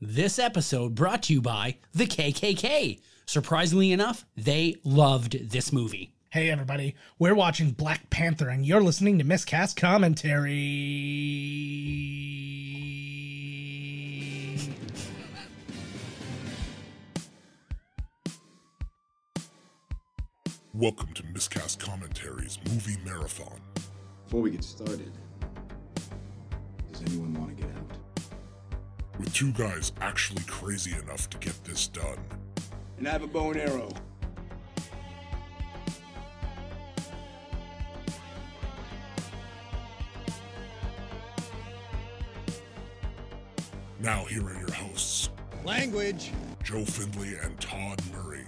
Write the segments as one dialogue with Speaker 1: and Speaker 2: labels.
Speaker 1: This episode brought to you by the KKK. Surprisingly enough, they loved this movie.
Speaker 2: Hey everybody, we're watching Black Panther and you're listening to Miscast Commentary.
Speaker 3: Welcome to Miscast Commentaries Movie Marathon.
Speaker 4: Before we get started, does anyone want to get out?
Speaker 3: With two guys actually crazy enough to get this done.
Speaker 4: And I have a bow and arrow.
Speaker 3: Now, here are your hosts
Speaker 4: Language!
Speaker 3: Joe Findley and Todd Murray.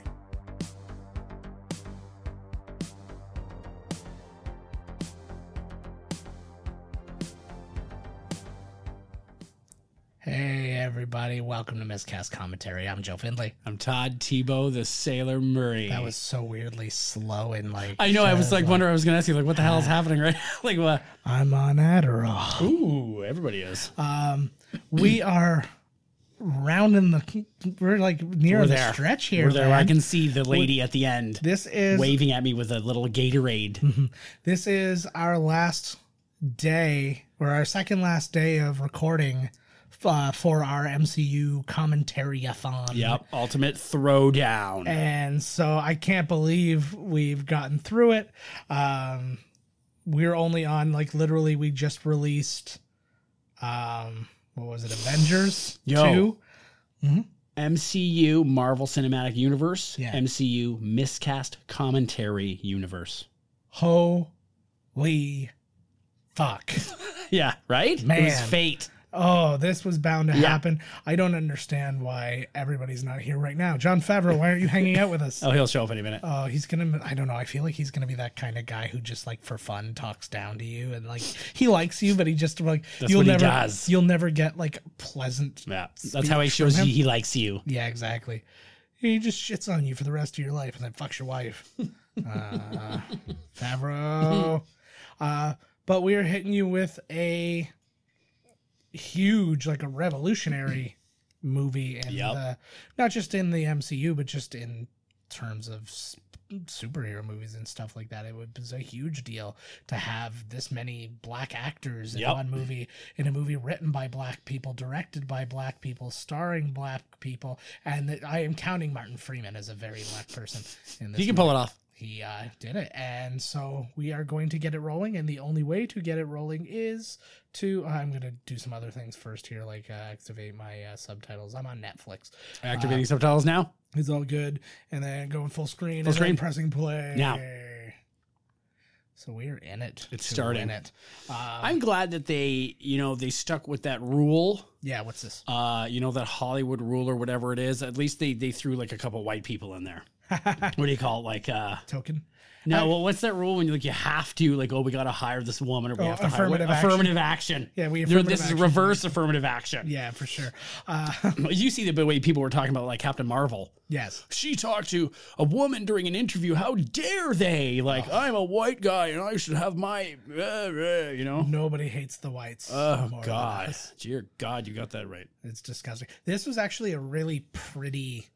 Speaker 2: Hey everybody, welcome to Miscast Commentary. I'm Joe Findlay.
Speaker 1: I'm Todd Tebow, the Sailor Murray.
Speaker 2: That was so weirdly slow and like
Speaker 1: I know. I was
Speaker 2: uh,
Speaker 1: like wondering. I was gonna ask you like, what the hell
Speaker 2: Ah.
Speaker 1: is happening right now? like what?
Speaker 2: I'm on Adderall.
Speaker 1: Ooh, everybody is.
Speaker 2: Um, we are rounding the we're like near
Speaker 1: We're
Speaker 2: the
Speaker 1: there.
Speaker 2: stretch here.
Speaker 1: We're there.
Speaker 2: man.
Speaker 1: I can see the lady at the end
Speaker 2: this is Mhm.
Speaker 1: waving at me with a little Gatorade.
Speaker 2: this is our last day or our second last day of recording uh, for our MCU commentary a
Speaker 1: Yep, ultimate throwdown.
Speaker 2: And so I can't believe we've gotten through it. Um, we're only on like literally we just released um what was it Avengers
Speaker 1: Yo.
Speaker 2: 2
Speaker 1: MCU Marvel Cinematic Universe,
Speaker 2: Yeah.
Speaker 1: MCU Miscast Commentary Universe.
Speaker 2: holy fuck
Speaker 1: Yeah, right? It was
Speaker 2: Man.
Speaker 1: fate.
Speaker 2: oh this was bound to
Speaker 1: Yeah.
Speaker 2: happen I don't understand why everybody's not here right now John Favreau why aren't you hanging out with us
Speaker 1: Oh, he'll show up any minute.
Speaker 2: Oh, he's gonna. I don't know. I feel like he's gonna be that kind of guy who just like for fun talks down to you and like he likes you, but he just like
Speaker 1: That's
Speaker 2: you'll
Speaker 1: what he
Speaker 2: never
Speaker 1: does.
Speaker 2: you'll never get like pleasant.
Speaker 1: yeah, that's how he
Speaker 2: speech from
Speaker 1: shows you
Speaker 2: him.
Speaker 1: he likes you.
Speaker 2: Yeah, exactly. He just shits on you for the rest of your life and then fucks your wife. uh, Favreau. Uh, but we are hitting you with a huge, like a revolutionary movie, and
Speaker 1: Yep.
Speaker 2: uh, not just in the MCU, but just in terms of s- superhero movies and stuff like that. It would- was a huge deal to have this many black actors in
Speaker 1: Yep.
Speaker 2: one movie, in a movie written by black people, directed by black people, starring black people, and that I am counting Martin Freeman as a very black person in this.
Speaker 1: He can pull it off.
Speaker 2: He uh, did it, and so we are going to get it rolling. And the only way to get it rolling is to I'm going to do some other things first here, like uh, activate my uh, subtitles. I'm on Netflix.
Speaker 1: Activating
Speaker 2: Uh,
Speaker 1: subtitles now.
Speaker 2: It's all good. And then going full screen.
Speaker 1: Full
Speaker 2: and then
Speaker 1: screen.
Speaker 2: pressing play.
Speaker 1: Now.
Speaker 2: So we're in it.
Speaker 1: It's
Speaker 2: to
Speaker 1: starting.
Speaker 2: win it. Um,
Speaker 1: I'm glad that they, you know, they stuck with that rule.
Speaker 2: yeah. What's this?
Speaker 1: Uh, you know, that Hollywood rule or whatever it is. At least they they threw like a couple white people in there. what do you call it? Like uh
Speaker 2: Token.
Speaker 1: No, well, what's that rule when you like you have to like oh we got to hire this woman or we
Speaker 2: Oh,
Speaker 1: have to hire
Speaker 2: affirmative
Speaker 1: what-
Speaker 2: action.
Speaker 1: affirmative action.
Speaker 2: Yeah, we
Speaker 1: They're-
Speaker 2: affirmative
Speaker 1: this is
Speaker 2: action.
Speaker 1: reverse affirmative action.
Speaker 2: Yeah, for sure. Uh,
Speaker 1: You see the way people were talking about like Captain Marvel.
Speaker 2: yes.
Speaker 1: She talked to a woman during an interview. How dare they? Like
Speaker 2: Oh.
Speaker 1: I'm a white guy and I should have my uh, uh, you know.
Speaker 2: Nobody hates the whites.
Speaker 1: Oh
Speaker 2: more than
Speaker 1: God,
Speaker 2: us.
Speaker 1: dear God, you got that right.
Speaker 2: It's disgusting. This was actually a really pretty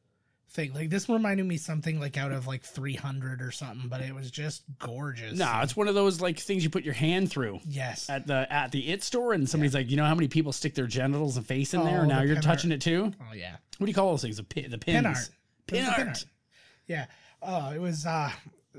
Speaker 2: thing. Like this reminded me something like out of like 300 or something, but it was just gorgeous.
Speaker 1: Nah, it's one of those like things you put your hand through.
Speaker 2: Yes.
Speaker 1: At the at the it store, and somebody's like, you know how many people stick their genitals and face in there?
Speaker 2: Oh,
Speaker 1: Now
Speaker 2: the
Speaker 1: you're
Speaker 2: pin
Speaker 1: touching
Speaker 2: art.
Speaker 1: it too.
Speaker 2: oh yeah.
Speaker 1: What do you call those things? The pin, the pins. Pin
Speaker 2: Pin art. It was a
Speaker 1: art.
Speaker 2: Yeah. Oh, it was uh,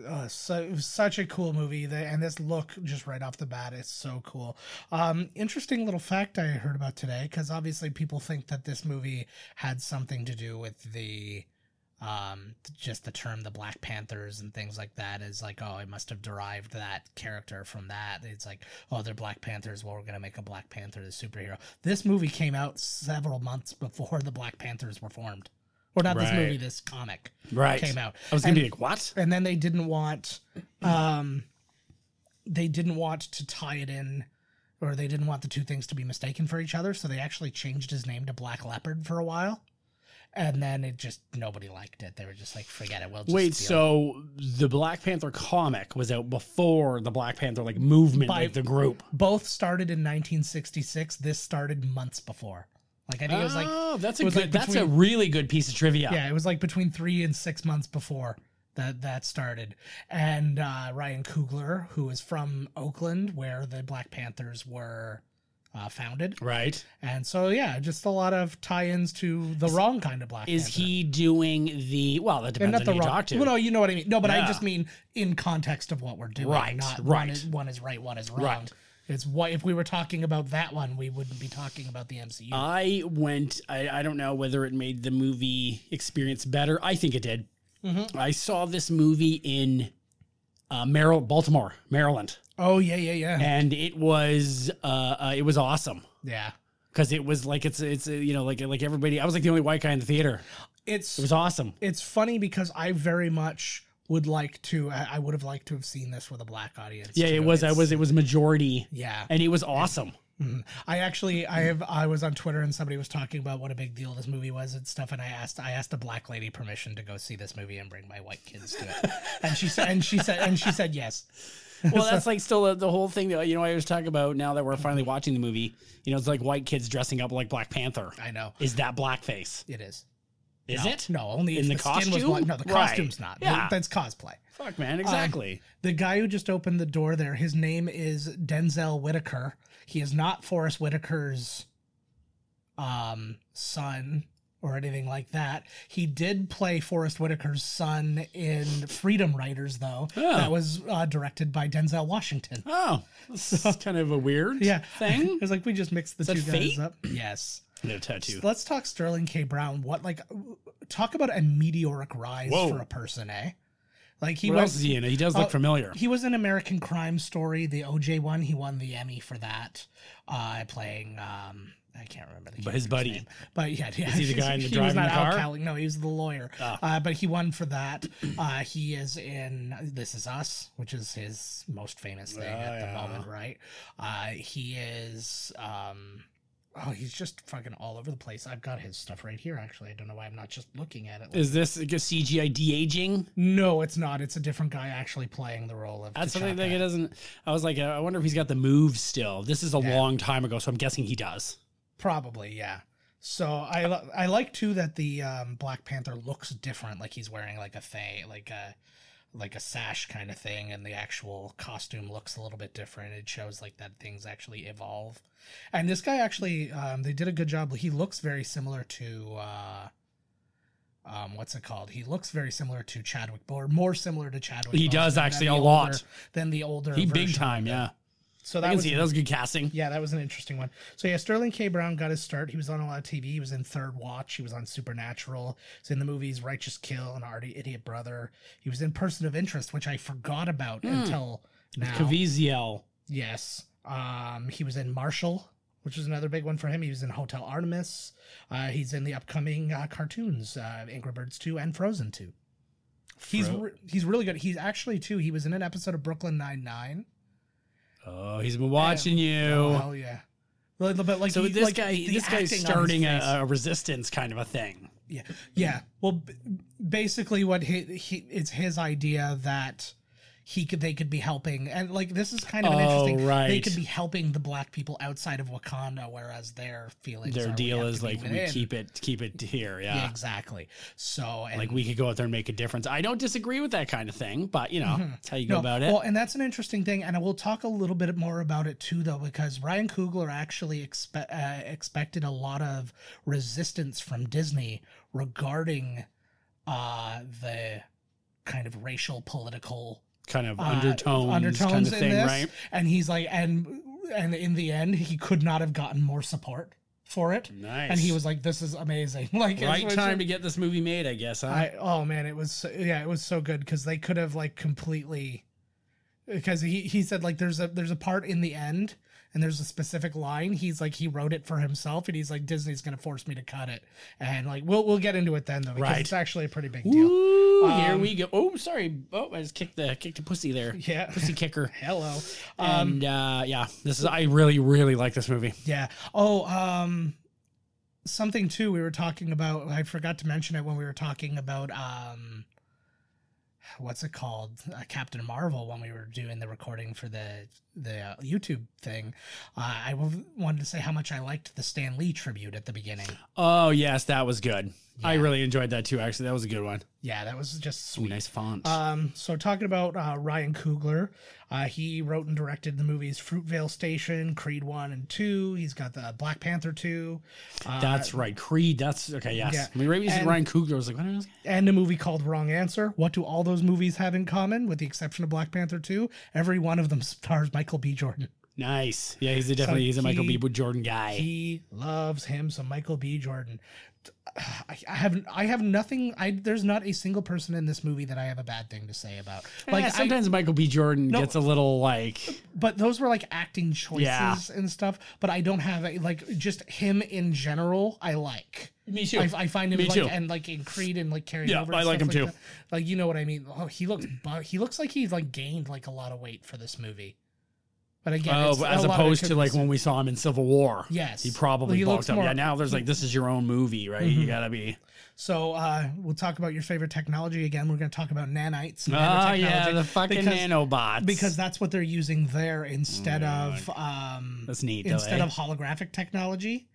Speaker 2: uh so it was such a cool movie that, and this look just right off the bat is so cool. Um interesting little fact I heard about today cuz obviously people think that this movie had something to do with the um just the term the black panthers and things like that is like oh it must have derived that character from that it's like oh they're black panthers well we're going to make a black panther the superhero this movie came out several months before the black panthers were formed or not this
Speaker 1: Right.
Speaker 2: movie this comic
Speaker 1: Right.
Speaker 2: came out.
Speaker 1: I was gonna
Speaker 2: and,
Speaker 1: be like, what?
Speaker 2: and then they didn't want, um, they didn't want to tie it in, or they didn't want the two things to be mistaken for each other. So they actually changed his name to Black Leopard for a while, and then it just nobody liked it. They were just like, forget it. We'll just
Speaker 1: Wait,
Speaker 2: deal
Speaker 1: so the Black Panther comic was out before the Black Panther like movement,
Speaker 2: By-
Speaker 1: like the group.
Speaker 2: both started in 1966. This started months before. Like I think it was like
Speaker 1: oh, that's a
Speaker 2: it was
Speaker 1: good,
Speaker 2: like
Speaker 1: that's a
Speaker 2: between-
Speaker 1: really good piece of trivia.
Speaker 2: yeah, it was like between three and six months before that that started. And uh, Ryan Coogler, who is from Oakland, where the Black Panthers were uh, founded,
Speaker 1: Right.
Speaker 2: and so yeah, just a lot of tie-ins to the wrong kind of Black.
Speaker 1: Is
Speaker 2: Panther.
Speaker 1: he doing the well? That
Speaker 2: And
Speaker 1: depends
Speaker 2: not
Speaker 1: on
Speaker 2: the
Speaker 1: who you
Speaker 2: wrong.
Speaker 1: talk to.
Speaker 2: Well, no, you know what I mean. No, but I
Speaker 1: Yeah.
Speaker 2: just mean in context of what we're doing.
Speaker 1: Right,
Speaker 2: Not One
Speaker 1: right.
Speaker 2: is, one is right, one is wrong.
Speaker 1: Right.
Speaker 2: It's why if we were talking about that one, we wouldn't be talking about the MCU.
Speaker 1: I went. I, I don't know whether it made the movie experience better. I think it did.
Speaker 2: Mm-hmm.
Speaker 1: I saw this movie in uh, Maryland, Baltimore, Maryland,
Speaker 2: oh yeah, yeah, yeah,
Speaker 1: and it was uh, uh, it was awesome
Speaker 2: yeah.
Speaker 1: because it was like it's it's uh, you know like like everybody. I was like the only white guy in the theater.
Speaker 2: It's
Speaker 1: It was awesome.
Speaker 2: it's funny because I very much would like to. I, I would have liked to have seen this with a black audience.
Speaker 1: Yeah, it
Speaker 2: too.
Speaker 1: was. I
Speaker 2: It's-
Speaker 1: was. It was majority,
Speaker 2: Yeah,
Speaker 1: and it was awesome.
Speaker 2: Mhm. I actually, I have, I was on Twitter and somebody was talking about what a big deal this movie was and stuff, and I asked, I asked a black lady permission to go see this movie and bring my white kids to it, and she said, and she said, and she said yes.
Speaker 1: Well, that's like still uh, the whole thing that you know I was talking about. Now that we're finally watching the movie, you know, it's like white kids dressing up like Black Panther.
Speaker 2: I know
Speaker 1: Is that blackface?
Speaker 2: it is.
Speaker 1: Is
Speaker 2: no,
Speaker 1: it?
Speaker 2: No, only
Speaker 1: In
Speaker 2: if
Speaker 1: the
Speaker 2: skin was
Speaker 1: costume?
Speaker 2: black. No, the
Speaker 1: Right.
Speaker 2: costume's not.
Speaker 1: Yeah.
Speaker 2: that's cosplay.
Speaker 1: Fuck, man. Exactly.
Speaker 2: The guy who just opened the door there, his name is Denzel Whitaker. He is not Forrest Whitaker's um, son or anything like that. He did play Forrest Whitaker's son in Freedom Riders, though.
Speaker 1: Oh.
Speaker 2: That was uh, directed by Denzel Washington.
Speaker 1: Oh, this is kind of a weird
Speaker 2: Yeah.
Speaker 1: thing.
Speaker 2: It's like we just mixed the
Speaker 1: that
Speaker 2: two guys
Speaker 1: fate?
Speaker 2: up. Yes.
Speaker 1: No tattoo.
Speaker 2: Let's talk Sterling K. Brown. What like talk about a meteoric rise
Speaker 1: Whoa.
Speaker 2: for a person, eh? Like he
Speaker 1: what
Speaker 2: was
Speaker 1: else is he in? He does look
Speaker 2: Uh,
Speaker 1: familiar.
Speaker 2: He was in American Crime Story, the OJ one. He won the Emmy for that, uh, playing. Um, I can't remember the
Speaker 1: But his
Speaker 2: character's
Speaker 1: buddy.
Speaker 2: name. But yeah, yeah.
Speaker 1: he the guy in the
Speaker 2: he was
Speaker 1: driving
Speaker 2: not
Speaker 1: the
Speaker 2: Al
Speaker 1: car?
Speaker 2: Cowling, No, he was the lawyer.
Speaker 1: Ah.
Speaker 2: Uh, but he won for that. Uh, he is in This Is Us, which is his most famous thing at the
Speaker 1: Ah, yeah.
Speaker 2: moment, right? Uh, he is. Um, oh, he's just fucking all over the place. I've got his stuff right here. Actually, I don't know why I'm not just looking at it.
Speaker 1: Is this like a CGI de aging?
Speaker 2: no, it's not. It's a different guy actually playing the role of.
Speaker 1: That's something
Speaker 2: T'Chaka.
Speaker 1: that he doesn't. I was like, uh, I wonder if he's got the moves still. This is a
Speaker 2: Yeah.
Speaker 1: long time ago, so I'm guessing he does.
Speaker 2: Probably, yeah. So I li- I like too that the um, Black Panther looks different. Like he's wearing like a thing, like a like a sash kind of thing, and the actual costume looks a little bit different. It shows like that things actually evolve. And this guy actually, um, they did a good job. He looks very similar to. Uh, um, what's it called? He looks very similar to Chadwick, or more similar to Chadwick.
Speaker 1: He
Speaker 2: Boseman
Speaker 1: does
Speaker 2: than
Speaker 1: actually
Speaker 2: the
Speaker 1: a
Speaker 2: older-
Speaker 1: lot.
Speaker 2: than the older.
Speaker 1: He big
Speaker 2: version.
Speaker 1: time, yeah.
Speaker 2: So
Speaker 1: I
Speaker 2: that
Speaker 1: can
Speaker 2: was
Speaker 1: see it. that was good casting.
Speaker 2: yeah, that was an interesting one. So yeah, Sterling K. Brown got his start. He was on a lot of TV. He was in Third Watch. He was on Supernatural. He's in the movies Righteous Kill and Artie Idiot Brother. He was in Person of Interest, which I forgot about until now.
Speaker 1: Caviezel.
Speaker 2: yes. Um, he was in Marshall, which was another big one for him. He was in Hotel Artemis. Uh, he's in the upcoming uh, cartoons, uh, Angry Birds 2 and Frozen 2. He's
Speaker 1: Fro-
Speaker 2: re- he's really good. He's actually too. He was in an episode of Brooklyn Nine Nine.
Speaker 1: Oh, he's been watching you.
Speaker 2: Oh hell yeah! But, but like
Speaker 1: so
Speaker 2: he-
Speaker 1: this
Speaker 2: like,
Speaker 1: guy,
Speaker 2: the
Speaker 1: this guy's
Speaker 2: acting on his
Speaker 1: starting
Speaker 2: face.
Speaker 1: a, a resistance kind of a thing.
Speaker 2: yeah yeah. Well, b- basically, what he, he it's his idea that he could they could be helping, and like this is kind of an
Speaker 1: Oh,
Speaker 2: interesting. They
Speaker 1: right.
Speaker 2: could be helping the black people outside of Wakanda, whereas their feelings are,
Speaker 1: Their
Speaker 2: we
Speaker 1: deal
Speaker 2: have to
Speaker 1: is
Speaker 2: be
Speaker 1: like we
Speaker 2: within.
Speaker 1: keep it, keep it here.
Speaker 2: Yeah,
Speaker 1: Yeah.
Speaker 2: exactly. So and
Speaker 1: Like we could go out there and make a difference. I don't disagree with that kind of thing, but you know, that's how you go about it.
Speaker 2: Mm-hmm. Well, and that's an interesting thing, and we'll talk a little bit more about it too, though, because Ryan Coogler actually expe- uh, expected a lot of resistance from Disney regarding uh, the kind of racial, political
Speaker 1: kind of
Speaker 2: uh,
Speaker 1: undertones,
Speaker 2: undertones
Speaker 1: kind of
Speaker 2: in
Speaker 1: thing,
Speaker 2: this.
Speaker 1: right?
Speaker 2: And he's like, and and in the end, he could not have gotten more support for it.
Speaker 1: Nice.
Speaker 2: And he was like, "This is amazing! Like, it's-
Speaker 1: right
Speaker 2: it's-
Speaker 1: time to get this movie made, I guess. Huh?
Speaker 2: I oh man, it was so, yeah, it was so good because they could have like completely because he he said like there's a there's a part in the end and there's a specific line he's like he wrote it for himself and he's like Disney's gonna force me to cut it and like we'll we'll get into it then though because
Speaker 1: Right.
Speaker 2: it's actually a pretty big deal.
Speaker 1: Ooh, here
Speaker 2: Um,
Speaker 1: we go. Oh, sorry. Oh, I just kicked the kicked the pussy there.
Speaker 2: Yeah.
Speaker 1: pussy kicker.
Speaker 2: Hello. Um,
Speaker 1: and uh, yeah, this is. I really, really like this movie.
Speaker 2: Yeah. Oh, um something too we were talking about I forgot to mention it when we were talking about um what's it called uh, Captain Marvel when we were doing the recording for the the uh, YouTube thing. Uh, I w- wanted to say how much I liked the Stan Lee tribute at the beginning.
Speaker 1: Oh yes, that was good. I really enjoyed that too. Actually, that was a good one.
Speaker 2: Yeah, that was just
Speaker 1: Ooh,
Speaker 2: sweet.
Speaker 1: nice font.
Speaker 2: Um, so talking about uh, Ryan Coogler, uh, he wrote and directed the movies Fruitvale Station, Creed One and Two. He's got the Black Panther Two, uh,
Speaker 1: that's right. Creed. That's okay. Yes.
Speaker 2: yeah.
Speaker 1: I mean, right when you said
Speaker 2: And-
Speaker 1: Ryan Coogler, I was like, what is
Speaker 2: and a movie called Wrong Answer. What do all those movies have in common, with the exception of Black Panther Two? Every one of them stars Michael B. Jordan.
Speaker 1: Nice. Yeah, he's a definitely he's a Michael
Speaker 2: he-
Speaker 1: B. Jordan guy.
Speaker 2: He loves him some Michael B. Jordan. I, I have I have nothing. I there's not a single person in this movie that I have a bad thing to say about. Like
Speaker 1: like
Speaker 2: I-
Speaker 1: sometimes Michael B. Jordan
Speaker 2: No.
Speaker 1: gets a little like
Speaker 2: but those were like acting choices
Speaker 1: Yeah.
Speaker 2: and stuff. But I don't have a, like just him in general. I like.
Speaker 1: me
Speaker 2: I, I find him
Speaker 1: Me
Speaker 2: like
Speaker 1: too.
Speaker 2: and like in Creed and like carrying
Speaker 1: Yeah,
Speaker 2: over.
Speaker 1: I
Speaker 2: and
Speaker 1: like
Speaker 2: stuff
Speaker 1: him too.
Speaker 2: that. Like you know what I mean. Oh, he looks bu- he looks like he's like gained like a lot of weight for this movie. But again, it's-
Speaker 1: oh, as
Speaker 2: a lot of it
Speaker 1: opposed
Speaker 2: could
Speaker 1: to
Speaker 2: be
Speaker 1: like
Speaker 2: so-
Speaker 1: when we saw him in Civil War.
Speaker 2: Yes.
Speaker 1: he probably
Speaker 2: He looks
Speaker 1: bulked up.
Speaker 2: more- Mm-hmm.
Speaker 1: yeah, now there's like this is your own movie, right? You gotta be.
Speaker 2: So uh, we'll talk about your favorite technology again. We're going to talk about nanites. and
Speaker 1: Oh
Speaker 2: nanotechnology
Speaker 1: yeah, the fucking
Speaker 2: because,
Speaker 1: nanobots.
Speaker 2: because that's what they're using there instead of um,
Speaker 1: Mm, that's neat. though,
Speaker 2: instead
Speaker 1: eh?
Speaker 2: of holographic technology.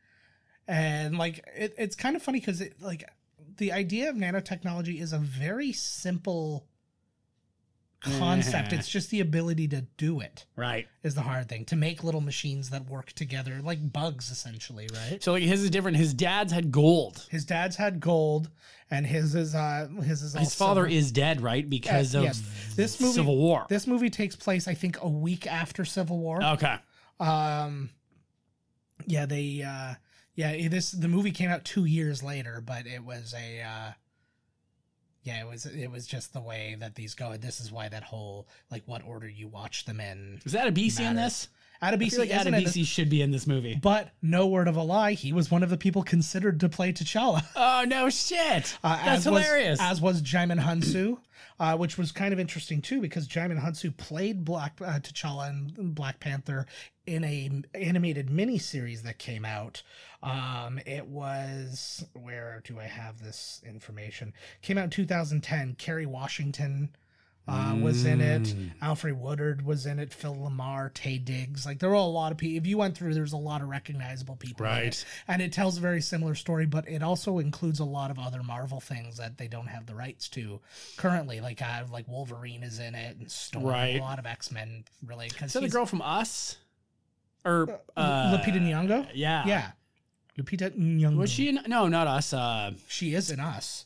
Speaker 2: And like it, it's kind of funny because it like the idea of nanotechnology is a very simple concept.
Speaker 1: Yeah.
Speaker 2: It's just the ability to do it
Speaker 1: right.
Speaker 2: is the hard thing to make little machines that work together like bugs essentially, right?
Speaker 1: So like his is different. His dad's had gold.
Speaker 2: His dad's had gold, and his is uh his
Speaker 1: His
Speaker 2: is also-
Speaker 1: father is dead, right? Because
Speaker 2: Uh,
Speaker 1: of
Speaker 2: yes. This movie-
Speaker 1: Civil War.
Speaker 2: This movie takes place, I think, a week after Civil War.
Speaker 1: okay.
Speaker 2: Um, yeah, they, uh, yeah, this the movie came out two years later, but it was a, uh, yeah, it was it was just the way that these go. This is why that whole like what order you watch them in.
Speaker 1: Is that a BC in
Speaker 2: Matters.
Speaker 1: this? I
Speaker 2: Adabisi
Speaker 1: feel like
Speaker 2: isn't in this,
Speaker 1: Adabisi should be in this movie.
Speaker 2: but no word of a lie, he was one of the people considered to play T'Challa.
Speaker 1: Oh no, shit!
Speaker 2: Uh,
Speaker 1: That's
Speaker 2: as was-
Speaker 1: hilarious.
Speaker 2: as was Jaimin Hunsu, uh, which was kind of interesting too, because Jaimin Hunsu played Black uh, T'Challa and Black Panther in a m- animated miniseries that came out. Um, it was where do I have this information? Came out in 2010. Kerry Washington. Uh, was in it.
Speaker 1: Mm.
Speaker 2: Alfred Woodard was in it. Phil Lamar, Tay Diggs. Like there were a lot of people. If you went through, there's a lot of recognizable people. in it
Speaker 1: Right.
Speaker 2: and it tells a very similar story but it also includes a lot of other marvel things that they don't have the rights to currently like i like wolverine is in it and storm
Speaker 1: Right.
Speaker 2: a lot of x-men related because
Speaker 1: Is that the girl from Us? Or uh,
Speaker 2: lupita nyong'o
Speaker 1: Yeah.
Speaker 2: yeah lupita nyong'o
Speaker 1: Was she in? No, not Us. Uh,
Speaker 2: she is in us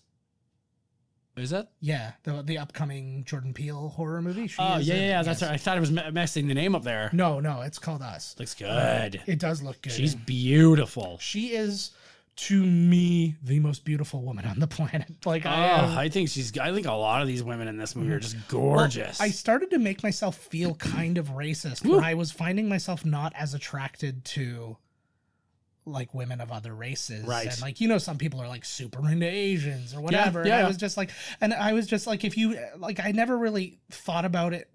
Speaker 1: is that?
Speaker 2: yeah the the upcoming jordan peele horror movie she
Speaker 1: oh
Speaker 2: is
Speaker 1: yeah,
Speaker 2: in-
Speaker 1: yeah, yeah. That's
Speaker 2: yes.
Speaker 1: right. I thought I was me- messing the name up there.
Speaker 2: no Uh, no it's called us
Speaker 1: Looks good.
Speaker 2: it does look good
Speaker 1: She's beautiful.
Speaker 2: she is to me the most beautiful woman on the planet like
Speaker 1: Oh,
Speaker 2: i am- Mm-hmm.
Speaker 1: I think she's. I think a lot of these women in this movie are just gorgeous.
Speaker 2: Well, I started to make myself feel kind of racist when I was finding myself not as attracted to like women of other races.
Speaker 1: Right.
Speaker 2: And like, you know, some people are like super into Asians or whatever.
Speaker 1: yeah,
Speaker 2: and
Speaker 1: yeah.
Speaker 2: I was just like, and I was just like, if you like, I never really thought about it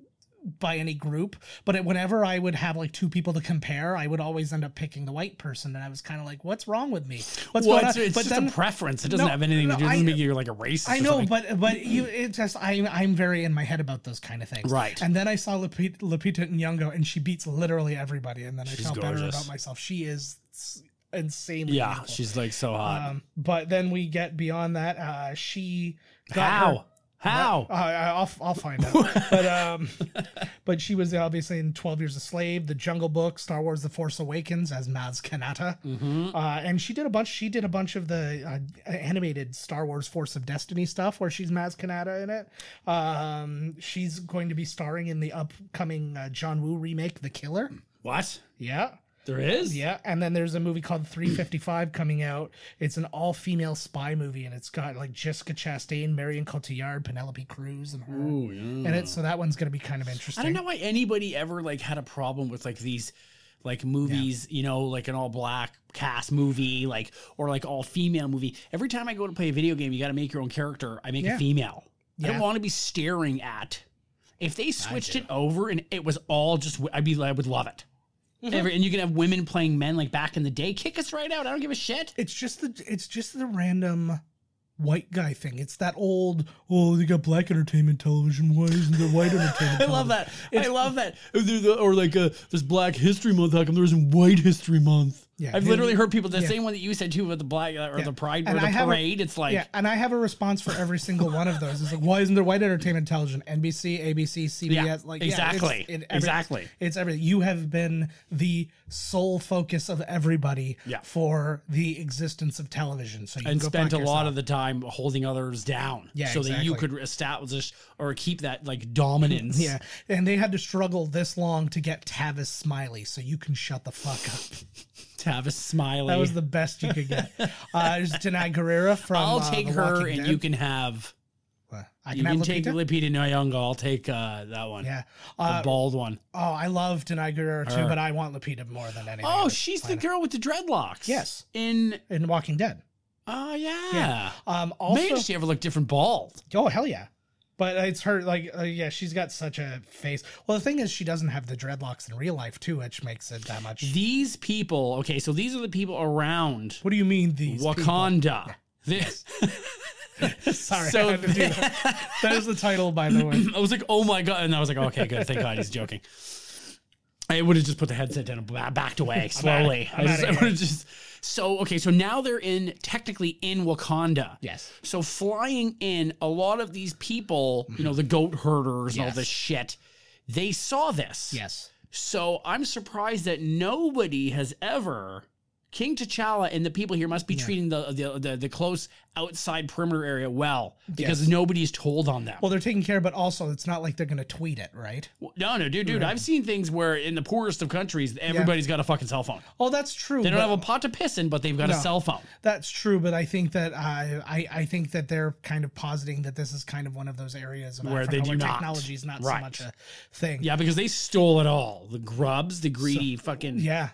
Speaker 2: by any group, but it, whenever I would have like two people to compare, I would always end up picking the white person. And I was kind of like, what's wrong with me? What's
Speaker 1: well,
Speaker 2: going
Speaker 1: it's,
Speaker 2: on?
Speaker 1: it's
Speaker 2: but
Speaker 1: just
Speaker 2: then
Speaker 1: a preference. It doesn't
Speaker 2: No,
Speaker 1: have anything
Speaker 2: no,
Speaker 1: to do. It
Speaker 2: I
Speaker 1: doesn't
Speaker 2: know.
Speaker 1: make you like a racist.
Speaker 2: I
Speaker 1: or
Speaker 2: know,
Speaker 1: something.
Speaker 2: but but you, it's just I'm I'm very in my head about those kind of things.
Speaker 1: Right.
Speaker 2: And then I saw Lupita, Lupita Nyong'o, and she beats literally everybody. And then I
Speaker 1: She's
Speaker 2: felt better
Speaker 1: gorgeous.
Speaker 2: about myself. She is s- insanely
Speaker 1: yeah,
Speaker 2: beautiful.
Speaker 1: she's like so hot.
Speaker 2: Um, but then we get beyond that. Uh, she got her-
Speaker 1: How? How?
Speaker 2: uh, I'll I'll find out. but um, but she was obviously in Twelve Years a Slave, The Jungle Book, Star Wars: The Force Awakens as Maz Kanata, uh, and she did a bunch. She did a bunch of the uh, animated Star Wars: Force of Destiny stuff where she's Maz Kanata in it. Um, she's going to be starring in the upcoming uh, John Woo remake, The Killer.
Speaker 1: what?
Speaker 2: Yeah.
Speaker 1: There is?
Speaker 2: Yeah, and then there's a movie called 355 coming out. It's an all-female spy movie, and it's got like Jessica Chastain, Marion Cotillard, Penelope Cruz, and her
Speaker 1: Ooh, yeah.
Speaker 2: and it so that one's gonna be kind of interesting.
Speaker 1: Hmm. I don't know why anybody ever like had a problem with like these like movies, you know, like an all black cast movie, like or like all female movie. Every time I go to play a video game, you got to make your own character. I make
Speaker 2: Yeah.
Speaker 1: a female. I
Speaker 2: Yeah.
Speaker 1: don't want to be staring at. If they switched it over and it was all just, w- I'd be, I would love it. Every, and you can have women playing men like back in the day. Kick us right out. I don't give a shit.
Speaker 2: It's just the it's just the random white guy thing. It's that old oh they got black entertainment television. Why isn't there white entertainment?
Speaker 1: I love that. I love that. Or there's a- Or like uh, this Black History Month. How come there isn't White History Month?
Speaker 2: Yeah,
Speaker 1: I've
Speaker 2: dude.
Speaker 1: literally heard people the
Speaker 2: Yeah.
Speaker 1: same one that you said too with the black uh, or the pride or
Speaker 2: And
Speaker 1: the
Speaker 2: I have a-
Speaker 1: parade. it's like
Speaker 2: yeah, and I have a response for every single one of those. It's like, why isn't there white entertainment television? NBC, ABC, CBS,
Speaker 1: Yeah,
Speaker 2: like
Speaker 1: exactly.
Speaker 2: yeah, it's,
Speaker 1: Exactly.
Speaker 2: It's everything. You have been the sole focus of everybody
Speaker 1: Yeah.
Speaker 2: for the existence of television. So you
Speaker 1: and
Speaker 2: can go
Speaker 1: spent a
Speaker 2: fuck
Speaker 1: lot
Speaker 2: yourself.
Speaker 1: of the time holding others down,
Speaker 2: Yeah,
Speaker 1: so that you
Speaker 2: exactly.
Speaker 1: could establish or keep that like dominance.
Speaker 2: yeah, and they had to struggle this long to get Tavis Smiley, so you can shut the fuck up.
Speaker 1: Tavis Smiley.
Speaker 2: That was the best you could get. Uh, there's Denai Guerrera from.
Speaker 1: I'll
Speaker 2: uh,
Speaker 1: take
Speaker 2: The
Speaker 1: her,
Speaker 2: Walking
Speaker 1: and
Speaker 2: Dead.
Speaker 1: you can have.
Speaker 2: Uh, I
Speaker 1: You
Speaker 2: can have
Speaker 1: can
Speaker 2: Lupita.
Speaker 1: take Lupita Nyong'o. I'll take uh, that one.
Speaker 2: Yeah.
Speaker 1: the
Speaker 2: Uh,
Speaker 1: bald one.
Speaker 2: Oh, I love Denai Guerrero too,
Speaker 1: Her.
Speaker 2: but I want Lupita more than anything. on
Speaker 1: Oh,
Speaker 2: this
Speaker 1: she's the
Speaker 2: planet.
Speaker 1: girl with the dreadlocks.
Speaker 2: Yes.
Speaker 1: In
Speaker 2: in Walking Dead.
Speaker 1: oh yeah.
Speaker 2: Um,
Speaker 1: Man,
Speaker 2: also,
Speaker 1: does she ever look different bald?
Speaker 2: oh hell yeah, but it's her like uh, yeah, she's got such a face. Well, the thing is, she doesn't have the dreadlocks in real life too, which makes it that much.
Speaker 1: These people. Okay, so these are the people around
Speaker 2: what do you mean these? people?
Speaker 1: Wakanda. This,
Speaker 2: Sorry,
Speaker 1: so
Speaker 2: I had to do that. that is the title, by the way.
Speaker 1: I was like, oh my god, and I was like, okay, good. Thank God he's joking. I would have just put the headset down and ba- backed away slowly.
Speaker 2: I'm
Speaker 1: I just-
Speaker 2: outta
Speaker 1: I
Speaker 2: here.
Speaker 1: would have just. So okay, so now they're in technically in Wakanda.
Speaker 2: Yes.
Speaker 1: So flying in, a lot of these people, you know, the goat herders and all
Speaker 2: Yes.
Speaker 1: this shit, they saw this.
Speaker 2: Yes.
Speaker 1: So I'm surprised that nobody has ever King T'Challa and the people here must be treating the, the the the close outside perimeter area well because
Speaker 2: Yes.
Speaker 1: nobody's told on them.
Speaker 2: Well, they're taking care, but also it's not like they're going to tweet it, right?
Speaker 1: no, no, dude, dude, I've seen things where in the poorest of countries everybody's got a fucking cell phone.
Speaker 2: Oh, that's true.
Speaker 1: They don't
Speaker 2: but-
Speaker 1: have a pot to piss in, but they've got a
Speaker 2: No.
Speaker 1: cell phone.
Speaker 2: That's true, but I think that uh, I I think that they're kind of positing that this is kind of one of those areas of
Speaker 1: Where
Speaker 2: Africa
Speaker 1: they do
Speaker 2: where
Speaker 1: not.
Speaker 2: technology is not
Speaker 1: Right.
Speaker 2: so much a thing.
Speaker 1: Yeah, because they stole it all. The grubs, the greedy fucking
Speaker 2: Yeah.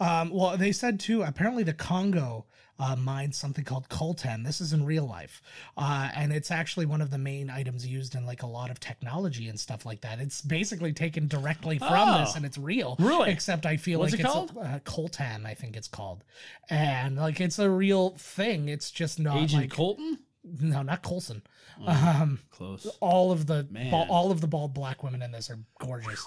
Speaker 2: Um, well, they said too. Apparently, the Congo uh, mined something called coltan. This is in real life, uh, and it's actually one of the main items used in like a lot of technology and stuff like that. It's basically taken directly from
Speaker 1: Oh.
Speaker 2: this, and it's real.
Speaker 1: Really?
Speaker 2: Except I feel
Speaker 1: What's
Speaker 2: like
Speaker 1: it
Speaker 2: it's
Speaker 1: called?
Speaker 2: uh, coltan. I think it's called, and like it's a real thing. It's just not
Speaker 1: Agent
Speaker 2: like
Speaker 1: Colton.
Speaker 2: no, not Colson. um,
Speaker 1: Close.
Speaker 2: all of the
Speaker 1: Man.
Speaker 2: ba- all of the bald black women in this are gorgeous.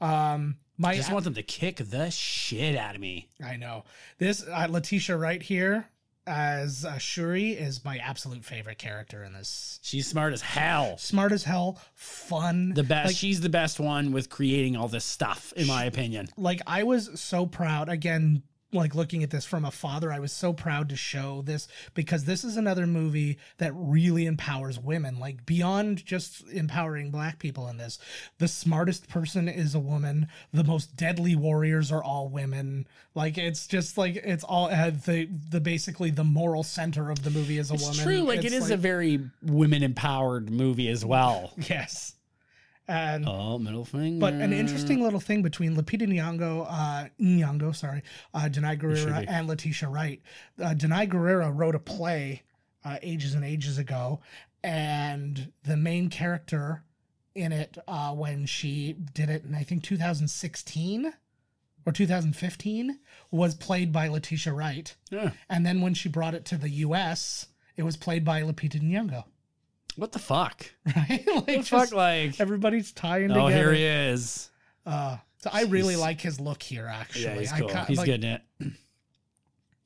Speaker 2: Um, my
Speaker 1: I just want them to kick the shit out of me.
Speaker 2: I know this uh, Letitia right here as uh, Shuri is my absolute favorite character in this.
Speaker 1: She's smart as hell.
Speaker 2: Smart as hell, fun.
Speaker 1: The best.
Speaker 2: Like,
Speaker 1: she's the best one with creating all this stuff, in my opinion.
Speaker 2: like I was so proud again like looking at this from a father I was so proud to show this because this is another movie that really empowers women like beyond just empowering black people in this the smartest person is a woman the most deadly warriors are all women like it's just like it's all uh, the the basically the moral center of the movie is a
Speaker 1: It's
Speaker 2: woman
Speaker 1: true. Like it's a very women empowered movie as well.
Speaker 2: yes and
Speaker 1: Oh, middle finger.
Speaker 2: But an interesting little thing between Lupita Nyong'o, uh, Nyong'o, sorry, uh, Denai Guerrera, and Letitia Wright. Uh, Denai Guerrera wrote a play uh, ages and ages ago, and the main character in it uh, when she did it in I think 2016 or 2015 was played by Letitia Wright,
Speaker 1: Yeah.
Speaker 2: and then when she brought it to the U.S., it was played by Lupita Nyong'o.
Speaker 1: What the fuck?
Speaker 2: Right? like
Speaker 1: What the
Speaker 2: just
Speaker 1: fuck? Like,
Speaker 2: everybody's tying
Speaker 1: oh, here
Speaker 2: together.
Speaker 1: he is.
Speaker 2: Uh, so I really
Speaker 1: He's-
Speaker 2: like his look here. Actually,
Speaker 1: Yeah, he's
Speaker 2: I
Speaker 1: cool.
Speaker 2: ca-
Speaker 1: he's
Speaker 2: like-
Speaker 1: good in it.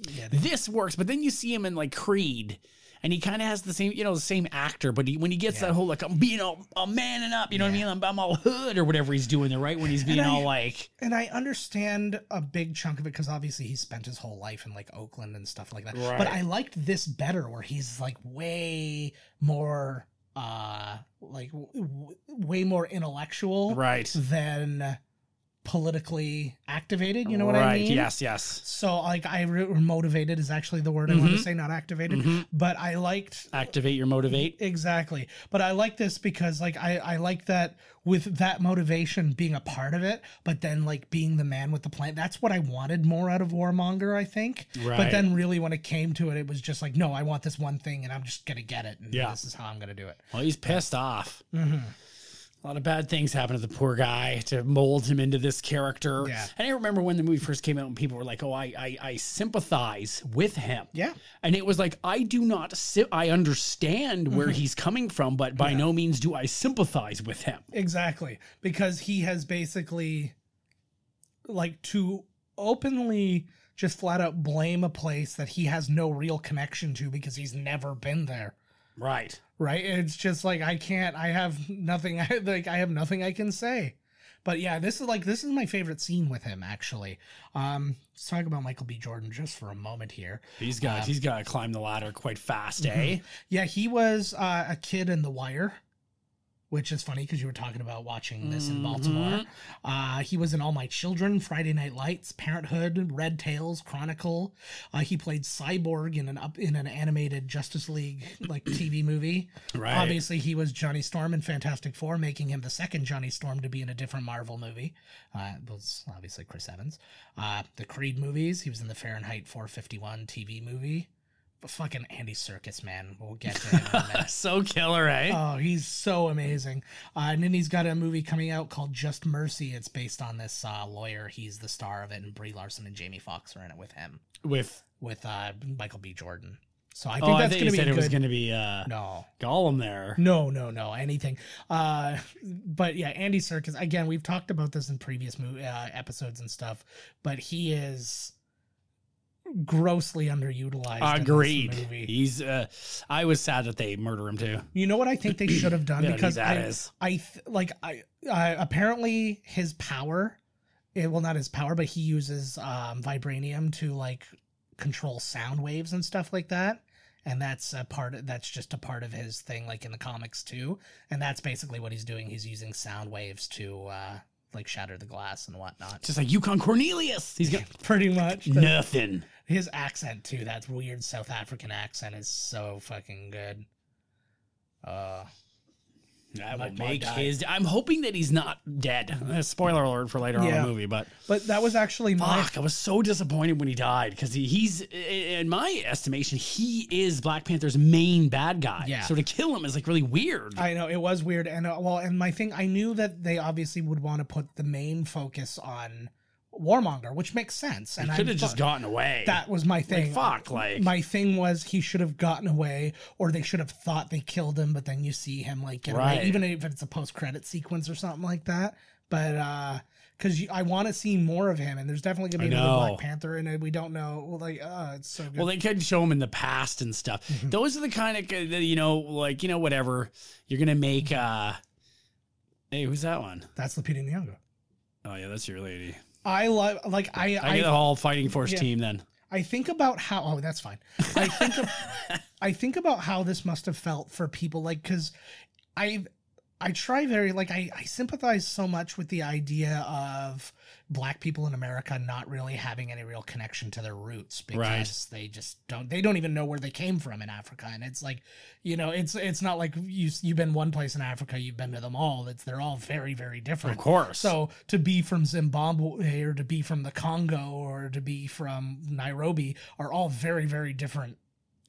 Speaker 2: Yeah, they-
Speaker 1: This works, but then you see him in like Creed. And he kind of has the same, you know, the same actor, but he, when he gets that whole like I'm being all, I'm manning up, you know what I
Speaker 2: Yeah.
Speaker 1: mean? I'm, I'm all hood or whatever he's doing there, right? When he's being
Speaker 2: I-
Speaker 1: all like,
Speaker 2: and I understand a big chunk of it because obviously he spent his whole life in like Oakland and stuff like that.
Speaker 1: Right.
Speaker 2: But I liked this better, where he's like way more, uh, like w- w- way more intellectual
Speaker 1: right,
Speaker 2: than politically activated. You know what
Speaker 1: right,
Speaker 2: I mean?
Speaker 1: yes, yes,
Speaker 2: So like I re- motivated is actually the word I
Speaker 1: Mm-hmm.
Speaker 2: want to say, not activated. But I liked
Speaker 1: activate your motivate.
Speaker 2: Exactly. But I like this because like I, I like that with that motivation being a part of it, but then like being the man with the plan. That's what I wanted more out of Warmonger, I think.
Speaker 1: Right.
Speaker 2: But then really when it came to it, it was just like, no, I want this one thing and I'm just gonna get it Mm-hmm. and
Speaker 1: Yeah.
Speaker 2: this is how I'm gonna do it.
Speaker 1: Well, he's pissed off. A lot of bad things happened to the poor guy to mold him into this character.
Speaker 2: Yeah.
Speaker 1: And I remember when the movie first came out and people were like, oh, I, I, I sympathize with him.
Speaker 2: Yeah.
Speaker 1: And it was like, I do not, si- I understand
Speaker 2: Mm-hmm.
Speaker 1: where he's coming from, but by no means do I sympathize with him.
Speaker 2: Exactly. Because he has basically like to openly just flat out blame a place that he has no real connection to because he's never been there.
Speaker 1: Right.
Speaker 2: Right? It's just like I can't I have nothing I like I have nothing I can say. But yeah, this is like this is my favorite scene with him actually. Um let's talk about Michael B. Jordan just for a moment here.
Speaker 1: He's got, he's got to climb the ladder quite fast,
Speaker 2: Mm-hmm.
Speaker 1: eh?
Speaker 2: Yeah, he was uh, a kid in The Wire, which is funny because you were talking about watching this in Baltimore. Uh, he was in All My Children, Friday Night Lights, Parenthood, Red Tails, Chronicle. Uh, he played Cyborg in an up in an animated Justice League like TV movie.
Speaker 1: Right.
Speaker 2: Obviously, he was Johnny Storm in Fantastic Four, making him the second Johnny Storm to be in a different Marvel movie. Uh, it was obviously Chris Evans. Uh, the Creed movies. He was in the Fahrenheit 451 TV movie. But fucking Andy Circus, man. We'll get to him in a minute.
Speaker 1: So killer, eh?
Speaker 2: Oh, he's so amazing. Uh, and then he's got a movie coming out called Just Mercy. It's based on this uh, lawyer. He's the star of it, and Brie Larson and Jamie Foxx are in it with him,
Speaker 1: with
Speaker 2: with uh, Michael B. Jordan. So I think
Speaker 1: oh, I
Speaker 2: that's
Speaker 1: think
Speaker 2: going
Speaker 1: you
Speaker 2: to be
Speaker 1: said
Speaker 2: a
Speaker 1: it was
Speaker 2: good.
Speaker 1: going to be uh,
Speaker 2: no.
Speaker 1: Gollum there.
Speaker 2: No, no, no, anything. Uh, but yeah, Andy Serkis. Again, we've talked about this in previous mo- uh, episodes and stuff, but he is grossly underutilized. in this
Speaker 1: Agreed.
Speaker 2: movie.
Speaker 1: He's. Uh, I was sad that they murder him too.
Speaker 2: You know what I think they should have done
Speaker 1: Yeah, I mean,
Speaker 2: because
Speaker 1: that
Speaker 2: I,
Speaker 1: is-
Speaker 2: I th- like I uh, apparently his power, it, well not his power, but he uses um, vibranium to like control sound waves and stuff like that, and that's a part. that's just a part of his thing, like in the comics too, and that's basically what he's doing. He's using sound waves to uh, like shatter the glass and whatnot.
Speaker 1: Just Mm-hmm. like Yukon Cornelius, he's got
Speaker 2: Pretty much.
Speaker 1: nothing.
Speaker 2: His accent too, that weird South African accent is so fucking good. Uh
Speaker 1: That
Speaker 2: My-
Speaker 1: will
Speaker 2: my
Speaker 1: make
Speaker 2: guy.
Speaker 1: his. I'm hoping that he's not dead. Uh, spoiler alert for later on in
Speaker 2: Yeah.
Speaker 1: the movie, but
Speaker 2: But that was actually my
Speaker 1: fuck, I was so disappointed when he died because he, he's, i- in my estimation, he is Black Panther's main bad guy.
Speaker 2: Yeah.
Speaker 1: So to kill him is like really weird.
Speaker 2: I know it was weird, and uh, well, and my thing, I knew that they obviously would want to put the main focus on Warmonger, which makes sense. And
Speaker 1: he
Speaker 2: I
Speaker 1: could have just gotten away.
Speaker 2: that was my
Speaker 1: like,
Speaker 2: thing.
Speaker 1: fuck, like
Speaker 2: My thing was he should have gotten away, or they should have thought they killed him, but then you see him like get
Speaker 1: Right.
Speaker 2: away, even if it's a post credit sequence or something like that. But uh, because I want to see more of him, and there's definitely gonna
Speaker 1: I
Speaker 2: be another
Speaker 1: know.
Speaker 2: Black Panther, and we don't know. Well, like, uh, it's so good.
Speaker 1: Well, they could show him in the past and stuff.
Speaker 2: Mm-hmm.
Speaker 1: Those are the kind of you know, like you know, whatever you're gonna make. uh Hey, who's that one?
Speaker 2: That's Lupita Nyong'o.
Speaker 1: Oh yeah, that's your lady.
Speaker 2: I love like I
Speaker 1: I, get the whole fighting force
Speaker 2: Yeah.
Speaker 1: team then.
Speaker 2: I think about how. Oh, that's fine. I think. Of, I think about how this must have felt for people, like because I, I try very like I, I sympathize so much with the idea of black people in America not really having any real connection to their roots because
Speaker 1: Right.
Speaker 2: they just don't they don't even know where they came from in Africa, and it's like you know it's it's not like you you've been one place in Africa, you've been to them all. It's they're all very very
Speaker 1: Of
Speaker 2: different.
Speaker 1: course.
Speaker 2: So to be from Zimbabwe or to be from the Congo or to be from Nairobi are all very, very different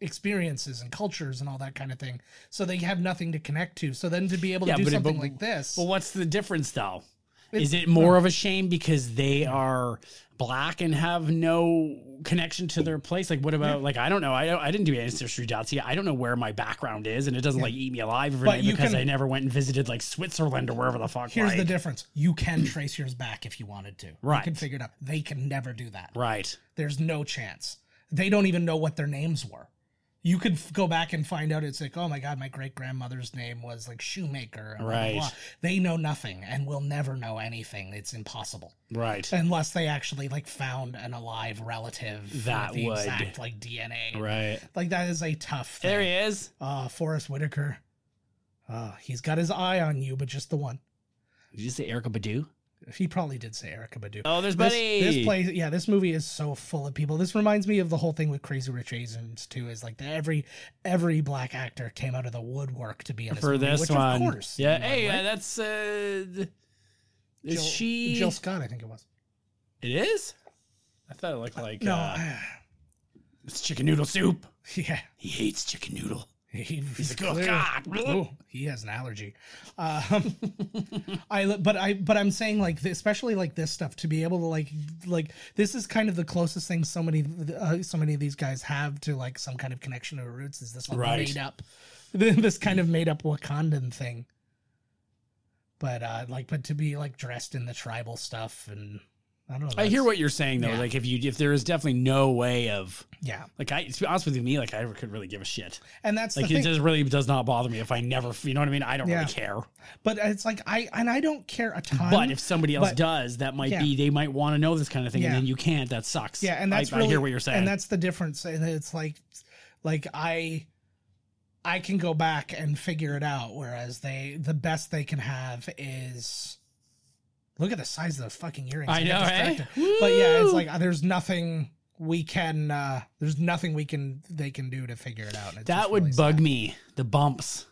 Speaker 2: experiences and cultures and all that kind of thing. So they have nothing to connect to. So then to be able to
Speaker 1: Yeah,
Speaker 2: do
Speaker 1: but it-
Speaker 2: something
Speaker 1: but-
Speaker 2: like this,
Speaker 1: well, what's the difference though?
Speaker 2: It-
Speaker 1: Is it more of a shame because they are black and have no connection to their place? Like, what about like I don't know. I don't, I didn't do ancestry.ca. I don't know where my background is, and it doesn't like eat me alive every
Speaker 2: But
Speaker 1: night
Speaker 2: you
Speaker 1: because
Speaker 2: can-
Speaker 1: I never went and visited like Switzerland or wherever the fuck.
Speaker 2: here's the
Speaker 1: like-
Speaker 2: difference. You can trace yours back if you wanted to.
Speaker 1: Right.
Speaker 2: You can figure it out. They can never do that.
Speaker 1: right.
Speaker 2: There's no chance. They don't even know what their names were. You could f- go back and find out. It's like, oh my god, my great grandmother's name was like shoemaker. and blah, blah,
Speaker 1: Right.
Speaker 2: blah. They know nothing and will never know anything. It's impossible
Speaker 1: Right.
Speaker 2: unless they actually like found an alive relative
Speaker 1: That
Speaker 2: with the
Speaker 1: would-
Speaker 2: exact like DNA.
Speaker 1: Right.
Speaker 2: Like that is a tough. Thing.
Speaker 1: There he is.
Speaker 2: Uh, Forrest Whitaker. Uh, he's got his eye on you, but just the one.
Speaker 1: Did you say Erica Badu?
Speaker 2: He probably did say Erica Badu.
Speaker 1: Oh, there's
Speaker 2: This,
Speaker 1: Buddy.
Speaker 2: this place, yeah, this movie is so full of people. This reminds me of the whole thing with Crazy Rich Asians too. Is like the, every every black actor came out of the woodwork to be in this
Speaker 1: for
Speaker 2: movie,
Speaker 1: this
Speaker 2: which
Speaker 1: one.
Speaker 2: Of course,
Speaker 1: yeah.
Speaker 2: you know,
Speaker 1: Hey,
Speaker 2: right?
Speaker 1: uh, that's uh, th- is
Speaker 2: Jill-
Speaker 1: she?
Speaker 2: Jill Scott? I think it was.
Speaker 1: it is. I thought it looked like
Speaker 2: No,
Speaker 1: uh, it's chicken noodle soup.
Speaker 2: yeah,
Speaker 1: He hates chicken noodle.
Speaker 2: He-
Speaker 1: He's like, "Oh,
Speaker 2: clear-
Speaker 1: God."
Speaker 2: Oh, he has an allergy. Um, I li- but I but I'm saying like especially like this stuff to be able to like like this is kind of the closest thing so many uh, so many of these guys have to like some kind of connection to their roots is this like
Speaker 1: Right.
Speaker 2: made up this kind of made up Wakandan thing. But uh like but to be like dressed in the tribal stuff and I don't know.
Speaker 1: I hear
Speaker 2: that's-
Speaker 1: what you're saying though.
Speaker 2: Yeah.
Speaker 1: Like if you if there is definitely no way of
Speaker 2: yeah,
Speaker 1: like I to be honest with you, me like I could really give a shit.
Speaker 2: and that's
Speaker 1: Like
Speaker 2: the
Speaker 1: it
Speaker 2: thing.
Speaker 1: just really does not bother me if I never you know what I mean. I don't
Speaker 2: Yeah.
Speaker 1: really care.
Speaker 2: but it's like I and I don't care a ton.
Speaker 1: But if somebody else
Speaker 2: but-
Speaker 1: does, that might
Speaker 2: yeah.
Speaker 1: be they might want to know this kind of thing,
Speaker 2: Yeah.
Speaker 1: and then you can't. That sucks.
Speaker 2: Yeah, and that's
Speaker 1: I,
Speaker 2: really,
Speaker 1: I hear what you're saying.
Speaker 2: and that's the difference. And it's like, like I, I can go back and figure it out. Whereas they, the best they can have is, look at the size of those fucking earrings.
Speaker 1: I
Speaker 2: get
Speaker 1: know, eh? right?
Speaker 2: distracted. But yeah, it's
Speaker 1: Woo!
Speaker 2: like uh, there's nothing we can, uh there's nothing we can they can do to figure it out. and it's
Speaker 1: that
Speaker 2: just
Speaker 1: would
Speaker 2: really
Speaker 1: bug
Speaker 2: sad.
Speaker 1: me. The bumps,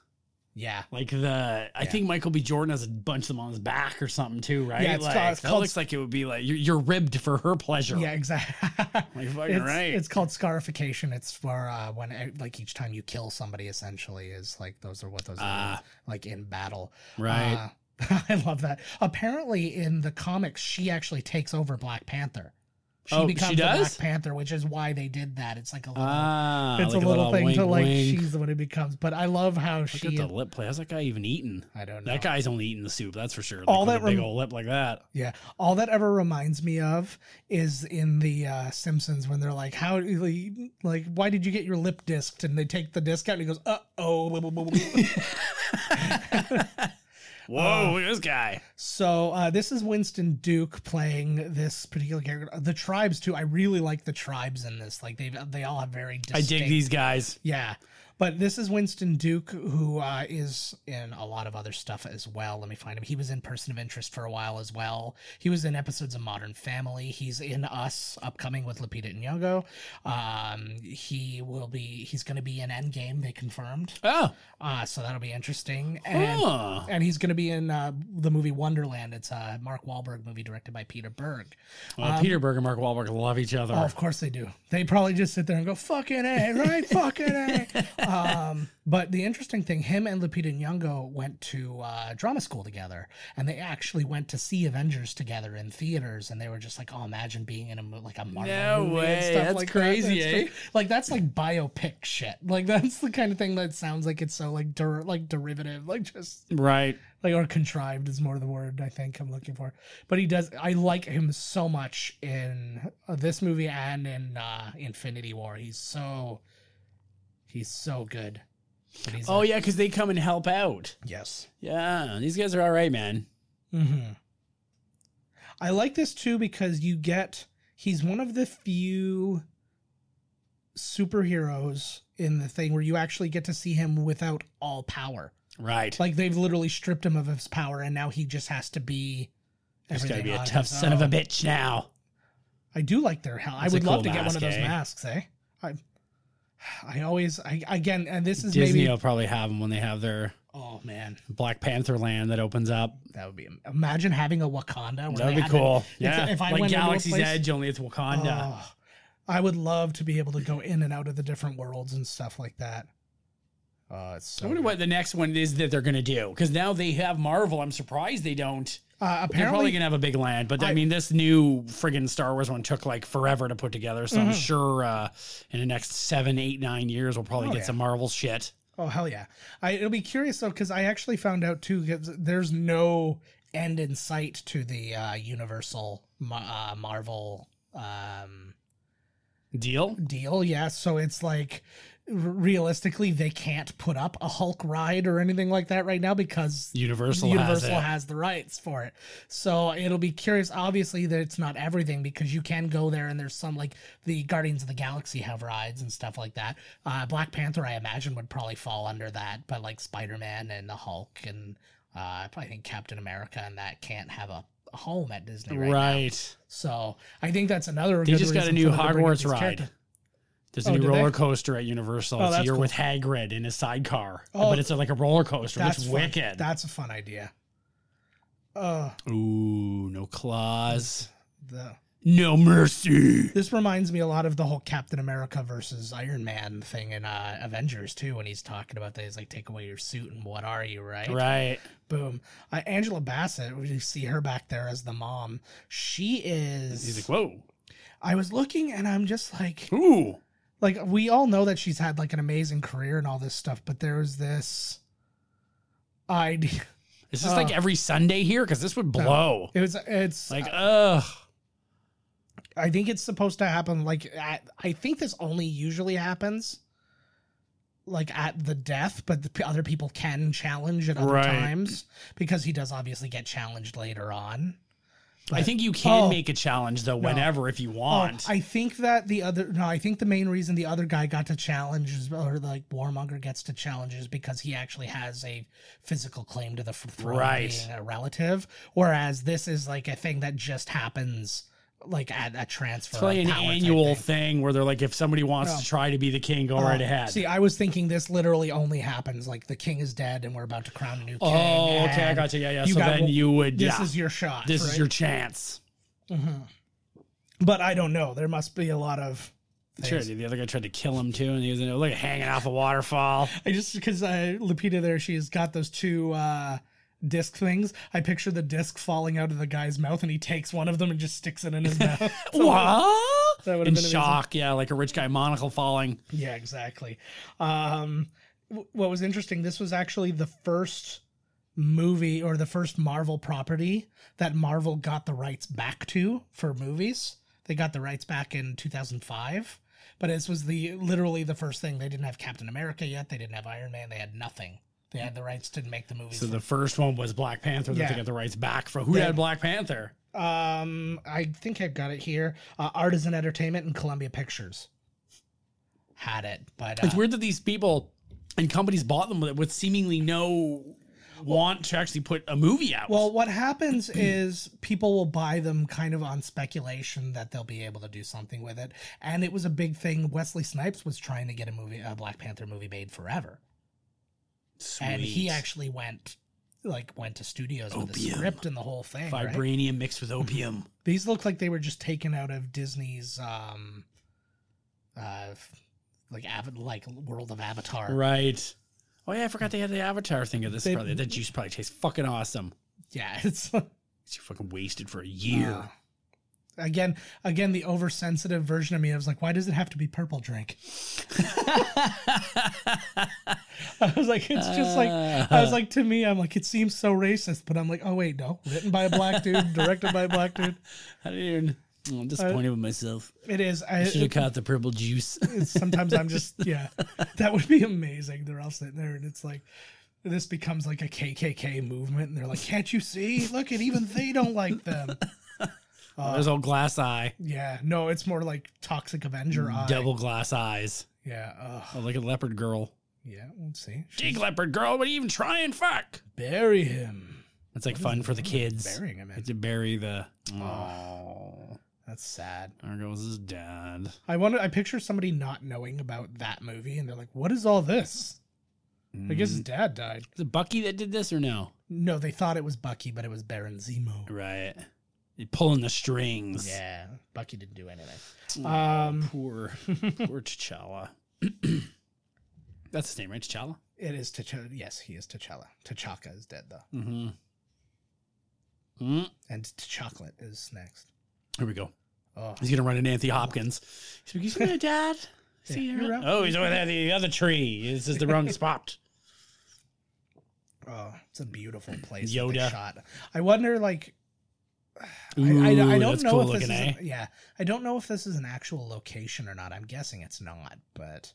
Speaker 2: Yeah.
Speaker 1: like the I
Speaker 2: Yeah.
Speaker 1: think Michael B. Jordan has a bunch of them on his back or something too, right?
Speaker 2: Yeah, it's
Speaker 1: like,
Speaker 2: called- it's
Speaker 1: that
Speaker 2: called-
Speaker 1: looks like it would be like you're, you're ribbed for her pleasure.
Speaker 2: Yeah, exactly.
Speaker 1: You're fucking
Speaker 2: it's,
Speaker 1: right.
Speaker 2: it's called scarification. It's for uh, when uh, like each time you kill somebody, essentially, is like those are what those
Speaker 1: Ah.
Speaker 2: are like in battle.
Speaker 1: right.
Speaker 2: Uh, I love that. Apparently, in the comics, she actually takes over Black Panther. She
Speaker 1: Oh, she
Speaker 2: becomes
Speaker 1: does?
Speaker 2: Black Panther, which is why they did that. It's like a little,
Speaker 1: ah,
Speaker 2: it's
Speaker 1: like
Speaker 2: a little thing to
Speaker 1: wink,
Speaker 2: like
Speaker 1: wink.
Speaker 2: she's the one who becomes. But I love how
Speaker 1: Look
Speaker 2: she.
Speaker 1: at the lip play. How's that guy even eating?
Speaker 2: I don't know.
Speaker 1: That guy's only eating the soup, that's for sure. Like,
Speaker 2: All
Speaker 1: with
Speaker 2: that
Speaker 1: a big
Speaker 2: rem-
Speaker 1: old lip like that.
Speaker 2: Yeah. All that ever reminds me of is in the uh, Simpsons when they're like, "How? Like, why did you get your lip disked?" And they take the disc out, and he goes, "Uh oh."
Speaker 1: Whoa, look at this guy.
Speaker 2: so uh, this is Winston Duke playing this particular character. Uh, The tribes too. I really like the tribes in this. Like they they all have very.
Speaker 1: I
Speaker 2: Distinct,
Speaker 1: dig these guys.
Speaker 2: Yeah. But this is Winston Duke, who uh, is in a lot of other stuff as well. Let me find him. He was in Person of Interest for a while as well. He was in episodes of Modern Family. He's in Us, upcoming with Lupita Nyong'o. Um, he will be. He's going to be in Endgame. They confirmed.
Speaker 1: Oh,
Speaker 2: Uh, so that'll be interesting. And
Speaker 1: Huh.
Speaker 2: and he's going to be in uh, the movie Wonderland. It's a Mark Wahlberg movie directed by Peter Berg.
Speaker 1: Well, Peter Berg and Mark Wahlberg love each other.
Speaker 2: um, Oh, of course they do. They probably just sit there and go, fucking A, right? fucking A. Um, but the interesting thing, him and Lupita Nyong'o went to uh, drama school together, and they actually went to see Avengers together in theaters, and they were just like, oh, imagine being in a mo- like a Marvel
Speaker 1: No
Speaker 2: movie and
Speaker 1: way.
Speaker 2: stuff
Speaker 1: That's
Speaker 2: like
Speaker 1: crazy,
Speaker 2: that.
Speaker 1: eh?
Speaker 2: That's cra- Like that's like biopic shit. Like that's the kind of thing that sounds like it's so like der- like derivative, like just
Speaker 1: right.
Speaker 2: like or contrived is more the word I think I'm looking for. But he does. I like him so much in uh, this movie and in uh, Infinity War. He's so he's so good. But he's
Speaker 1: Oh,
Speaker 2: a-
Speaker 1: yeah, because they come and help out.
Speaker 2: yes.
Speaker 1: Yeah, these guys are all right, man.
Speaker 2: hmm I like this too because you get he's one of the few superheroes in the thing where you actually get to see him without all power.
Speaker 1: Right.
Speaker 2: Like they've literally stripped him of his power, and now he just has to be.
Speaker 1: He's got to
Speaker 2: everything
Speaker 1: be a
Speaker 2: on
Speaker 1: tough
Speaker 2: his
Speaker 1: son of a
Speaker 2: own.
Speaker 1: bitch now.
Speaker 2: I do like their helmet. I
Speaker 1: That's a
Speaker 2: would love
Speaker 1: cool
Speaker 2: to get one
Speaker 1: mask,
Speaker 2: of those
Speaker 1: eh?
Speaker 2: masks. Eh? I, I always, I again, and this is
Speaker 1: Disney
Speaker 2: maybe.
Speaker 1: will probably have them when they have their
Speaker 2: Oh man,
Speaker 1: Black Panther land that opens up.
Speaker 2: that would be. Imagine having a Wakanda.
Speaker 1: That
Speaker 2: where
Speaker 1: would
Speaker 2: they
Speaker 1: be
Speaker 2: have
Speaker 1: cool.
Speaker 2: it-
Speaker 1: yeah.
Speaker 2: If, if I
Speaker 1: like
Speaker 2: went into a
Speaker 1: Galaxy's
Speaker 2: place-
Speaker 1: Edge, only it's Wakanda.
Speaker 2: Oh, I would love to be able to go in and out of the different worlds and stuff like that. Oh, it's
Speaker 1: I
Speaker 2: so.
Speaker 1: wonder
Speaker 2: good.
Speaker 1: what the next one is that they're going to do. Because now they have Marvel. I'm surprised they don't.
Speaker 2: uh,
Speaker 1: They're probably
Speaker 2: apparently,
Speaker 1: gonna have a big land, but I,
Speaker 2: I-
Speaker 1: mean, this new friggin' Star Wars one took like forever to put together. So I'm
Speaker 2: Mm-hmm.
Speaker 1: sure uh, in the next seven, eight, nine years, we'll probably
Speaker 2: Oh,
Speaker 1: get
Speaker 2: yeah.
Speaker 1: some Marvel shit.
Speaker 2: Oh hell yeah! I, it'll be curious though because I actually found out too. 'cause There's no end in sight to the uh, Universal Ma- uh, Marvel um,
Speaker 1: Deal?
Speaker 2: deal. Yeah, so it's like r- realistically they can't put up a Hulk ride or anything like that right now because
Speaker 1: Universal,
Speaker 2: Universal
Speaker 1: has
Speaker 2: has,
Speaker 1: it.
Speaker 2: the rights for it. So it'll be curious. Obviously, that it's not everything because you can go there and there's some like the Guardians of the Galaxy have rides and stuff like that. Uh, Black Panther, I imagine, would probably fall under that, but like Spider Man and the Hulk and uh, I probably think Captain America and that can't have a a home at Disney right,
Speaker 1: right.
Speaker 2: now. So I think that's another.
Speaker 1: They
Speaker 2: good
Speaker 1: just got a
Speaker 2: reason
Speaker 1: new
Speaker 2: for them to bring up
Speaker 1: Hogwarts
Speaker 2: these
Speaker 1: ride.
Speaker 2: characters.
Speaker 1: There's a
Speaker 2: Oh,
Speaker 1: new
Speaker 2: did they?
Speaker 1: roller coaster at Universal.
Speaker 2: Oh,
Speaker 1: so
Speaker 2: that's
Speaker 1: you're
Speaker 2: cool.
Speaker 1: with Hagrid in his sidecar,
Speaker 2: Oh,
Speaker 1: but it's like a roller coaster. That's
Speaker 2: fun.
Speaker 1: wicked.
Speaker 2: That's a fun idea. Uh,
Speaker 1: Ooh, no claws,
Speaker 2: the
Speaker 1: No mercy.
Speaker 2: This reminds me a lot of the whole Captain America versus Iron Man thing in uh, Avengers too, when he's talking about that. He's like, "Take away your suit, and what are you, right?"
Speaker 1: Right.
Speaker 2: Boom. Uh, Angela Bassett, we see her back there as the mom. She
Speaker 1: He's
Speaker 2: is.
Speaker 1: like, whoa.
Speaker 2: I was looking, and I'm just like,
Speaker 1: Ooh.
Speaker 2: like we all know that she's had like an amazing career and all this stuff, but there was this idea.
Speaker 1: Is this like
Speaker 2: Uh,
Speaker 1: every Sunday here? Because this would blow.
Speaker 2: It was. It's
Speaker 1: Like, ugh.
Speaker 2: I think it's supposed to happen like at, I think this only usually happens like at the death, but the p- other people can challenge at other
Speaker 1: Right.
Speaker 2: times because he does obviously get challenged later on.
Speaker 1: I think you can
Speaker 2: Oh.
Speaker 1: make a challenge though, whenever if you want.
Speaker 2: I think that the other no, I think the main reason the other guy got to challenge is or like Warmonger gets to challenge is because he actually has a physical claim to the f- throne
Speaker 1: Right.
Speaker 2: being a relative, whereas this is like a thing that just happens like at a transfer.
Speaker 1: it's like
Speaker 2: of
Speaker 1: an
Speaker 2: power type
Speaker 1: annual
Speaker 2: thing.
Speaker 1: thing where they're like, if somebody wants
Speaker 2: No.
Speaker 1: to try to be the king, go right
Speaker 2: Oh,
Speaker 1: ahead.
Speaker 2: See, I was thinking this literally only happens like the king is dead and we're about to crown a new king.
Speaker 1: oh, okay, I
Speaker 2: and
Speaker 1: gotcha. Yeah, yeah.
Speaker 2: you
Speaker 1: so
Speaker 2: got
Speaker 1: then
Speaker 2: one-
Speaker 1: you would.
Speaker 2: This
Speaker 1: yeah,
Speaker 2: is your shot.
Speaker 1: this
Speaker 2: right?
Speaker 1: is your chance.
Speaker 2: Mhm. But I don't know. There must be a lot of.
Speaker 1: Sure.
Speaker 2: things.
Speaker 1: dude, The other guy tried to kill him too, and he was in there, look hanging off a waterfall.
Speaker 2: I just because uh, Lupita there, she's got those two uh, disc things. I picture the disc falling out of the guy's mouth, and he takes one of them and just sticks it in his mouth.
Speaker 1: what?
Speaker 2: That
Speaker 1: In
Speaker 2: would've been amazing.
Speaker 1: shock, yeah, like a rich guy monocle falling.
Speaker 2: Yeah, exactly. Um, w- what was interesting, this was actually the first movie or the first Marvel property that Marvel got the rights back to for movies. They got the rights back in 2005, but this was the literally the first thing. They didn't have Captain America yet. They didn't have Iron Man. They had nothing. They had the rights to make the movies.
Speaker 1: So the first one was Black Panther that
Speaker 2: Yeah.
Speaker 1: they got the rights back for. Who
Speaker 2: Yeah.
Speaker 1: had Black Panther?
Speaker 2: um, I think I've got it here. Uh, Artisan Entertainment and Columbia Pictures had it, but uh,
Speaker 1: It's weird that these people and companies bought them with, with seemingly no want to actually put a movie out.
Speaker 2: Well, what happens is people will buy them kind of on speculation that they'll be able to do something with it. And it was a big thing. Wesley Snipes was trying to get a movie, a Black Panther movie made forever.
Speaker 1: Sweet.
Speaker 2: And he actually went, like, went to studios with the
Speaker 1: Opium.
Speaker 2: script and the whole thing. right?
Speaker 1: vibranium mixed with opium.
Speaker 2: These look like they were just taken out of Disney's, um, uh, like, Ava- like World of Avatar.
Speaker 1: right. Oh yeah, I forgot they had the Avatar thing of this.
Speaker 2: They-
Speaker 1: probably that juice probably tastes fucking awesome.
Speaker 2: Yeah, it's.
Speaker 1: You fucking wasted for a year.
Speaker 2: Uh, again, again, the oversensitive version of me. I was like, why does it have to be purple drink? I was like, it's just like I was like to me, I'm like, it seems so racist, but I'm like, oh wait, no, written by a black dude, directed by a black dude.
Speaker 1: I didn't. oh, I'm disappointed with myself.
Speaker 2: It is. I,
Speaker 1: I should have
Speaker 2: it,
Speaker 1: caught the purple juice.
Speaker 2: it's sometimes I'm just yeah, that would be amazing. They're all sitting there, and it's like. This becomes like a KKK movement, and they're like, "Can't you see? Look at even they don't like them." Uh,
Speaker 1: There's old glass eye,
Speaker 2: Yeah, no, it's more like Toxic Avenger. Eye.
Speaker 1: double glass eyes.
Speaker 2: Yeah, ugh.
Speaker 1: Oh, like a leopard girl.
Speaker 2: Yeah, let's see.
Speaker 1: Jake leopard girl. What are you even trying? Fuck.
Speaker 2: Bury him.
Speaker 1: It's like fun for the kids.
Speaker 2: Burying him.
Speaker 1: Had
Speaker 2: In.
Speaker 1: to bury the.
Speaker 2: Oh. That's sad.
Speaker 1: There goes his dad.
Speaker 2: I wanted. I picture somebody not knowing about that movie, and they're like, "What is all this?" I guess
Speaker 1: Mm.
Speaker 2: his dad died.
Speaker 1: Is it Bucky that did this or no?
Speaker 2: No, they thought it was Bucky, but it was Baron Zemo.
Speaker 1: Right. You're pulling the strings.
Speaker 2: Yeah, Bucky didn't do anything.
Speaker 1: Oh,
Speaker 2: Um,
Speaker 1: poor, poor T'Challa. That's his name, right? T'Challa.
Speaker 2: It is T'Challa. Yes, he is T'Challa. T'Chaka is dead though,
Speaker 1: Mm-hmm. Mm.
Speaker 2: and T'Chocolate is next.
Speaker 1: Here we go.
Speaker 2: Oh,
Speaker 1: He's gonna run into Anthony Hopkins. He's like, "You see my dad? See
Speaker 2: you're
Speaker 1: her?
Speaker 2: up.
Speaker 1: Oh, he's over there, the other tree. This is the wrong spot."
Speaker 2: oh, it's a beautiful place. that they
Speaker 1: Yoda.
Speaker 2: shot. I wonder, like,
Speaker 1: Ooh,
Speaker 2: I, I, I
Speaker 1: that's
Speaker 2: don't know
Speaker 1: cool
Speaker 2: if
Speaker 1: looking,
Speaker 2: this is
Speaker 1: eh?
Speaker 2: a- yeah I don't know if this is an actual location or not. I'm guessing it's not, but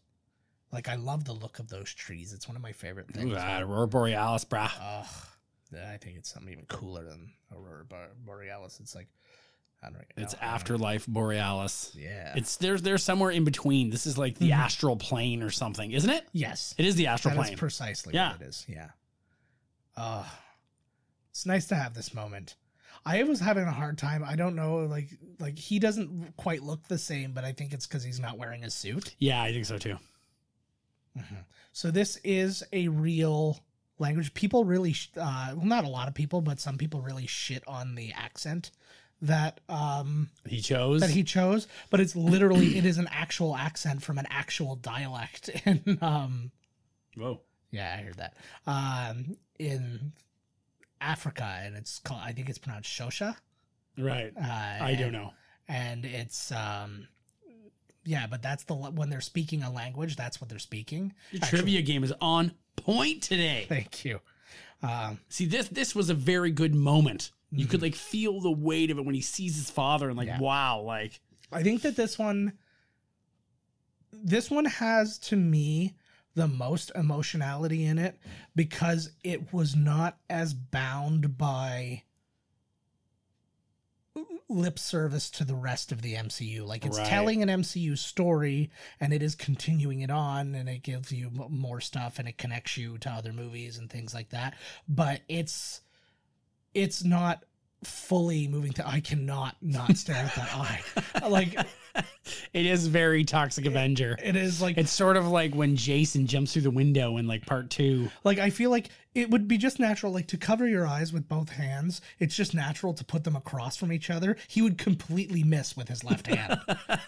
Speaker 2: like I love the look of those trees. It's one of my favorite things.
Speaker 1: Ooh, ah, Aurora Borealis, brah.
Speaker 2: Ugh, I think it's something even cooler than Aurora Bo- Borealis. It's like I don't know.
Speaker 1: It's
Speaker 2: I don't know. Um,
Speaker 1: afterlife Borealis.
Speaker 2: Yeah.
Speaker 1: It's there's there's somewhere in between. This is like the
Speaker 2: Mhm.
Speaker 1: astral plane or something, isn't it?
Speaker 2: yes.
Speaker 1: It is the astral
Speaker 2: That is
Speaker 1: plane.
Speaker 2: precisely
Speaker 1: Yeah.
Speaker 2: what it is. Yeah. Uh it's nice to have this moment. I was having a hard time. I don't know, like like he doesn't quite look the same, but I think it's because he's not wearing a suit.
Speaker 1: yeah, I think so too.
Speaker 2: Mhm. So this is a real language. People really, sh- uh, well, not a lot of people, but some people really shit on the accent that um
Speaker 1: He chose.
Speaker 2: that he chose, but it's literally it is an actual accent from an actual dialect in um
Speaker 1: Whoa.
Speaker 2: yeah, I heard that. Um in Africa and it's called I think it's pronounced Shosha.
Speaker 1: Right.
Speaker 2: Uh,
Speaker 1: I don't know.
Speaker 2: And it's um yeah, but that's the when they're speaking a language, that's what they're speaking.
Speaker 1: Your
Speaker 2: Actually-
Speaker 1: trivia game is on point today.
Speaker 2: Thank you. Um
Speaker 1: See this this was a very good moment. You could like feel the weight of it when he sees his father and like
Speaker 2: Mm-hmm. Yeah.
Speaker 1: wow, like
Speaker 2: I think that this one this one has to me the most emotionality in it because it was not as bound by lip service to the rest of the MCU. Like it's
Speaker 1: Right.
Speaker 2: telling an MCU story and it is continuing it on and it gives you m- more stuff and it connects you to other movies and things like that. But it's it's not fully moving to I cannot not stare at that eye. Like
Speaker 1: it is very toxic Avenger.
Speaker 2: it is like
Speaker 1: It's sort of like when Jason jumps through the window in like part two.
Speaker 2: Like I feel like it would be just natural, like to cover your eyes with both hands. It's just natural to put them across from each other. He would completely miss with his left hand.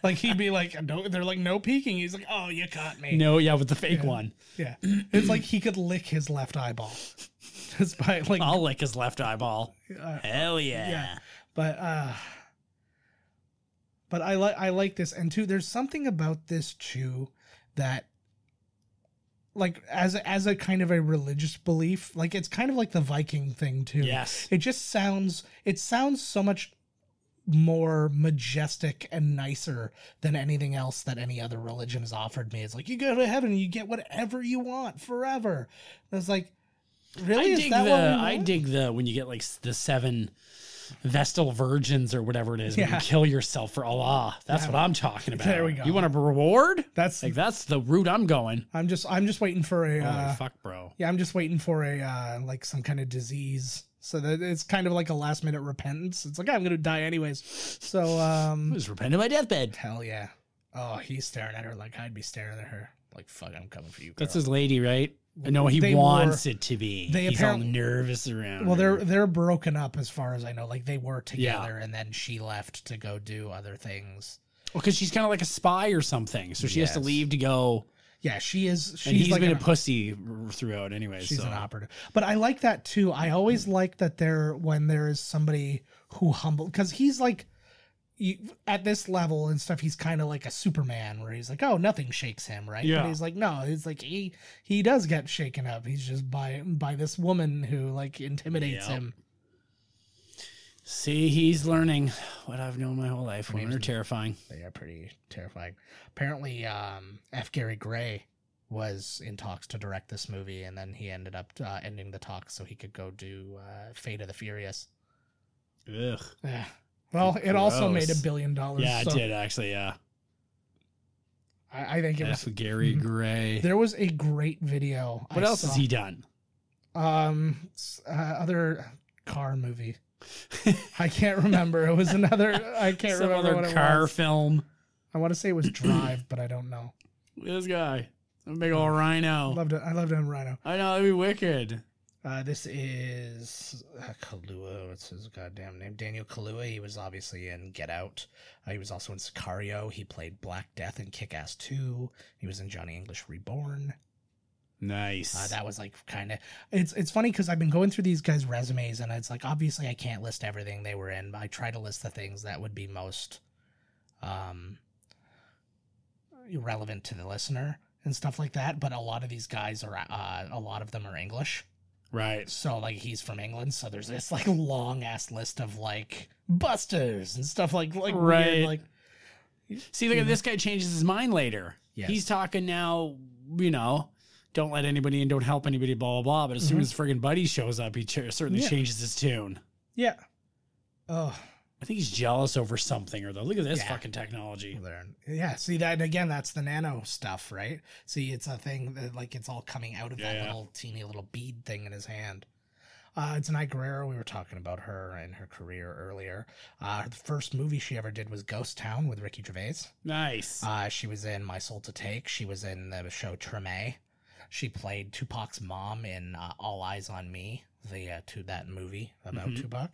Speaker 2: like he'd be like, no, they're like no peeking. He's like, oh, you caught me.
Speaker 1: No, yeah, with the fake one.
Speaker 2: Yeah, it's like he could lick his left eyeball just by like,
Speaker 1: I'll lick his left eyeball.
Speaker 2: uh,
Speaker 1: Hell yeah.
Speaker 2: Yeah. but uh, but I like I like this and too. There's something about this too that like as a- as a kind of a religious belief like it's kind of like the viking thing too
Speaker 1: Yes.
Speaker 2: it just sounds it sounds so much more majestic and nicer than anything else that any other religion has offered me it's like you go to heaven and you get whatever you want forever and it's like really
Speaker 1: I
Speaker 2: is
Speaker 1: dig
Speaker 2: that
Speaker 1: the
Speaker 2: what we
Speaker 1: I
Speaker 2: want?
Speaker 1: dig the when you get like s- the seven Vestal virgins or whatever it is, when
Speaker 2: Yeah.
Speaker 1: you kill yourself for Allah. That's
Speaker 2: Yeah.
Speaker 1: what I'm talking about.
Speaker 2: There we go.
Speaker 1: You want a reward?
Speaker 2: that's
Speaker 1: Like that's the route I'm going.
Speaker 2: i'm just i'm just waiting for a uh,
Speaker 1: Holy fuck, bro.
Speaker 2: Yeah, I'm just waiting for a uh, like some kind of disease. So that it's kind of like a last minute repentance. It's like I'm gonna die anyways. So
Speaker 1: I
Speaker 2: um
Speaker 1: was repenting my deathbed.
Speaker 2: Hell yeah. Oh, he's staring at her like I'd be staring at her. Like fuck, I'm coming for you. Girl.
Speaker 1: That's his lady, right? No, he
Speaker 2: They
Speaker 1: wants
Speaker 2: were-
Speaker 1: it to be.
Speaker 2: they
Speaker 1: He's all
Speaker 2: apparent-
Speaker 1: nervous around.
Speaker 2: well, they're
Speaker 1: her.
Speaker 2: they're broken up as far as I know. Like they were
Speaker 1: Yeah.
Speaker 2: together, and then she left to go do other things.
Speaker 1: Well, because she's kind of like a spy or something, so she has
Speaker 2: Yes.
Speaker 1: to leave to go.
Speaker 2: Yeah, she is. She's
Speaker 1: and he's
Speaker 2: like
Speaker 1: been
Speaker 2: an-
Speaker 1: a pussy r- throughout, anyway.
Speaker 2: She's
Speaker 1: so.
Speaker 2: an operative. But I like that too. I always like that there when there is somebody who humble because he's like you, at this level and stuff. He's kind of like a Superman where he's like, oh, nothing shakes him, right?
Speaker 1: Yeah.
Speaker 2: But he's like, no, he's like he he does get shaken up. He's just by by this woman who like intimidates
Speaker 1: Yep.
Speaker 2: him.
Speaker 1: See, he's learning what I've known my whole life. Women
Speaker 2: name's-
Speaker 1: are terrifying.
Speaker 2: They are pretty terrifying. Apparently, um, F. Gary Gray was in talks to direct this movie, and then he ended up uh, ending the talks so he could go do uh, Fate of the Furious.
Speaker 1: Ugh.
Speaker 2: Yeah. Well, it also
Speaker 1: Gross.
Speaker 2: made a billion dollars.
Speaker 1: Yeah,
Speaker 2: so
Speaker 1: I did actually. Yeah,
Speaker 2: I, I think it
Speaker 1: that's
Speaker 2: was.
Speaker 1: with Gary
Speaker 2: Mhm.
Speaker 1: Gray.
Speaker 2: There was a great video.
Speaker 1: what
Speaker 2: I
Speaker 1: else has
Speaker 2: saw.
Speaker 1: he done?
Speaker 2: Um, s- uh, other car movie. I can't remember. It was another. I can't
Speaker 1: Some
Speaker 2: remember
Speaker 1: other
Speaker 2: what it
Speaker 1: car
Speaker 2: was.
Speaker 1: film.
Speaker 2: I want to say it was Drive, but I don't know.
Speaker 1: This guy, a big old rhino.
Speaker 2: Loved it. I loved him Rhino.
Speaker 1: I know that'd be wicked.
Speaker 2: Uh, this is uh, Kalua. What's his goddamn name? Daniel Kalua. He was obviously in Get Out. Uh, he was also in Sicario. He played Black Death in Kick Ass 2. He was in Johnny English Reborn.
Speaker 1: Nice.
Speaker 2: Uh, that was like kind of it's it's funny because I've been going through these guys' resumes and it's like obviously I can't list everything they were in, but I try to list the things that would be most um relevant to the listener and stuff like that. But a lot of these guys are uh, a lot of them are English,
Speaker 1: right.
Speaker 2: so like he's from England, so there's this like long ass list of like busters and stuff like like
Speaker 1: Right.
Speaker 2: weird, like
Speaker 1: See, look, at this guy changes his mind later.
Speaker 2: Yes.
Speaker 1: He's talking now, you know, don't let anybody in, don't help anybody, blah, blah, blah. But as soon
Speaker 2: Mhm.
Speaker 1: as friggin' Buddy shows up, he ch- certainly
Speaker 2: Yeah.
Speaker 1: changes his tune.
Speaker 2: yeah. Oh,
Speaker 1: I think he's jealous over something or though. Look at this
Speaker 2: Yeah.
Speaker 1: fucking technology.
Speaker 2: learn. Yeah, see that again. That's the nano stuff, right? See, it's a thing that like it's all coming out of
Speaker 1: Yeah,
Speaker 2: that
Speaker 1: yeah.
Speaker 2: little teeny little bead thing in his hand. Uh, it's Nai Guerrero. We were talking about her and her career earlier. Uh, the first movie she ever did was Ghost Town with Ricky Gervais.
Speaker 1: Nice.
Speaker 2: Uh, she was in My Soul to Take. She was in the show Treme. She played Tupac's mom in uh, All Eyes on Me. the uh, to that movie about
Speaker 1: Mm-hmm.
Speaker 2: Tupac.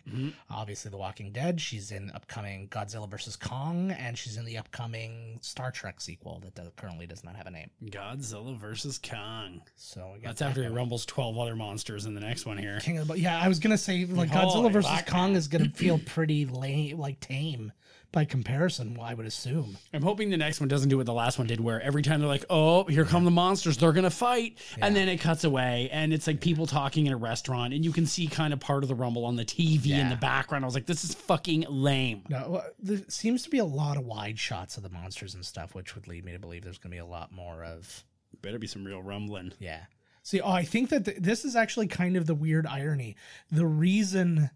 Speaker 2: Obviously, The Walking Dead. She's in upcoming Godzilla vs Kong, and she's in the upcoming Star Trek sequel that does, currently does not have a name.
Speaker 1: Godzilla versus Kong.
Speaker 2: So we got
Speaker 1: That's
Speaker 2: that
Speaker 1: after he
Speaker 2: going.
Speaker 1: rumbles 12 other monsters in the next one here.
Speaker 2: King of the, yeah, I was gonna say like
Speaker 1: Holy
Speaker 2: Godzilla versus
Speaker 1: fuck.
Speaker 2: Kong is gonna feel pretty lame, like tame by comparison. I would assume.
Speaker 1: I'm hoping the next one doesn't do what the last one did, where every time they're like, oh, here come the monsters, they're going to fight. And then it cuts away, and it's like people talking in a restaurant, and you can see kind of part of the rumble on the TV in the background. I was like, this is fucking lame.
Speaker 2: No, well, uh, there seems to be a lot of wide shots of the monsters and stuff, which would lead me to believe there's gonna be a lot more of
Speaker 1: Better be some real rumbling.
Speaker 2: Yeah. See, oh, I think that th- this is actually kind of the weird irony. The reason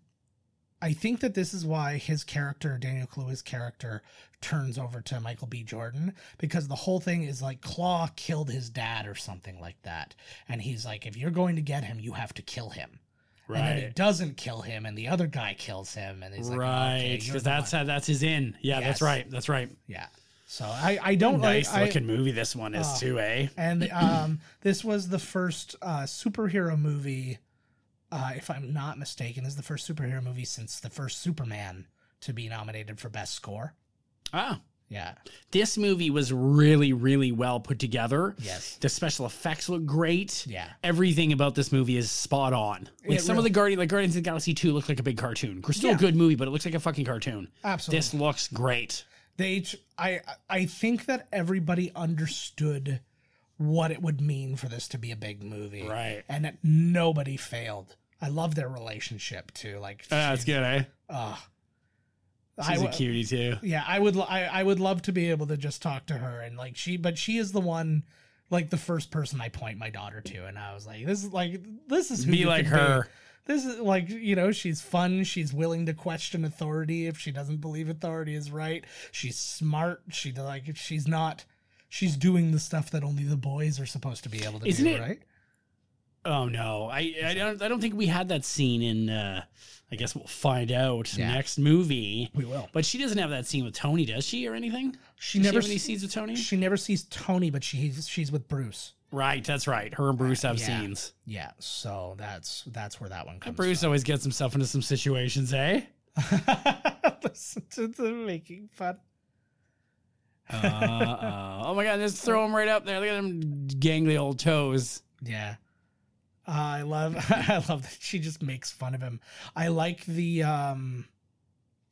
Speaker 2: I think that this is why his character, Daniel Kaluuya's character, turns over to Michael B. Jordan because the whole thing is like Claw killed his dad or something like that, and he's like, if you're going to get him, you have to kill him. And then he
Speaker 1: Right.
Speaker 2: doesn't kill him, and the other guy kills him, and he's like,
Speaker 1: right.
Speaker 2: right,
Speaker 1: Because that's how, that's his in. Yeah, that's
Speaker 2: Yes.
Speaker 1: right. That's right.
Speaker 2: yeah. So I, I don't like
Speaker 1: nice
Speaker 2: I- Ah.
Speaker 1: looking movie this one is, too, eh?
Speaker 2: and um, this was the first uh, superhero movie, uh, if I'm not mistaken, this is the first superhero movie since the first Superman to be nominated for best score.
Speaker 1: Ah.
Speaker 2: Yeah,
Speaker 1: This movie was really, really well put together.
Speaker 2: Yes.
Speaker 1: The special effects look great.
Speaker 2: yeah,
Speaker 1: everything about this movie is spot on. Like
Speaker 2: It
Speaker 1: some of the Guardian, like Guardians of the Galaxy Two, looks like a big cartoon. Still
Speaker 2: Yeah.
Speaker 1: a good movie, but it looks like a fucking cartoon.
Speaker 2: absolutely.
Speaker 1: This looks great.
Speaker 2: they, t- I, I think that everybody understood what it would mean for this to be a big movie,
Speaker 1: Right.
Speaker 2: And that nobody failed. I love their relationship too. Like,
Speaker 1: That's good, eh?
Speaker 2: ugh.
Speaker 1: She's a
Speaker 2: wa-
Speaker 1: cutie too.
Speaker 2: Yeah, I would. lo- I, I would love to be able to just talk to her and like she, but she is the one, like the first person I point my daughter to, and I was like, this is like this is who
Speaker 1: Be
Speaker 2: you
Speaker 1: like
Speaker 2: could
Speaker 1: her.
Speaker 2: This is like you know she's fun. She's willing to question authority if she doesn't believe authority is right. She's smart. She like she's not. She's doing the stuff that only the boys are supposed to be able to
Speaker 1: Isn't
Speaker 2: do,
Speaker 1: it-
Speaker 2: right?
Speaker 1: Oh no, I, I don't I don't think we had that scene in. uh I guess we'll find out
Speaker 2: Yeah.
Speaker 1: next movie.
Speaker 2: We will.
Speaker 1: But she doesn't have that scene with Tony, does she, or anything?
Speaker 2: She
Speaker 1: Does
Speaker 2: never.
Speaker 1: she have any
Speaker 2: sees,
Speaker 1: scenes with Tony?
Speaker 2: she never sees Tony, but she she's with Bruce.
Speaker 1: right, that's right. Her and Bruce have
Speaker 2: Yeah.
Speaker 1: scenes.
Speaker 2: Yeah, so that's that's where that one comes.
Speaker 1: Bruce
Speaker 2: from.
Speaker 1: always gets himself into some situations, eh?
Speaker 2: Listen to the making fun.
Speaker 1: Uh, oh my god, just throw him right up there. Look at them gangly old toes.
Speaker 2: Yeah. Uh, I love I love that she just makes fun of him. I like the um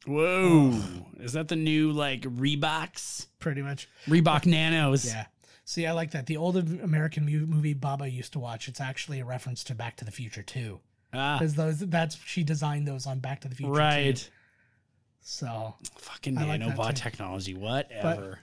Speaker 1: Whoa. Is that the new like Reeboks?
Speaker 2: pretty much
Speaker 1: Reebok Nanos.
Speaker 2: yeah. See, I like that. The old American mu- movie Baba used to watch. It's actually a reference to Back to the Future 2.
Speaker 1: Ah,
Speaker 2: Cuz those that's she designed those on Back to the Future 2.
Speaker 1: right.
Speaker 2: So
Speaker 1: Fucking
Speaker 2: I like that
Speaker 1: nanobot
Speaker 2: too.
Speaker 1: technology. Whatever.
Speaker 2: uh,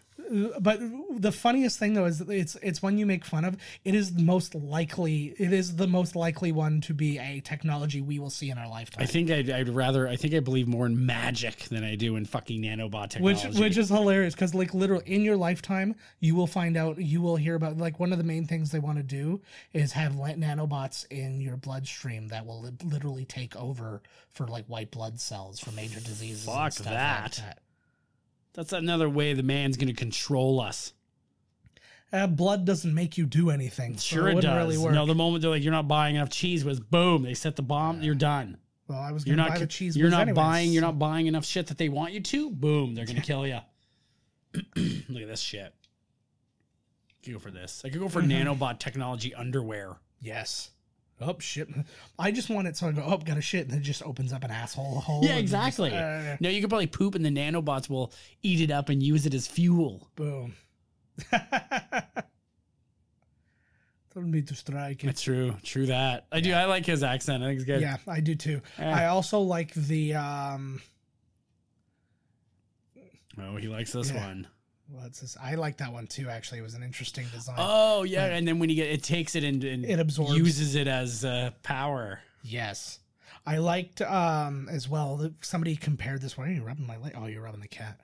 Speaker 2: but the funniest thing though is that it's it's one you make fun of. It is the most likely it is the most likely one to be a technology we will see in our lifetime.
Speaker 1: I think I'd, I'd rather, I think I believe more in magic than I do in fucking nanobot
Speaker 2: which
Speaker 1: technology.
Speaker 2: which is hilarious because like literally in your lifetime you will find out you will hear about like one of the main things they want to do is have la- nanobots in your bloodstream that will li- literally take over for like white blood cells for major diseases and
Speaker 1: Fuck
Speaker 2: stuff like
Speaker 1: that. That's another way the man's going to control us.
Speaker 2: Uh, blood doesn't make you do anything so
Speaker 1: Sure,
Speaker 2: it,
Speaker 1: it
Speaker 2: wouldn't
Speaker 1: does.
Speaker 2: really work
Speaker 1: No, the moment they're like, you're not buying enough cheese, was boom, they set the bomb, you're done.
Speaker 2: well i was
Speaker 1: You're
Speaker 2: gonna
Speaker 1: not
Speaker 2: buy the
Speaker 1: ki-
Speaker 2: cheese
Speaker 1: You're
Speaker 2: whiz
Speaker 1: not
Speaker 2: anyways.
Speaker 1: buying. You're not buying enough shit that they want you to. Boom, they're gonna kill you. Look at this shit. I could go for this. I could go for nanobot technology underwear.
Speaker 2: yes oh shit i just want it so i go oh got a shit and it just opens up an asshole hole
Speaker 1: Yeah,
Speaker 2: and just-
Speaker 1: exactly.
Speaker 2: uh,
Speaker 1: No, you could probably poop, and the nanobots will eat it up and use it as fuel.
Speaker 2: Boom. Don't need to strike it.
Speaker 1: That's true. True that. I do. I like his accent. I think it's good. Eh.
Speaker 2: Yeah, I do too.
Speaker 1: Yeah.
Speaker 2: I also like the um
Speaker 1: Oh, he likes this
Speaker 2: Yeah.
Speaker 1: one.
Speaker 2: what's this? I like that one too, actually. It was an interesting design.
Speaker 1: Oh yeah, and then when you get it, takes it and, and
Speaker 2: It absorbs.
Speaker 1: uses it as uh, power.
Speaker 2: yes. I liked um as well that somebody compared this one. Are you rubbing my leg? Oh, you're rubbing the cat.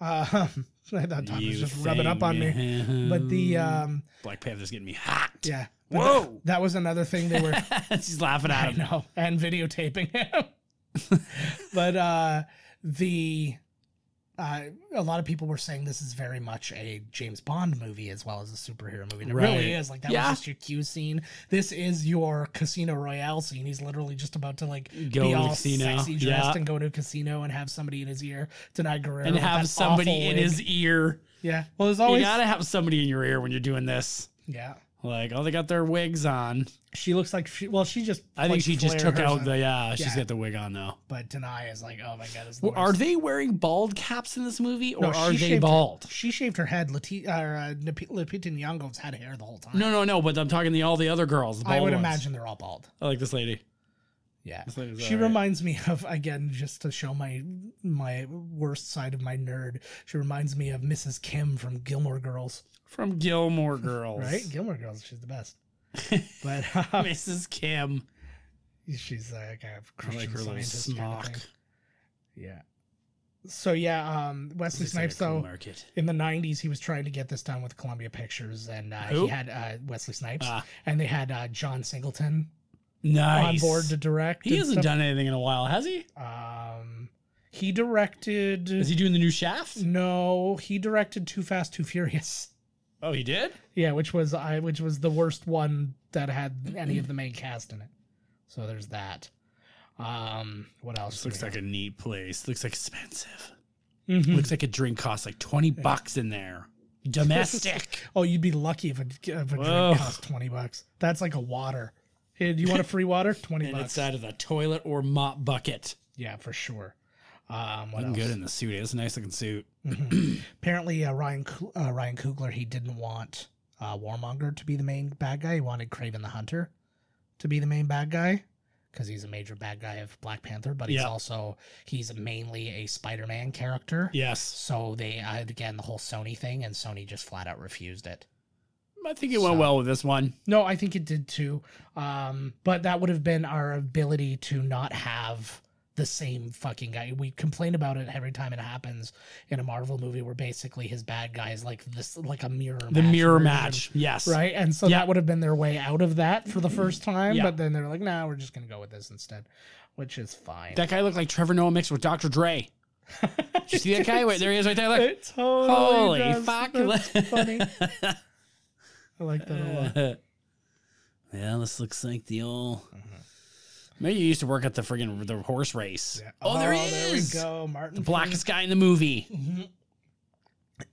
Speaker 2: Uh, I thought Tom was
Speaker 1: You
Speaker 2: just rubbing up on me.
Speaker 1: thing.
Speaker 2: But the um
Speaker 1: Black Panther's getting me hot.
Speaker 2: yeah. But
Speaker 1: Whoa.
Speaker 2: th- that was another thing they were
Speaker 1: She's laughing at
Speaker 2: I
Speaker 1: him.
Speaker 2: know, and videotaping him. but uh the uh, a lot of people were saying this is very much a James Bond movie as well as a superhero movie. And it really
Speaker 1: Right.
Speaker 2: is. Like that
Speaker 1: Yeah.
Speaker 2: was just your Q scene. This is your Casino Royale scene. He's literally just about to like
Speaker 1: Go
Speaker 2: be
Speaker 1: to the
Speaker 2: all
Speaker 1: casino.
Speaker 2: sexy dressed
Speaker 1: Yeah.
Speaker 2: and go to a casino and have somebody in his ear deny Guerrero
Speaker 1: and
Speaker 2: with that
Speaker 1: have somebody
Speaker 2: awful
Speaker 1: in
Speaker 2: wig. Oh,
Speaker 1: his ear.
Speaker 2: yeah. Well, there's always
Speaker 1: You gotta have somebody in your ear when you're doing this.
Speaker 2: yeah.
Speaker 1: Like, oh, they got their wigs on.
Speaker 2: She looks like she, well, she just
Speaker 1: I think
Speaker 2: like,
Speaker 1: she just
Speaker 2: flared
Speaker 1: took
Speaker 2: hers
Speaker 1: out
Speaker 2: on-
Speaker 1: the yeah. She's
Speaker 2: Yeah.
Speaker 1: got the wig on now.
Speaker 2: But Denai is like, oh my god, it's the
Speaker 1: Well, are
Speaker 2: worst.
Speaker 1: they wearing bald caps in this movie, or
Speaker 2: No,
Speaker 1: are
Speaker 2: she
Speaker 1: they
Speaker 2: shaved her-
Speaker 1: bald?
Speaker 2: she shaved her head. Lati- or, uh, Nap- Lupita Nyong'o's had hair the whole time.
Speaker 1: No, no, no. But I'm talking the all the other girls. the
Speaker 2: I
Speaker 1: bald
Speaker 2: would
Speaker 1: ones.
Speaker 2: imagine they're all bald.
Speaker 1: I like this lady.
Speaker 2: Yeah,
Speaker 1: This lady's
Speaker 2: she
Speaker 1: all right.
Speaker 2: reminds me of again just to show my my worst side of my nerd. She reminds me of Mrs. Kim from Gilmore Girls,
Speaker 1: from Gilmore Girls,
Speaker 2: right? Gilmore Girls, she's the best. but uh,
Speaker 1: Mrs. Kim.
Speaker 2: she's like a
Speaker 1: I like
Speaker 2: Christian
Speaker 1: her little
Speaker 2: scientist
Speaker 1: smock.
Speaker 2: Kind of thing. yeah. So yeah, um, Wesley
Speaker 1: Looks like
Speaker 2: Snipes
Speaker 1: a cool
Speaker 2: though.
Speaker 1: market.
Speaker 2: in the 90s he was trying to get this done with columbia pictures and uh,
Speaker 1: Who?
Speaker 2: he had uh, wesley snipes
Speaker 1: Ah.
Speaker 2: and they had uh, john singleton
Speaker 1: Nice.
Speaker 2: on board to direct
Speaker 1: he
Speaker 2: and
Speaker 1: hasn't
Speaker 2: stuff.
Speaker 1: done anything in a while, has he?
Speaker 2: um he directed
Speaker 1: Is he doing the new Shaft?
Speaker 2: Mm. no he directed too fast too furious
Speaker 1: Oh, he did.
Speaker 2: yeah which was i which was the worst one that had any of the main cast in it so there's that um what else
Speaker 1: This looks like a neat place. Looks expensive.
Speaker 2: Mhm.
Speaker 1: Looks like a drink costs like twenty bucks in there. Domestic.
Speaker 2: oh you'd be lucky if a, if a drink
Speaker 1: Whoa.
Speaker 2: cost 20 bucks that's like a water hey do you want a free water 20
Speaker 1: and
Speaker 2: bucks
Speaker 1: it's uh, out of the toilet or mop bucket.
Speaker 2: Yeah, for sure. Um, what
Speaker 1: Looking
Speaker 2: else?
Speaker 1: good in the suit. It's a nice looking suit.
Speaker 2: Apparently, uh, Ryan Coo- uh, Ryan Coogler he didn't want uh, Warmonger to be the main bad guy. He wanted Craven the Hunter to be the main bad guy because he's a major bad guy of Black Panther, but he's
Speaker 1: Yeah.
Speaker 2: also he's mainly a Spider-Man character.
Speaker 1: Yes,
Speaker 2: So they uh, again the whole Sony thing, and Sony just flat out refused it.
Speaker 1: I think it went
Speaker 2: So-
Speaker 1: well with this one.
Speaker 2: No, I think it did too. Um, but that would have been our ability to not have the same fucking guy. We complain about it every time it happens in a Marvel movie where basically his bad guy is like this like a mirror
Speaker 1: The mirror
Speaker 2: version,
Speaker 1: match. Yes.
Speaker 2: Right? And so
Speaker 1: Yeah.
Speaker 2: that would have been their way out of that for the first time.
Speaker 1: Yeah.
Speaker 2: But then they're like, nah, we're just gonna go with this instead. Which is fine.
Speaker 1: That guy looked like Trevor Noah mixed with Dr. Dre. Did you see that guy? Wait, there he is right there. Look.
Speaker 2: It totally
Speaker 1: Holy
Speaker 2: does.
Speaker 1: fuck.
Speaker 2: That's funny. I like that a lot.
Speaker 1: yeah, this looks like the old.
Speaker 2: Mm-hmm.
Speaker 1: Maybe you used to work at the friggin' the horse race. Oh, there he is.
Speaker 2: There we go. Martin
Speaker 1: The blackest guy in the movie.
Speaker 2: Mm-hmm.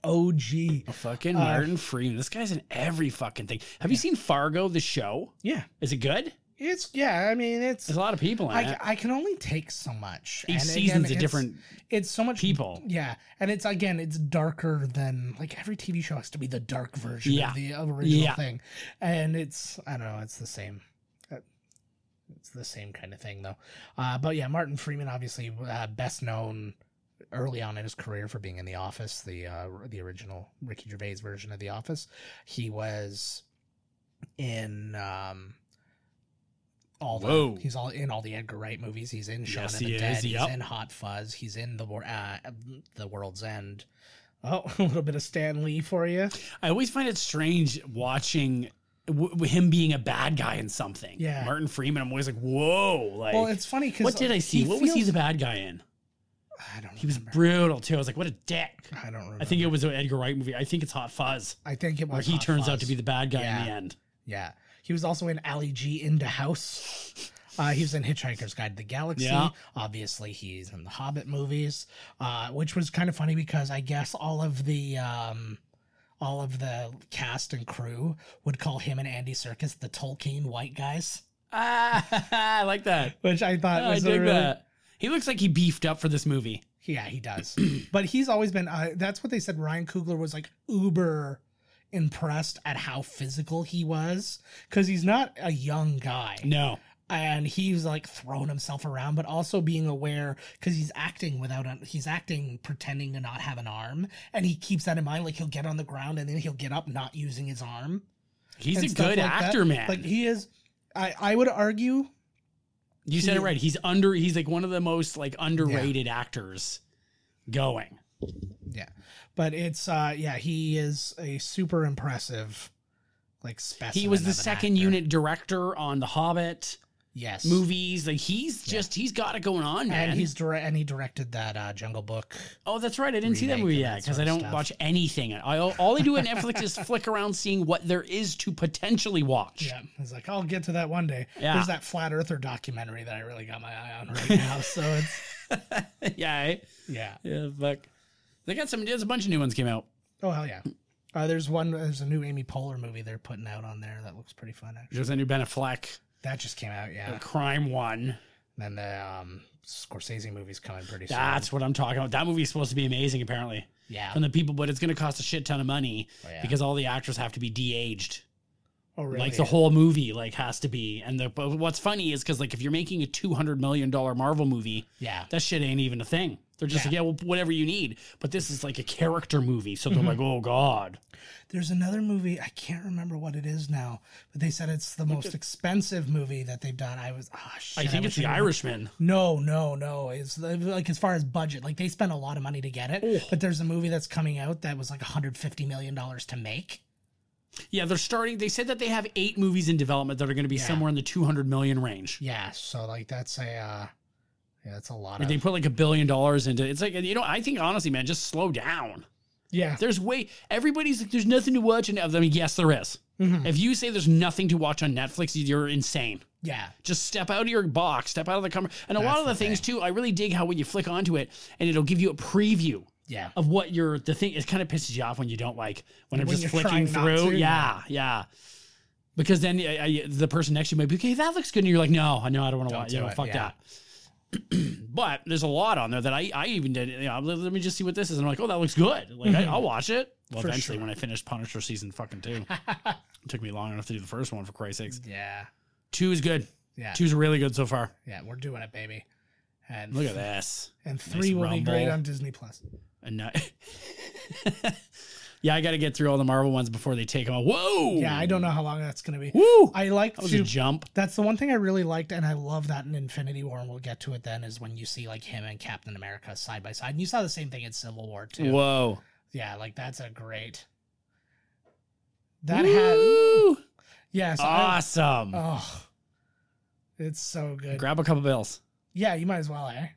Speaker 2: OG.
Speaker 1: Fucking
Speaker 2: Uh,
Speaker 1: Martin Freeman. This guy's in every fucking thing. Have you seen Fargo, the show?
Speaker 2: Yeah.
Speaker 1: Is it good?
Speaker 2: It's yeah. I mean, it's
Speaker 1: There's a lot of people in
Speaker 2: I,
Speaker 1: it.
Speaker 2: I can only take so much.
Speaker 1: Each
Speaker 2: And
Speaker 1: season's a
Speaker 2: it's-
Speaker 1: different
Speaker 2: It's so much
Speaker 1: people.
Speaker 2: Yeah, and it's again, it's darker than like every TV show has to be the dark version
Speaker 1: Yeah.
Speaker 2: of the original
Speaker 1: Yeah.
Speaker 2: thing, and it's I don't know, it's the same. Uh, It's the same kind of thing though. Uh, but yeah, Martin Freeman obviously uh, best known early on in his career for being in The Office, the uh, the original Ricky Gervais version of The Office. He was in um all
Speaker 1: Whoa.
Speaker 2: the he's all in all the Edgar Wright movies. He's in Shaun
Speaker 1: Yes,
Speaker 2: of the
Speaker 1: he is,
Speaker 2: Dead. He's
Speaker 1: yep.
Speaker 2: in Hot Fuzz. He's in the Wor- uh, the World's End. Oh, a little bit of Stan Lee for you.
Speaker 1: I always find it strange watching w- w- him being a bad guy in something.
Speaker 2: Yeah.
Speaker 1: Martin Freeman. I'm always like, whoa. Like,
Speaker 2: Well, it's funny because
Speaker 1: what did I see? What was he the bad guy in?
Speaker 2: I don't.
Speaker 1: He was
Speaker 2: remember.
Speaker 1: brutal too. I was like, what a dick.
Speaker 2: I don't remember.
Speaker 1: I think it was an Edgar Wright movie. I think it's Hot Fuzz,
Speaker 2: I think it
Speaker 1: where
Speaker 2: was.
Speaker 1: he
Speaker 2: Hot
Speaker 1: turns out
Speaker 2: Fuzz.
Speaker 1: to be the bad guy in
Speaker 2: Yeah.
Speaker 1: the end.
Speaker 2: Yeah. He was also in Ali G Into House. Uh, he was in Hitchhiker's Guide to the Galaxy.
Speaker 1: Yeah.
Speaker 2: Obviously, he's in the Hobbit movies, uh, which was kind of funny because I guess all of the um, all of the cast and crew would call him and Andy Circus the Tolkien white guys,
Speaker 1: Ah, I like that.
Speaker 2: which I thought
Speaker 1: I
Speaker 2: was a
Speaker 1: dig
Speaker 2: really
Speaker 1: that. He looks like he beefed up for this movie.
Speaker 2: Yeah, he does. but he's always been. Uh, that's what they said. Ryan Coogler was like uber impressed at how physical he was because he's not a young guy,
Speaker 1: No.
Speaker 2: and he's like throwing himself around, but also being aware because he's acting without. A, he's acting pretending to not have an arm, and he keeps that in mind. Like he'll get on the ground and then he'll get up not using his arm.
Speaker 1: He's a
Speaker 2: and stuff
Speaker 1: good
Speaker 2: like that.
Speaker 1: actor, man.
Speaker 2: Like he is. I I would argue
Speaker 1: you said it
Speaker 2: he-
Speaker 1: right. He's under he's like one of the most like underrated actors going.
Speaker 2: Yeah. But it's uh yeah, he is a super impressive like specimen.
Speaker 1: He was
Speaker 2: of
Speaker 1: the
Speaker 2: an
Speaker 1: second
Speaker 2: actor.
Speaker 1: unit director on The Hobbit.
Speaker 2: Yes.
Speaker 1: movies. Like he's just he's got it going on, man.
Speaker 2: And he's dire- and he directed that uh, Jungle Book.
Speaker 1: oh, that's right. I didn't see that
Speaker 2: remake
Speaker 1: movie
Speaker 2: and
Speaker 1: yet
Speaker 2: that
Speaker 1: because
Speaker 2: sort
Speaker 1: I
Speaker 2: of
Speaker 1: don't
Speaker 2: stuff.
Speaker 1: watch anything. I all I do at Netflix is flick around seeing what there is to potentially watch.
Speaker 2: Yeah, he's like, I'll get to that one day.
Speaker 1: Yeah.
Speaker 2: There's that flat earther documentary that I really got my eye on right now. so it's
Speaker 1: yeah, eh?
Speaker 2: yeah.
Speaker 1: yeah. Fuck. They got some. There's a bunch of new ones came out.
Speaker 2: Oh hell yeah. Uh, there's one. There's a new Amy Poehler movie they're putting out on there that looks pretty fun. Actually,
Speaker 1: There's a new Ben Affleck
Speaker 2: that just came out. Yeah.
Speaker 1: a crime one.
Speaker 2: Then the um, Scorsese movie's coming pretty soon.
Speaker 1: That's what I'm talking about. That movie is supposed to be amazing, apparently.
Speaker 2: yeah.
Speaker 1: From the people, but it's going to cost a shit ton of money
Speaker 2: Oh, yeah.
Speaker 1: because all the actors have to be de-aged.
Speaker 2: oh really?
Speaker 1: Like the whole movie, like has to be. And the but what's funny is because like if you're making a 200 million dollar Marvel movie,
Speaker 2: yeah.
Speaker 1: that shit ain't even a thing. They're just
Speaker 2: Yeah.
Speaker 1: like, yeah, well, whatever you need. But this is like a character movie, so
Speaker 2: Mm-hmm.
Speaker 1: they're like, oh god,
Speaker 2: There's another movie I can't remember what it is now, but they said it's the most expensive movie that they've done. I was ah shit.
Speaker 1: I think
Speaker 2: wish
Speaker 1: it's The
Speaker 2: knew.
Speaker 1: Irishman.
Speaker 2: No, no, no. It's the- like as far as budget, like they spent a lot of money to get it.
Speaker 1: Oh.
Speaker 2: But there's a movie that's coming out that was like 150 million dollars to make.
Speaker 1: Yeah, they're starting. They said that they have eight movies in development that are going to be
Speaker 2: Yeah.
Speaker 1: somewhere in the 200 million range.
Speaker 2: Yeah, so like that's a uh, yeah, that's a lot
Speaker 1: Like,
Speaker 2: of
Speaker 1: They put like a billion dollars into it's like you know I think honestly man just slow down.
Speaker 2: yeah.
Speaker 1: There's way everybody's like there's nothing to watch and I mean yes there is.
Speaker 2: Mhm.
Speaker 1: If you say there's nothing to watch on Netflix you're insane.
Speaker 2: Yeah,
Speaker 1: Just step out of your box, step out of the comfort. And a lot
Speaker 2: That's
Speaker 1: of the,
Speaker 2: the
Speaker 1: things too I really dig how when you flick onto it and it'll give you a preview
Speaker 2: yeah.
Speaker 1: of what you're the thing it kind of pisses you off when you don't like when I'm
Speaker 2: When
Speaker 1: just
Speaker 2: you're
Speaker 1: flicking
Speaker 2: trying not
Speaker 1: through.
Speaker 2: to,
Speaker 1: yeah, yeah. Because then I, I, the person next to you might be, okay, that looks good. And you're like, no, no, I don't want to
Speaker 2: Don't
Speaker 1: watch. You
Speaker 2: do
Speaker 1: know,
Speaker 2: it,
Speaker 1: fuck
Speaker 2: yeah.
Speaker 1: that. but there's a lot on there that I, I even did. You know, let, let me just see what this is. And I'm like, oh, that looks good. Like, I, I'll watch it. Well,
Speaker 2: For
Speaker 1: eventually,
Speaker 2: sure.
Speaker 1: when I finished Punisher season fucking two, it took me long enough to do the first one, for Christ's sakes.
Speaker 2: Yeah.
Speaker 1: Two is good.
Speaker 2: Yeah.
Speaker 1: Two's really good so far.
Speaker 2: Yeah, we're doing it, baby. And
Speaker 1: Look at this.
Speaker 2: And 3 will be
Speaker 1: rumble.
Speaker 2: great on Disney Plus.
Speaker 1: And now- yeah, I got to get through all the Marvel ones before they take them out. Whoa.
Speaker 2: Yeah, I don't know how long that's going to be.
Speaker 1: Woo.
Speaker 2: I like
Speaker 1: That was
Speaker 2: to
Speaker 1: a jump.
Speaker 2: That's the one thing I really liked, and I love that in Infinity War, and we'll get to it then, is when you see like him and Captain America side by side. And you saw the same thing in Civil War too.
Speaker 1: Whoa.
Speaker 2: Yeah, like that's a great. That had
Speaker 1: Woo.
Speaker 2: yeah, so I-
Speaker 1: awesome.
Speaker 2: oh, it's so good.
Speaker 1: Grab a couple bills.
Speaker 2: yeah, you might as well, eh?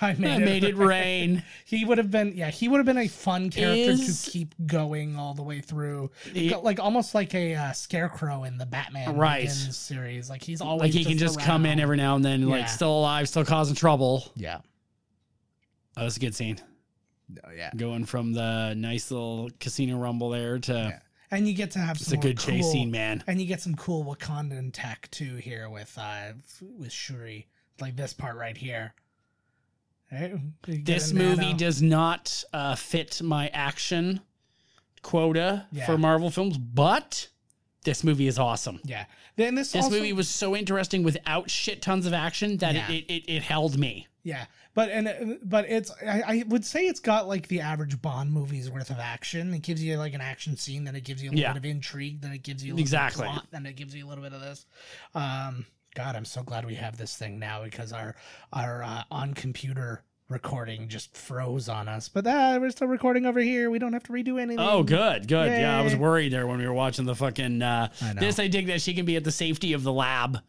Speaker 2: I made,
Speaker 1: I
Speaker 2: it,
Speaker 1: made it rain.
Speaker 2: He would have been yeah, he would have been a fun character
Speaker 1: Is-
Speaker 2: to keep going all the way through,
Speaker 1: He-
Speaker 2: like almost like a uh, scarecrow in the Batman
Speaker 1: Right.
Speaker 2: Begins series. Like he's always
Speaker 1: like he can just come in
Speaker 2: around.
Speaker 1: every now and then, like
Speaker 2: Yeah.
Speaker 1: still alive, still causing trouble.
Speaker 2: yeah Oh,
Speaker 1: That was a good scene.
Speaker 2: yeah.
Speaker 1: Going from the nice little casino rumble there to
Speaker 2: And you get to have
Speaker 1: it's
Speaker 2: some
Speaker 1: a good
Speaker 2: cool,
Speaker 1: chase scene, man.
Speaker 2: And you get some cool Wakandan tech too here with uh f- with Shuri, like this part right here. Right? You get
Speaker 1: This
Speaker 2: a nano.
Speaker 1: movie does not uh, fit my action quota
Speaker 2: Yeah.
Speaker 1: for Marvel films, but this movie is awesome.
Speaker 2: Yeah. Then this,
Speaker 1: This
Speaker 2: also,
Speaker 1: movie was so interesting without shit tons of action that
Speaker 2: Yeah.
Speaker 1: it, it, it, it held me.
Speaker 2: Yeah. But and uh, but it's I, I would say it's got like the average Bond movie's worth of action. It gives you like an action scene, then it gives you a little
Speaker 1: Yeah.
Speaker 2: bit of intrigue, then it gives you a little
Speaker 1: Exactly.
Speaker 2: bit of plot, then it gives you a little bit of this. Um God, I'm so glad we have this thing now because our our uh, on computer recording just froze on us. But ah, we're still recording over here. We don't have to redo anything.
Speaker 1: Oh, good, good. Yeah, I was
Speaker 2: Yay.
Speaker 1: worried there when we were watching the fucking. Uh,
Speaker 2: I know.
Speaker 1: This I dig that she can be at the safety of the lab.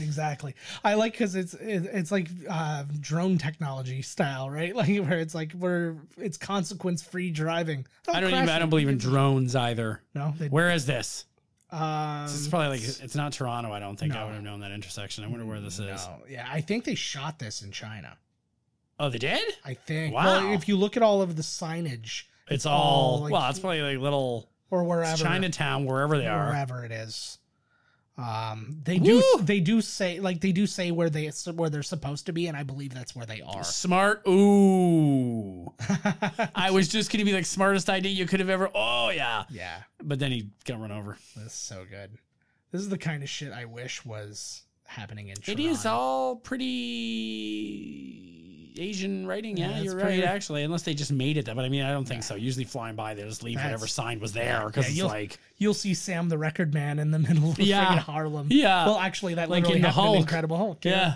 Speaker 2: Exactly. I like because it's it, it's like uh, drone technology style, right? Like where it's like we're it's consequence free driving.
Speaker 1: I don't
Speaker 2: crash
Speaker 1: even. I
Speaker 2: it.
Speaker 1: don't believe in drones either.
Speaker 2: No, they,
Speaker 1: Where is this?
Speaker 2: um,
Speaker 1: This is probably like it's not Toronto. I don't think I
Speaker 2: No.
Speaker 1: would have known that intersection. I wonder where this is.
Speaker 2: no, yeah. I think they shot this in China.
Speaker 1: Oh, they did.
Speaker 2: I think.
Speaker 1: Wow.
Speaker 2: Well, if you look at all of the signage
Speaker 1: It's, all
Speaker 2: all, like,
Speaker 1: well. It's probably like little
Speaker 2: or
Speaker 1: it's
Speaker 2: wherever
Speaker 1: Chinatown, wherever they are.
Speaker 2: wherever it is. Um, they do
Speaker 1: Woo!
Speaker 2: they do say like they do say where they where they're supposed to be, and I believe that's where they are.
Speaker 1: Smart. Ooh. I was just gonna be like smartest idea you could have ever. Oh yeah.
Speaker 2: yeah.
Speaker 1: But then he got run over.
Speaker 2: That's so good. This is the kind of shit I wish was happening in
Speaker 1: It
Speaker 2: Toronto.
Speaker 1: is all pretty Asian writing.
Speaker 2: Yeah,
Speaker 1: Yeah,
Speaker 2: it's
Speaker 1: you're
Speaker 2: pretty-
Speaker 1: right, actually. Unless they just made it that, but I mean, I don't think so. Usually flying by, they just leave
Speaker 2: That's-
Speaker 1: whatever sign was there because
Speaker 2: Yeah,
Speaker 1: it's
Speaker 2: you'll-
Speaker 1: like
Speaker 2: You'll see Sam the Record Man in the middle of
Speaker 1: Yeah.
Speaker 2: friggin' Harlem.
Speaker 1: Yeah.
Speaker 2: Well, actually, that
Speaker 1: Like
Speaker 2: literally
Speaker 1: in the
Speaker 2: happened in
Speaker 1: Hulk.
Speaker 2: Incredible Hulk.
Speaker 1: yeah.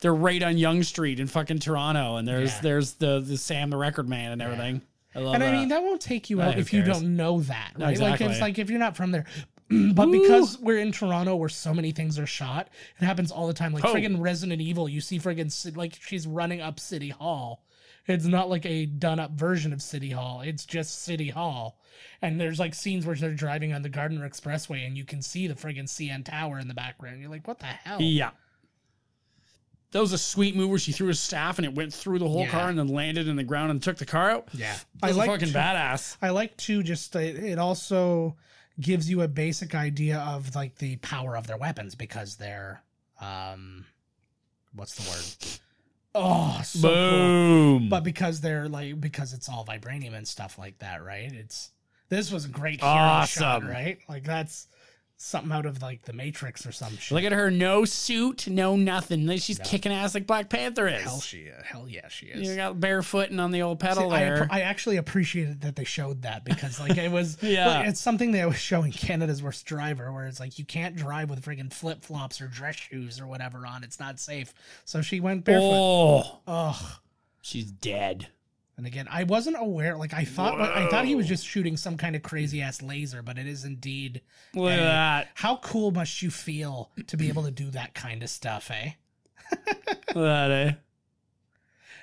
Speaker 1: They're right on Young Street in fucking Toronto, and there's
Speaker 2: Yeah.
Speaker 1: there's the the Sam the Record Man and everything. I love
Speaker 2: And
Speaker 1: that.
Speaker 2: I mean, that won't take you
Speaker 1: Yeah,
Speaker 2: out
Speaker 1: who
Speaker 2: if you
Speaker 1: cares?
Speaker 2: don't know that, right? Like,
Speaker 1: exactly.
Speaker 2: it's like if you're not from there. but because we're in Toronto where so many things are shot, it happens all the time. Like
Speaker 1: Oh.
Speaker 2: friggin' Resident Evil, you see friggin' Ci- like she's running up City Hall. It's not like a done up version of City Hall. It's just City Hall. And there's like scenes where they're driving on the Gardner Expressway and you can see the friggin' CN Tower in the background. You're like, what the hell?
Speaker 1: Yeah. That was a sweet move where she threw a staff and it went through the whole
Speaker 2: Yeah.
Speaker 1: car and then landed in the ground and took the car out.
Speaker 2: Yeah.
Speaker 1: I
Speaker 2: I
Speaker 1: was
Speaker 2: like
Speaker 1: fucking
Speaker 2: to-
Speaker 1: badass.
Speaker 2: I like to just it, it also gives you a basic idea of like the power of their weapons because they're um what's the word? Oh, so cool.
Speaker 1: Boom.
Speaker 2: But because they're like because it's all vibranium and stuff like that, right? It's this was a great hero shot,
Speaker 1: Awesome.
Speaker 2: right? Like that's something out of like the Matrix or some shit.
Speaker 1: Look at her, no suit, no nothing. Like, She's
Speaker 2: No.
Speaker 1: kicking ass like Black Panther is.
Speaker 2: hell she is. Hell yeah, she is.
Speaker 1: you got barefooting on the old
Speaker 2: See,
Speaker 1: pedal
Speaker 2: I,
Speaker 1: there.
Speaker 2: appre- I actually appreciated that they showed that because like it was
Speaker 1: Yeah.
Speaker 2: like, it's something they always show in Canada's worst driver where it's like you can't drive with friggin' flip flops or dress shoes or whatever on it's not safe so she went barefoot
Speaker 1: oh,
Speaker 2: ugh
Speaker 1: she's dead.
Speaker 2: and again I wasn't aware like I thought I thought he was just shooting some kind of crazy ass laser but it is indeed
Speaker 1: Look at
Speaker 2: Hey.
Speaker 1: that.
Speaker 2: how cool must you feel to be able to do that kind of stuff eh
Speaker 1: Look at that, eh?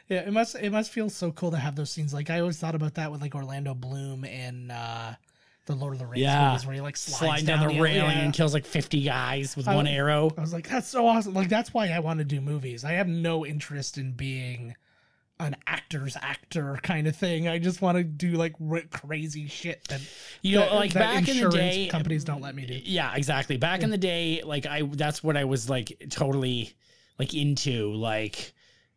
Speaker 2: Yeah, it must it must feel so cool to have those scenes. Like I always thought about that with like Orlando Bloom in uh the Lord of the Rings
Speaker 1: Yeah.
Speaker 2: movies where he like slides
Speaker 1: Sliding down, the, railing
Speaker 2: yeah.
Speaker 1: and kills like 50 guys with
Speaker 2: I-
Speaker 1: one arrow.
Speaker 2: I was like, that's so awesome. Like that's why I want to do movies. I have no interest in being an actor's actor kind of thing. I just want to do like r- crazy shit that
Speaker 1: You know,
Speaker 2: that-
Speaker 1: like
Speaker 2: that
Speaker 1: back in the
Speaker 2: insurance
Speaker 1: day,
Speaker 2: companies don't let me do.
Speaker 1: Yeah, exactly. Back in the day, like I that's what I was like totally like into. Like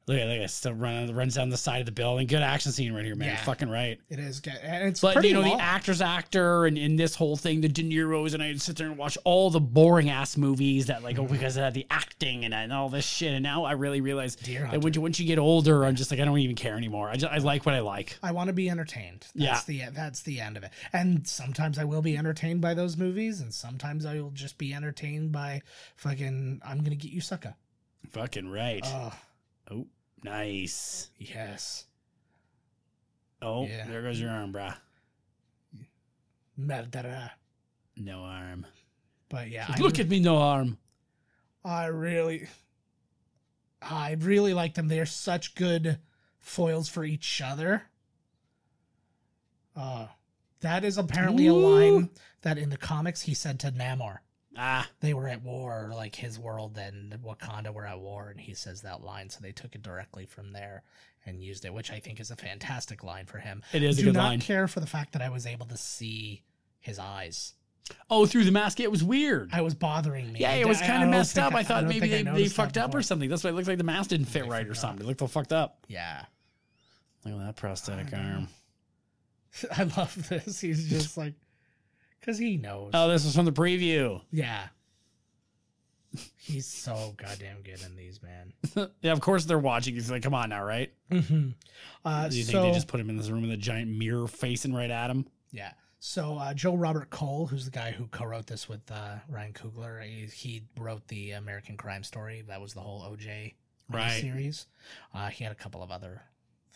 Speaker 1: look at look at this the run runs down the side of the building. Good action scene right here, man.
Speaker 2: Yeah.
Speaker 1: Fucking right.
Speaker 2: It is, ga- and it's
Speaker 1: But
Speaker 2: pretty
Speaker 1: you know,
Speaker 2: long.
Speaker 1: the actor's actor and in this whole thing, the De Niro's and I'd sit there and watch all the boring ass movies that like oh because of the acting and, and all this shit. And now I really realize
Speaker 2: Deer
Speaker 1: that when you, once you get older, I'm just like I don't even care anymore. I just I like what I like.
Speaker 2: I want to be entertained.
Speaker 1: Yeah.
Speaker 2: That's the that's the end of it. And sometimes I will be entertained by those movies, and sometimes I will just be entertained by fucking I'm gonna get you sucker.
Speaker 1: Fucking right.
Speaker 2: Oh
Speaker 1: oh, nice.
Speaker 2: yes.
Speaker 1: Oh,
Speaker 2: Yeah.
Speaker 1: there goes your arm, bruh.
Speaker 2: Murderer.
Speaker 1: No arm.
Speaker 2: But yeah, I,
Speaker 1: Look at me, no arm.
Speaker 2: I really I really like them. They're such good foils for each other. Uh that is apparently a line that in the comics he said to Namor.
Speaker 1: Ah,
Speaker 2: they were at war, or, like his world and Wakanda were at war, and he says that line, so they took it directly from there and used it, which I think is a fantastic line for him.
Speaker 1: it is a
Speaker 2: Do
Speaker 1: good
Speaker 2: not
Speaker 1: line.
Speaker 2: care for the fact that I was able to see his eyes.
Speaker 1: Oh, through the mask, it was weird.
Speaker 2: I was bothering me.
Speaker 1: yeah,
Speaker 2: I
Speaker 1: it was
Speaker 2: d- I-
Speaker 1: kind
Speaker 2: I
Speaker 1: of
Speaker 2: don't
Speaker 1: messed
Speaker 2: think
Speaker 1: up. I, thought
Speaker 2: don't
Speaker 1: maybe
Speaker 2: think I
Speaker 1: they, they
Speaker 2: noticed that
Speaker 1: fucked up or
Speaker 2: before.
Speaker 1: something. That's why it looked like the mask didn't fit
Speaker 2: I
Speaker 1: right or
Speaker 2: forgot.
Speaker 1: something. It looked all fucked up.
Speaker 2: Yeah.
Speaker 1: Look at that prosthetic
Speaker 2: I know.
Speaker 1: arm.
Speaker 2: I love this. He's just like, because he knows.
Speaker 1: Oh, this was from the preview.
Speaker 2: Yeah. He's so goddamn good in these, man.
Speaker 1: yeah, of course they're watching. It's like, come on now, right?
Speaker 2: Mm-hmm. Uh,
Speaker 1: Do you
Speaker 2: so-
Speaker 1: think they just put him in this room with a giant mirror facing right at him?
Speaker 2: Yeah. So uh, Joe Robert Cole, who's the guy who co-wrote this with uh, Ryan Coogler, he, he wrote the American Crime Story. That was the whole OJ
Speaker 1: Right.
Speaker 2: series. Uh, he had a couple of other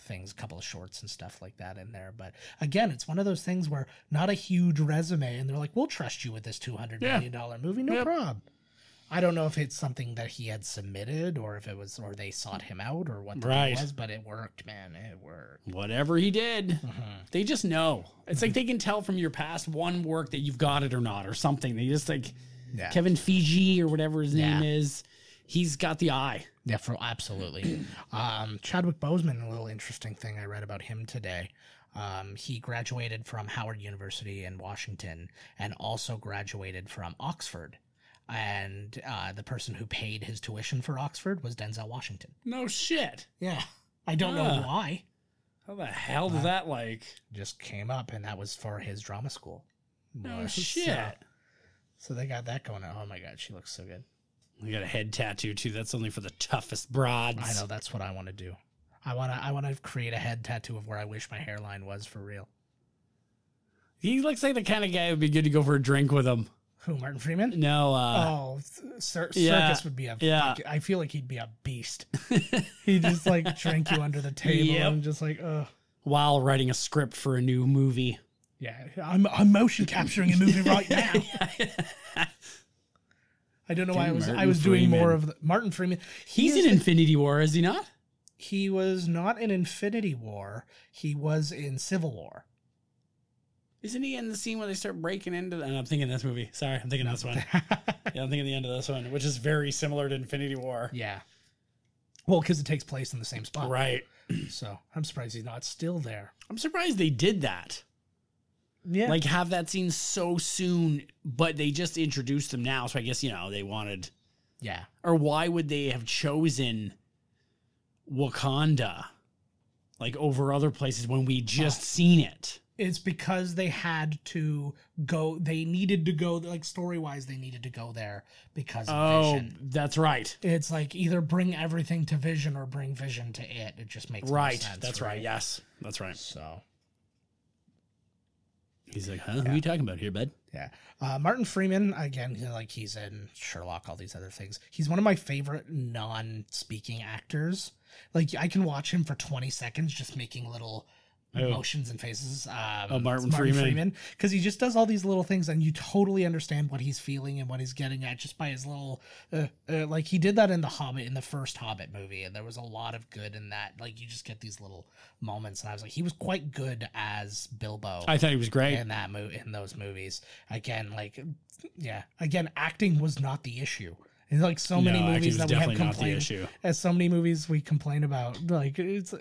Speaker 2: things, a couple of shorts and stuff like that in there. But again, it's one of those things where not a huge resume, and they're like, "We'll trust you with this two hundred
Speaker 1: Yeah.
Speaker 2: million dollar movie, no
Speaker 1: Yep.
Speaker 2: problem." I don't know if it's something that he had submitted, or if it was, or they sought him out, or what the deal
Speaker 1: Right.
Speaker 2: was. But it worked, man. It worked.
Speaker 1: Whatever he did,
Speaker 2: Mhm.
Speaker 1: they just know. It's like they can tell from your past one work that you've got it or not or something. They just like
Speaker 2: Yeah.
Speaker 1: Kevin Fiji or whatever his
Speaker 2: Yeah.
Speaker 1: name is. He's got the eye.
Speaker 2: Yeah, for absolutely. um, Chadwick Boseman, a little interesting thing I read about him today. Um, he graduated from Howard University in Washington and also graduated from Oxford. And uh, the person who paid his tuition for Oxford was Denzel Washington.
Speaker 1: No shit.
Speaker 2: Yeah, I don't
Speaker 1: Ah.
Speaker 2: know why.
Speaker 1: How the hell did that like?
Speaker 2: Just came up, and that was for his drama school.
Speaker 1: No
Speaker 2: Was, uh,
Speaker 1: shit.
Speaker 2: So they got that going on. Oh my god, she looks so good.
Speaker 1: I got a head tattoo too. That's only for the toughest broads.
Speaker 2: I know that's what I want to do. I want to. I want to create a head tattoo of where I wish my hairline was for real.
Speaker 1: He looks like the kind of guy who'd be good to go for a drink with him.
Speaker 2: Who Martin Freeman?
Speaker 1: No, uh,
Speaker 2: oh, th- Cir-
Speaker 1: yeah,
Speaker 2: Circus would be a.
Speaker 1: yeah.
Speaker 2: fuck- I feel like he'd be a beast. he'd just like uh, drink you under the table
Speaker 1: Yep.
Speaker 2: and just like, ugh.
Speaker 1: while writing a script for a new movie.
Speaker 2: Yeah, I'm, I'm motion capturing a movie right now. I don't know why I
Speaker 1: Dude,
Speaker 2: was I
Speaker 1: Martin
Speaker 2: was doing more
Speaker 1: Freeman.
Speaker 2: of the, Martin Freeman. He
Speaker 1: He's
Speaker 2: is
Speaker 1: in
Speaker 2: the-
Speaker 1: Infinity War, is he not?
Speaker 2: he was not in Infinity War. He was in Civil War.
Speaker 1: Isn't he in the scene where they start breaking into? The, and I'm thinking this movie. Sorry, I'm thinking this one. Yeah, I'm thinking the end of this one, which is very similar to Infinity War.
Speaker 2: yeah. Well, because it takes place in the same spot,
Speaker 1: Right.
Speaker 2: So I'm surprised he's not still there.
Speaker 1: I'm surprised they did that.
Speaker 2: Yeah,
Speaker 1: Like have that scene so soon, but they just introduced them now. So I guess you know they wanted,
Speaker 2: yeah,
Speaker 1: or why would they have chosen Wakanda like over other places when we just seen it?
Speaker 2: Oh. it's because they had to go. They needed to go. Like story wise, they needed to go there because of
Speaker 1: Oh,
Speaker 2: Vision.
Speaker 1: that's right.
Speaker 2: It's like either bring everything to Vision or bring Vision to it. It just makes more
Speaker 1: Right.
Speaker 2: sense,
Speaker 1: That's right. Yes. That's right.
Speaker 2: So
Speaker 1: He's like, huh? Who are you talking about here, bud?
Speaker 2: yeah, uh, Martin Freeman again. he- Like he's in Sherlock, all these other things. He's one of my favorite non-speaking actors. Like I can watch him for twenty seconds just making little
Speaker 1: Oh.
Speaker 2: motions and faces. Um,
Speaker 1: Oh, Martin Freeman.
Speaker 2: because he just does all these little things, and you totally understand what he's feeling and what he's getting at just by his little. Uh, uh, like he did that in the Hobbit, in the first Hobbit movie, and there was a lot of good in that. Like you just get these little moments, and I was like, he was quite good as Bilbo
Speaker 1: I thought he was great.
Speaker 2: in that movie in those movies again like yeah again acting was not the issue and like so many
Speaker 1: acting was
Speaker 2: movies that we have
Speaker 1: definitely not the
Speaker 2: complained
Speaker 1: issue.
Speaker 2: as so many movies we complain about like it's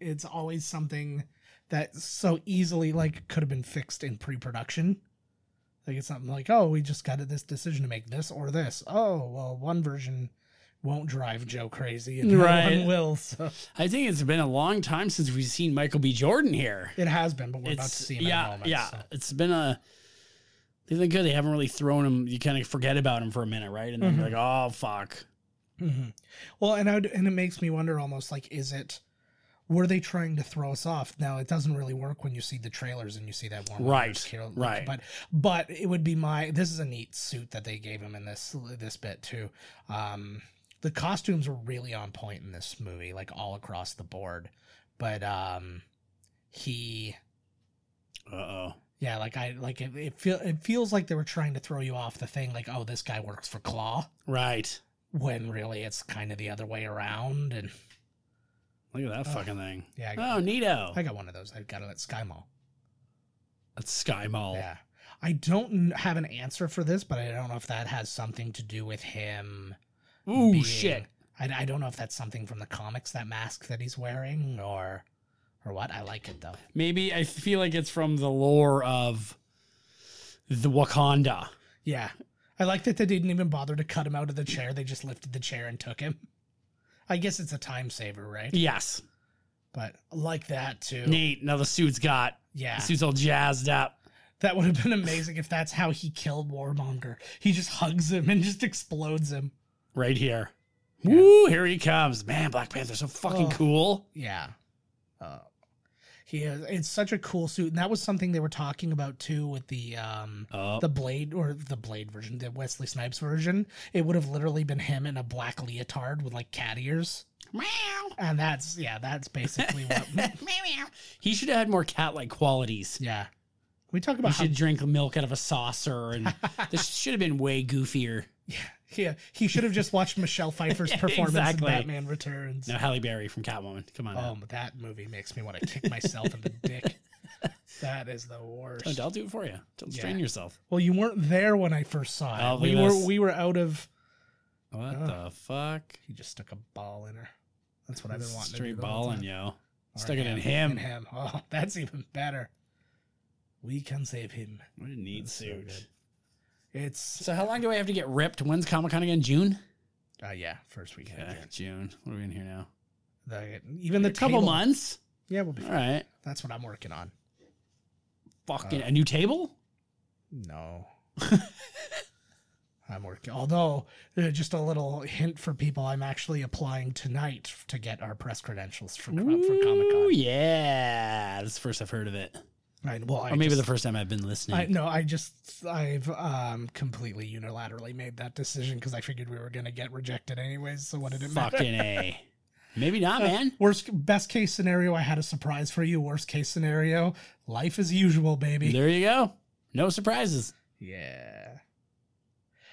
Speaker 2: it's always something that so easily like could have been fixed in pre-production like it's something like oh we just got this decision to make this or this oh well one version won't drive joe crazy and the other
Speaker 1: Right.
Speaker 2: one will so
Speaker 1: I think it's been a long time since we've seen Michael B. Jordan here.
Speaker 2: it has been but we're about to
Speaker 1: It's-
Speaker 2: see him
Speaker 1: yeah,
Speaker 2: in a moment
Speaker 1: yeah.
Speaker 2: so.
Speaker 1: It's been a. They've been good. They haven't really thrown him. You kind of forget about him for a minute, right? And then
Speaker 2: Mm-hmm.
Speaker 1: you're like, oh fuck.
Speaker 2: hmm Well, and I would, and it makes me wonder almost like is it were they trying to throw us off? Now it doesn't really work when you see the trailers and you see that one
Speaker 1: Right, right.
Speaker 2: But but it would be my this is a neat suit that they gave him in this this bit too. Um, the costumes were really on point in this movie, like all across the board. But um, he
Speaker 1: Uh oh.
Speaker 2: yeah, like I like it. It, feel, it feels like they were trying to throw you off the thing, like oh this guy works for Claw,
Speaker 1: Right.
Speaker 2: when really it's kind of the other way around and.
Speaker 1: Look at that
Speaker 2: Oh.
Speaker 1: fucking thing.
Speaker 2: Yeah, I got,
Speaker 1: Oh, neato.
Speaker 2: I got one of those. I got it at Sky Mall.
Speaker 1: That's Sky Mall.
Speaker 2: Yeah. I don't kn- have an answer for this, but I don't know if that has something to do with him.
Speaker 1: Ooh
Speaker 2: being-
Speaker 1: shit.
Speaker 2: I, I don't know if that's something from the comics, that mask that he's wearing, or or what. I like it though.
Speaker 1: Maybe I feel like it's from the lore of the Wakanda.
Speaker 2: Yeah. I like that they didn't even bother to cut him out of the chair. They just lifted the chair and took him. I guess it's a time saver, right?
Speaker 1: Yes.
Speaker 2: But I like that too.
Speaker 1: Neat. Now the suit's got.
Speaker 2: Yeah.
Speaker 1: The suit's all jazzed up.
Speaker 2: That would have been amazing if that's how he killed Warmonger. He just hugs him and just explodes him.
Speaker 1: right here. Woo, here he comes. Man, Black Panther's so fucking
Speaker 2: Oh.
Speaker 1: cool.
Speaker 2: Yeah. Uh, he is, it's such a cool suit. And that was something they were talking about too with the um
Speaker 1: Oh,
Speaker 2: the blade or the blade version, the Wesley Snipes version. It would have literally been him in a black leotard with like cat ears.
Speaker 1: meow.
Speaker 2: And that's yeah, that's basically what
Speaker 1: He should have had more cat-like qualities.
Speaker 2: Yeah. We talk
Speaker 1: He
Speaker 2: about how
Speaker 1: should drink milk out of a saucer, and this should have been way goofier.
Speaker 2: yeah, he should have just watched Michelle Pfeiffer's performance
Speaker 1: Exactly.
Speaker 2: in Batman Returns.
Speaker 1: No, Halle Berry from Catwoman. Come on,
Speaker 2: Oh,
Speaker 1: now.
Speaker 2: that movie makes me want to kick myself in the dick. That is the worst.
Speaker 1: Oh, I'll do it for you. Don't strain
Speaker 2: Yeah.
Speaker 1: yourself.
Speaker 2: Well, you weren't there when I first saw it.
Speaker 1: Oh, look
Speaker 2: we
Speaker 1: at
Speaker 2: were
Speaker 1: this.
Speaker 2: we were out of.
Speaker 1: What
Speaker 2: Oh.
Speaker 1: the fuck?
Speaker 2: He just stuck a ball in her. That's what I've been wanting. to
Speaker 1: Straight
Speaker 2: do the whole
Speaker 1: balling,
Speaker 2: time.
Speaker 1: yo.
Speaker 2: Or
Speaker 1: Stuck it in him.
Speaker 2: In him. Oh, that's even better. We can save him.
Speaker 1: What a neat
Speaker 2: That's so
Speaker 1: suit.
Speaker 2: good. It's
Speaker 1: So, how long do I have to get ripped? When's Comic Con again? June.
Speaker 2: uh, yeah, first weekend.
Speaker 1: Yeah,
Speaker 2: of June.
Speaker 1: June. What are we in here now?
Speaker 2: The, even the
Speaker 1: A couple
Speaker 2: table-
Speaker 1: months.
Speaker 2: Yeah, we'll be.
Speaker 1: All right.
Speaker 2: That's what I'm working on.
Speaker 1: Fucking
Speaker 2: Uh,
Speaker 1: a new table.
Speaker 2: No. I'm working. Although, uh, just a little hint for people, I'm actually applying tonight to get our press credentials for, for Comic
Speaker 1: Ooh,
Speaker 2: Con.
Speaker 1: yeah. That's the first I've heard of it.
Speaker 2: I, well, I
Speaker 1: or maybe
Speaker 2: just-
Speaker 1: the first time I've been listening.
Speaker 2: I, no, I just I've um, completely unilaterally made that decision because I figured we were going to get rejected anyways. So what did it matter?
Speaker 1: Fucking A. Maybe not, man.
Speaker 2: Worst, best case scenario, I had a surprise for you. Worst case scenario, life as usual, baby.
Speaker 1: There you go. No surprises.
Speaker 2: Yeah.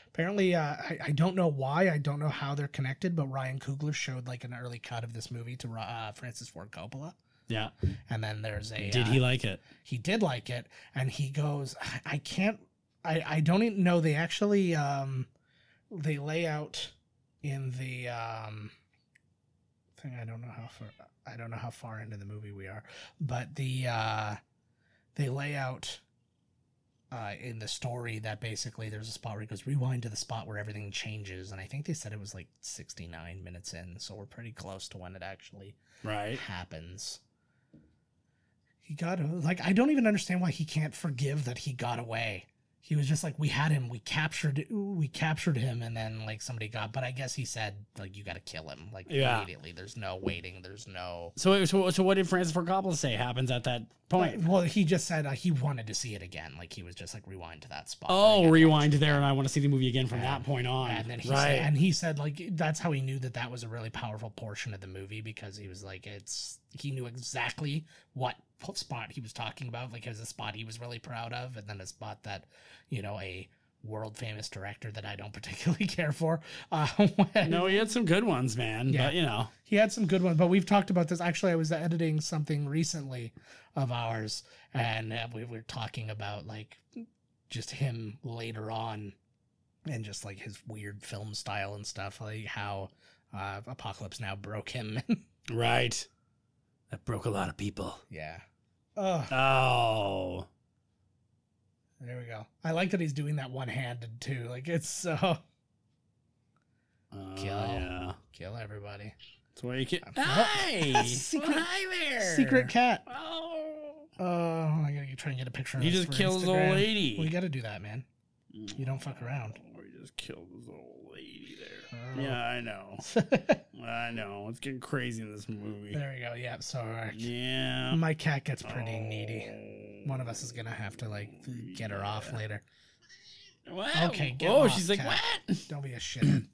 Speaker 2: Apparently, uh, I, I don't know why, I don't know how they're connected, but Ryan Coogler showed like an early cut of this movie to Ro- uh, Francis Ford Coppola,
Speaker 1: Yeah.
Speaker 2: and then there's a
Speaker 1: Did
Speaker 2: uh,
Speaker 1: he like it?
Speaker 2: he did like it and he goes "I- i can't i i don't even know they actually um they lay out in the um thing i don't know how far i don't know how far into the movie we are but the uh they lay out uh, in the story that basically there's a spot where he goes rewind to the spot where everything changes and i think they said it was like 69 minutes in so we're pretty close to when it actually
Speaker 1: Right.
Speaker 2: happens. He got like I don't even understand why he can't forgive that he got away. He was just like we had him, we captured we captured him and then like somebody got but I guess he said like you got to kill him like
Speaker 1: Yeah.
Speaker 2: immediately. There's no waiting, there's no
Speaker 1: So, so, so what did Francis Ford Coppola say happens at that point?
Speaker 2: Well, he just said uh, he wanted to see it again. Like he was just like rewind to that spot.
Speaker 1: Oh,
Speaker 2: Like,
Speaker 1: rewind there, and I want to see the movie again from that point on.
Speaker 2: And then he
Speaker 1: right.
Speaker 2: said, and he said like that's how he knew that that was a really powerful portion of the movie because he was like it's he knew exactly what po- spot he was talking about like it was a spot he was really proud of and then a spot that you know a world famous director that I don't particularly care for. Uh, when-
Speaker 1: no, he had some good ones, man.
Speaker 2: Yeah.
Speaker 1: But you know,
Speaker 2: he had some good ones, but we've talked about this. Actually, I was editing something recently of ours, and uh, we were talking about like just him later on, and just like his weird film style and stuff, like how uh, Apocalypse Now broke him.
Speaker 1: right. That broke a lot of people.
Speaker 2: yeah. Oh,
Speaker 1: Oh,
Speaker 2: there we go. I like that he's doing that one-handed too. Like it's so
Speaker 1: Oh,
Speaker 2: Kill.
Speaker 1: yeah.
Speaker 2: kill everybody.
Speaker 1: That's why you can.
Speaker 2: Oh.
Speaker 1: Hey,
Speaker 2: Secret-
Speaker 1: Well, hi there.
Speaker 2: Secret cat.
Speaker 1: Oh.
Speaker 2: Oh, I gotta try and get a picture. of
Speaker 1: He
Speaker 2: this
Speaker 1: just
Speaker 2: for
Speaker 1: kills
Speaker 2: Instagram.
Speaker 1: old lady.
Speaker 2: We gotta do that, man. You don't fuck around.
Speaker 1: Oh, he Mm. just killed this old lady there.
Speaker 2: Oh.
Speaker 1: Yeah, I know. I know. It's getting crazy in this movie.
Speaker 2: There we go. Yeah. So our,
Speaker 1: Yeah. Oh.
Speaker 2: my cat gets pretty needy. One of us is gonna have to like get her off later.
Speaker 1: Wow.
Speaker 2: Okay, get
Speaker 1: Oh,
Speaker 2: off,
Speaker 1: she's like,
Speaker 2: cat.
Speaker 1: what?
Speaker 2: Don't be a shithead.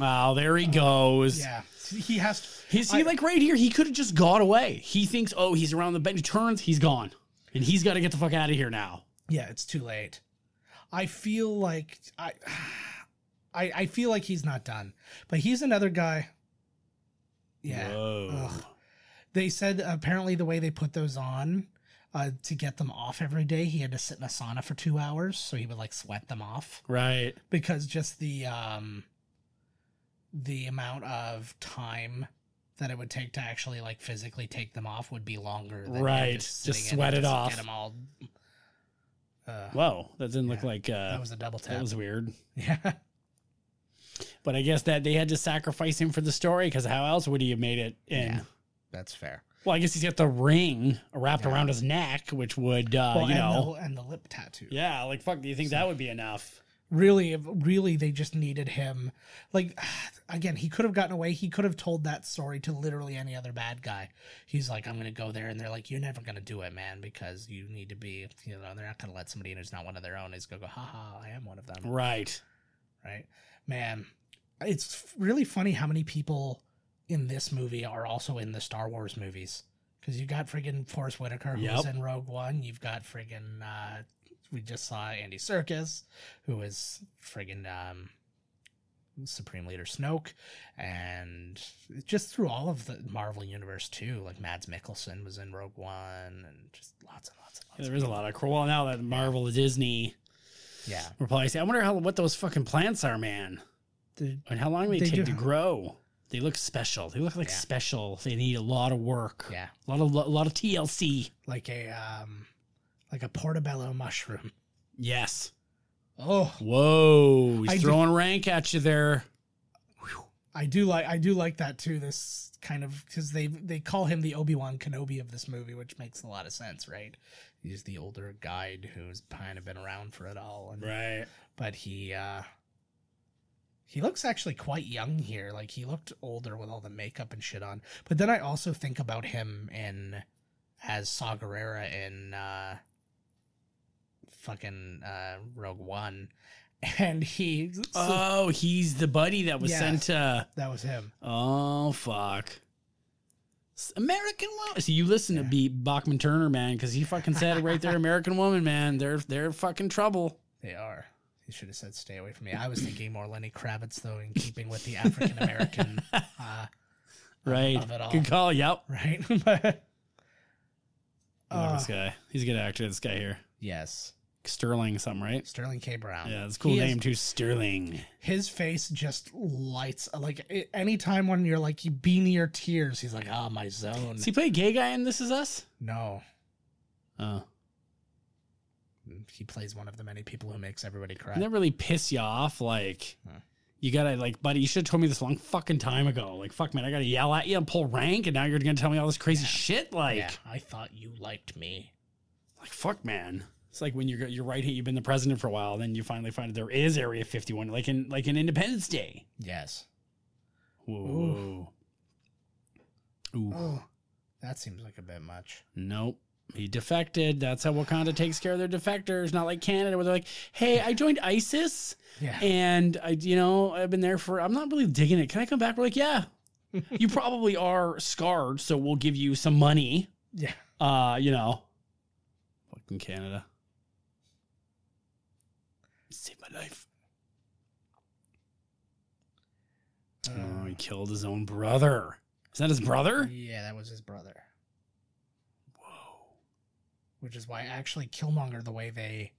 Speaker 1: Oh, there he goes.
Speaker 2: yeah. He has. To,
Speaker 1: He see,
Speaker 2: I-
Speaker 1: like right here, he could have just got away. He thinks, oh, he's around the bend. He turns, he's gone, and he's got to get the fuck out of here now.
Speaker 2: yeah. It's too late. I feel like I. I, I feel like he's not done, but he's another guy. Yeah.
Speaker 1: Whoa.
Speaker 2: Ugh. They said apparently the way they put those on uh, to get them off every day, he had to sit in a sauna for two hours, so he would like sweat them off.
Speaker 1: Right.
Speaker 2: because just the um the amount of time that it would take to actually like physically take them off would be longer than you
Speaker 1: Right. Just
Speaker 2: sitting in
Speaker 1: sweat
Speaker 2: and
Speaker 1: it
Speaker 2: just
Speaker 1: off.
Speaker 2: get 'em all uh,
Speaker 1: Whoa, that didn't look
Speaker 2: Yeah.
Speaker 1: like. Uh,
Speaker 2: that was a double
Speaker 1: that
Speaker 2: tap
Speaker 1: was weird.
Speaker 2: yeah
Speaker 1: But I guess that they had to sacrifice him for the story because how else would he have made it in?
Speaker 2: Yeah. that's fair
Speaker 1: Well, I guess he's got the ring wrapped
Speaker 2: Yeah.
Speaker 1: around his neck, which would, uh,
Speaker 2: well,
Speaker 1: you
Speaker 2: and,
Speaker 1: know.
Speaker 2: the, and the lip tattoo
Speaker 1: yeah, like, fuck, do you think that would be enough?
Speaker 2: really really they just needed him like again he could have gotten away he could have told that story to literally any other bad guy he's like i'm gonna go there and they're like you're never gonna do it man because you need to be you know they're not gonna let somebody in who's not one of their own is gonna go haha i am one of them
Speaker 1: Right.
Speaker 2: right man it's really funny how many people in this movie are also in the star wars movies because you got friggin forrest whitaker who's
Speaker 1: Yep.
Speaker 2: in rogue one you've got friggin uh we just saw andy circus who is friggin um supreme leader snoke and just through all of the marvel universe too like mads mikkelsen was in rogue one and just lots and lots and lots
Speaker 1: Yeah, there
Speaker 2: of
Speaker 1: is a lot of cool. Well, now that Marvel Disney
Speaker 2: yeah
Speaker 1: we're probably saying, I wonder how what those fucking plants are, man,
Speaker 2: The-
Speaker 1: and how long they,
Speaker 2: They
Speaker 1: take
Speaker 2: do-
Speaker 1: to grow. They look special. They look like
Speaker 2: Yeah.
Speaker 1: special. They need a lot of work.
Speaker 2: yeah
Speaker 1: A lot of a lot of TLC.
Speaker 2: like a um like a portobello mushroom
Speaker 1: Yes.
Speaker 2: Oh,
Speaker 1: Whoa, he's
Speaker 2: I do-
Speaker 1: throwing rank at you there.
Speaker 2: I do like I do like that too. This kind of because they they call him the Obi Wan Kenobi of this movie, which makes a lot of sense, right? He's the older guide who's kind of been around for it all, and,
Speaker 1: Right.
Speaker 2: but he uh he looks actually quite young here. Like he looked older with all the makeup and shit on. But then I also think about him in as Saw Gerrera in uh fucking uh Rogue One and he
Speaker 1: Oh, he's the buddy that was
Speaker 2: Yeah.
Speaker 1: sent to.
Speaker 2: that was him.
Speaker 1: Oh fuck. S- American Woman. See, you listen to B Bachman Turner, man, because he fucking said it right there. American Woman, man, they're they're fucking trouble.
Speaker 2: They are. He should have said, "Stay away from me." I was thinking more Lenny Kravitz, though, in keeping with the African American, uh,
Speaker 1: Right.
Speaker 2: Of it all.
Speaker 1: Good call. Yep.
Speaker 2: right? But
Speaker 1: I love
Speaker 2: Uh,
Speaker 1: this guy. He's a good actor. This guy here,
Speaker 2: yes,
Speaker 1: Sterling, something, right?
Speaker 2: Sterling K. Brown.
Speaker 1: Yeah, it's a cool
Speaker 2: Um, He is-
Speaker 1: name too, Sterling.
Speaker 2: his face just lights like i- anytime when you're like you be near tears, he's like, "Ah, my zone."
Speaker 1: Does he play a gay guy in This Is Us?
Speaker 2: no,
Speaker 1: Oh,
Speaker 2: he plays one of the many people who makes everybody cry.
Speaker 1: Didn't that really piss you off? Like,
Speaker 2: Huh.
Speaker 1: you gotta, like, buddy, you should have told me this a long fucking time ago. Like, fuck, man, I gotta yell at you and pull rank, and now you're gonna tell me all this crazy
Speaker 2: Yeah.
Speaker 1: shit. Like,
Speaker 2: yeah, I thought you liked me.
Speaker 1: like fuck, man. It's like when you're you're right here, you've been the president for a while, then you finally find there is Area 51, like in like in Independence Day.
Speaker 2: Yes.
Speaker 1: Whoa. Ooh.
Speaker 2: Oh, that seems like a bit much.
Speaker 1: Nope. He defected. That's how Wakanda takes care of their defectors. Not like Canada, where they're like, "Hey, I joined ISIS,
Speaker 2: Yeah.
Speaker 1: and I, you know, I've been there for. I'm not really digging it. Can I come back?" We're like, "Yeah, you probably are scarred, so we'll give you some money."
Speaker 2: yeah.
Speaker 1: Uh, you know, fucking Canada. Save my life. Oh, he killed his own brother. Is that his brother?
Speaker 2: Uh, Yeah, that was his brother.
Speaker 1: Whoa.
Speaker 2: which is why actually Killmonger, the way they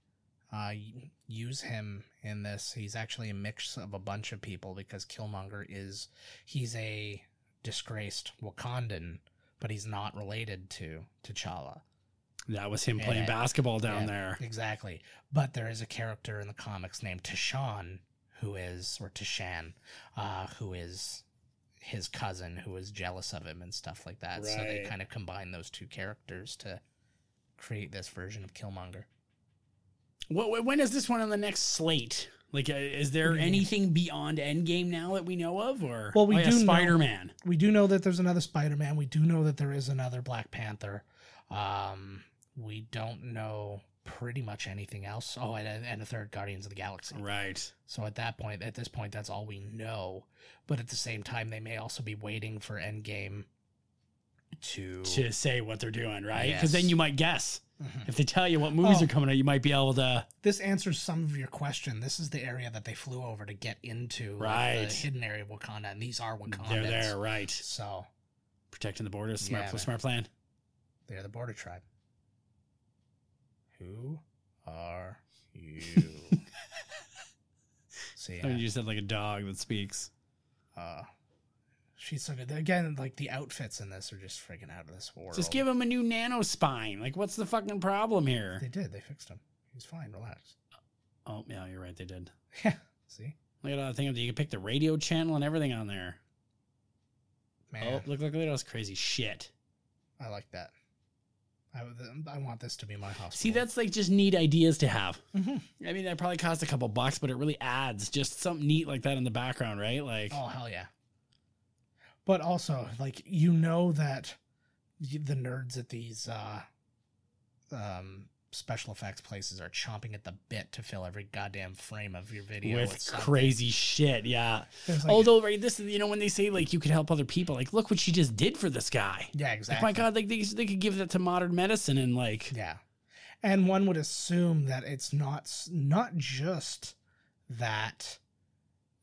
Speaker 2: uh, y- use him in this, he's actually a mix of a bunch of people because Killmonger is he's a disgraced Wakandan, but he's not related to T'Challa.
Speaker 1: That was him playing
Speaker 2: Yeah.
Speaker 1: basketball down
Speaker 2: Yeah,
Speaker 1: there.
Speaker 2: exactly. But there is a character in the comics named Tashan, who is or Tashan, uh, who is his cousin who is jealous of him and stuff like that. So they
Speaker 1: Right.
Speaker 2: kind of combine those two characters to create this version of Killmonger.
Speaker 1: What, what- when is this one on the next slate? Like, uh, is there anything beyond Endgame now that we know of? Or
Speaker 2: Well, we do know-
Speaker 1: Spider Man.
Speaker 2: we do know that there's another Spider-Man. We do know that there is another Black Panther. Um, we don't know pretty much anything else. Oh, and, and a third Guardians of the Galaxy.
Speaker 1: Right.
Speaker 2: So at that point, at this point, that's all we know. But at the same time, they may also be waiting for Endgame to.
Speaker 1: To say what they're doing, right? Because
Speaker 2: Yes.
Speaker 1: then you might guess.
Speaker 2: Mhm.
Speaker 1: If they tell you what movies
Speaker 2: Oh.
Speaker 1: are coming out, you might be able to.
Speaker 2: This answers some of your question. This is the area that they flew over to get into, like,
Speaker 1: Right.
Speaker 2: the hidden area of Wakanda, and these are Wakandans.
Speaker 1: They're there, right?
Speaker 2: So
Speaker 1: Protecting the borders. Smart,
Speaker 2: Yeah, man.
Speaker 1: smart plan.
Speaker 2: They're the border tribe. Who are you? See,
Speaker 1: I mean, you just said like a dog that speaks.
Speaker 2: uh, she's so good. Again, like the outfits in this are just freaking out of this world.
Speaker 1: Just give him a new nano spine. Like, what's the fucking problem
Speaker 2: They
Speaker 1: here?
Speaker 2: did. They fixed him. He's fine. Relax.
Speaker 1: Oh, yeah, you're right. They did.
Speaker 2: Yeah. See,
Speaker 1: Look at all the thing. You can pick the radio channel and everything on there.
Speaker 2: man,
Speaker 1: Oh, look, look, look at all this crazy shit. Oh.
Speaker 2: I like that. I, would- I want this to be my hospital.
Speaker 1: See, that's like just neat ideas to have.
Speaker 2: Mhm.
Speaker 1: I mean, that probably cost a couple bucks, but it really adds just something neat like that in the background, right? Like,
Speaker 2: Oh hell yeah! But also, like you know that y- the nerds at these uh, um, special effects places are chomping at the bit to fill every goddamn frame of your video
Speaker 1: with
Speaker 2: something.
Speaker 1: crazy shit, yeah.
Speaker 2: There's like-
Speaker 1: Although, right, this is you know when they say like you could help other people, like look what she just did for this guy.
Speaker 2: yeah,
Speaker 1: Like,
Speaker 2: exactly.
Speaker 1: my God, like they, they could give that to modern medicine and like,
Speaker 2: Yeah, and one would assume that it's not s- not just that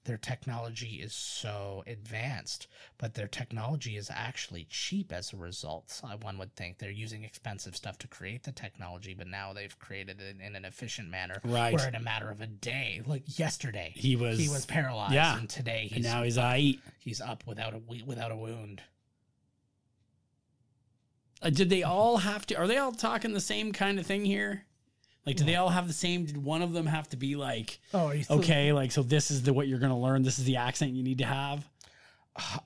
Speaker 2: their technology is so advanced, but their technology is actually cheap as a result. I- One would think they're using expensive stuff to create the technology, but now they've created it in an efficient manner,
Speaker 1: Right.
Speaker 2: Where in a matter of a day, like yesterday, he
Speaker 1: he was,
Speaker 2: was, paralyzed,
Speaker 1: yeah.
Speaker 2: and today
Speaker 1: and
Speaker 2: he's
Speaker 1: now he's I eat.
Speaker 2: he's up without a wo- without a wound.
Speaker 1: Uh, did they all have to? Are they all talking the same kind of thing here? Like, do they all have the same? Did one of them have to be like,
Speaker 2: Oh, he's
Speaker 1: okay, like so this is the what you're gonna learn. This is the accent you need to have,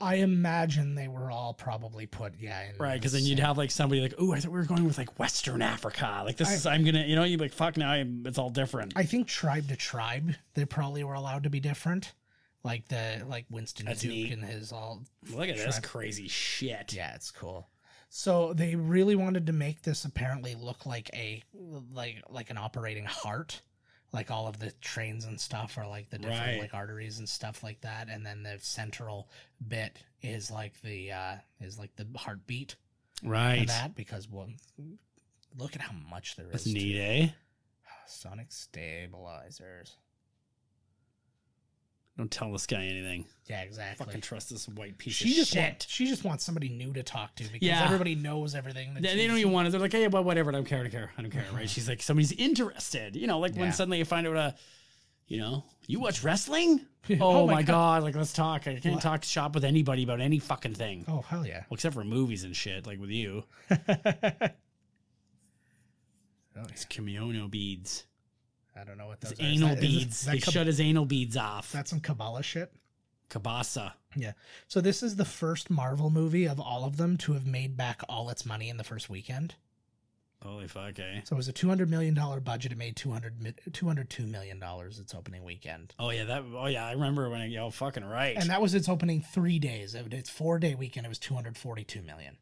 Speaker 2: I imagine they were all probably put, yeah, in
Speaker 1: right?
Speaker 2: the
Speaker 1: Because then you'd
Speaker 2: same-
Speaker 1: have like somebody like, oh, I thought we were going with like Western Africa. Like this
Speaker 2: I-
Speaker 1: is I'm gonna, you know, you like fuck now. I'm, it's all different.
Speaker 2: I think tribe to tribe, they probably were allowed to be different. Like the like Winston
Speaker 1: That's
Speaker 2: Duke
Speaker 1: neat.
Speaker 2: and his all.
Speaker 1: Look at this
Speaker 2: Tribe.
Speaker 1: crazy shit.
Speaker 2: Yeah, it's cool. So they really wanted to make this apparently look like a like like an operating heart, like all of the trains and stuff are like the different
Speaker 1: Right.
Speaker 2: like arteries and stuff like that and then the central bit is like the uh is like the heartbeat
Speaker 1: Right.
Speaker 2: of that because well look at how much there is
Speaker 1: That's
Speaker 2: to-
Speaker 1: neat, eh?
Speaker 2: sonic stabilizers
Speaker 1: Don't tell this guy anything.
Speaker 2: yeah exactly
Speaker 1: Fucking trust this white piece
Speaker 2: she
Speaker 1: of
Speaker 2: just
Speaker 1: shit.
Speaker 2: want- she just wants somebody new to talk to because
Speaker 1: Yeah.
Speaker 2: everybody knows everything that
Speaker 1: They, they
Speaker 2: she's-
Speaker 1: don't even want it. They're like, hey, well, whatever. I don't care. I don't care. I don't care.
Speaker 2: Uh-huh.
Speaker 1: Right? She's like, somebody's interested. You know, like
Speaker 2: Yeah.
Speaker 1: when suddenly you find out, uh, you know, you watch wrestling? Oh, my, God. Like, let's talk. I can't
Speaker 2: What?
Speaker 1: talk shop with anybody about any fucking thing.
Speaker 2: oh hell yeah
Speaker 1: Well, except for movies and shit, like with you.
Speaker 2: Oh, yeah.
Speaker 1: It's kimono beads.
Speaker 2: I don't know what
Speaker 1: It's
Speaker 2: those are. Is
Speaker 1: anal
Speaker 2: that- is this-
Speaker 1: beads.
Speaker 2: is that
Speaker 1: They
Speaker 2: Kab-
Speaker 1: shut his anal beads off.
Speaker 2: That's some Kabbalah shit.
Speaker 1: Kabasa.
Speaker 2: Yeah. So this is the first Marvel movie of all of them to have made back all its money in the first weekend.
Speaker 1: Holy fuck, eh?
Speaker 2: So it was a two hundred million dollar budget. It made 200, mi- 202 million dollars its opening weekend,
Speaker 1: Oh yeah, that. Oh yeah, I remember when I. Yo, fucking right.
Speaker 2: and that was its opening three days. It- Its four day weekend. It was two hundred forty two million.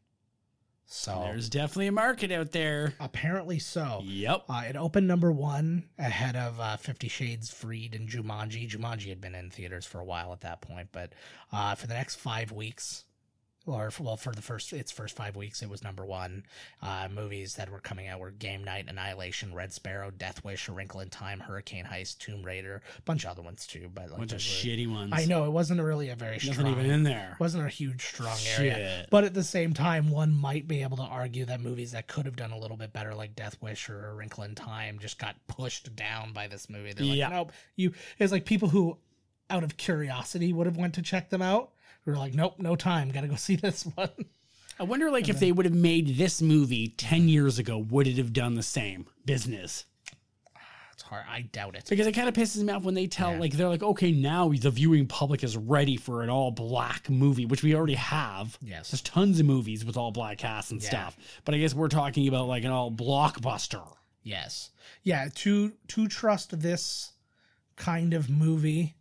Speaker 2: So
Speaker 1: There's definitely a market out there.
Speaker 2: apparently so.
Speaker 1: Yep.
Speaker 2: Uh, it opened number one ahead of uh, Fifty Shades Freed and Jumanji. Jumanji had been in theaters for a while at that point, but uh, for the next five weeks, or f- well, for the first its first five weeks, it was number one. Uh, movies that were coming out were Game Night, Annihilation, Red Sparrow, Death Wish, A Wrinkle in Time, Hurricane Heist, Tomb Raider, a bunch of other ones too. But like
Speaker 1: Bunch of
Speaker 2: those were-
Speaker 1: shitty ones.
Speaker 2: I know it wasn't really a very
Speaker 1: Nothing
Speaker 2: strong.
Speaker 1: even in there.
Speaker 2: wasn't a huge strong area.
Speaker 1: Shit.
Speaker 2: But at the same time, one might be able to argue that movies that could have done a little bit better, like Death Wish or A Wrinkle in Time, just got pushed down by this movie. They're like,
Speaker 1: Yeah.
Speaker 2: nope. You it's like people who, out of curiosity, would have went to check them out. We were like, nope, no time. Got to go see this one.
Speaker 1: I wonder, like, if they would have made this movie ten years ago, would it have done the same business?
Speaker 2: it's hard. I doubt it.
Speaker 1: Because it kind of pisses me off when they tell,
Speaker 2: Yeah.
Speaker 1: like, they're like, okay, now the viewing public is ready for an all black movie, which we already have.
Speaker 2: Yes.
Speaker 1: There's tons of movies with all black casts and
Speaker 2: Yeah.
Speaker 1: stuff. But I guess we're talking about like an all blockbuster.
Speaker 2: Yes. Yeah, to to trust this kind of movie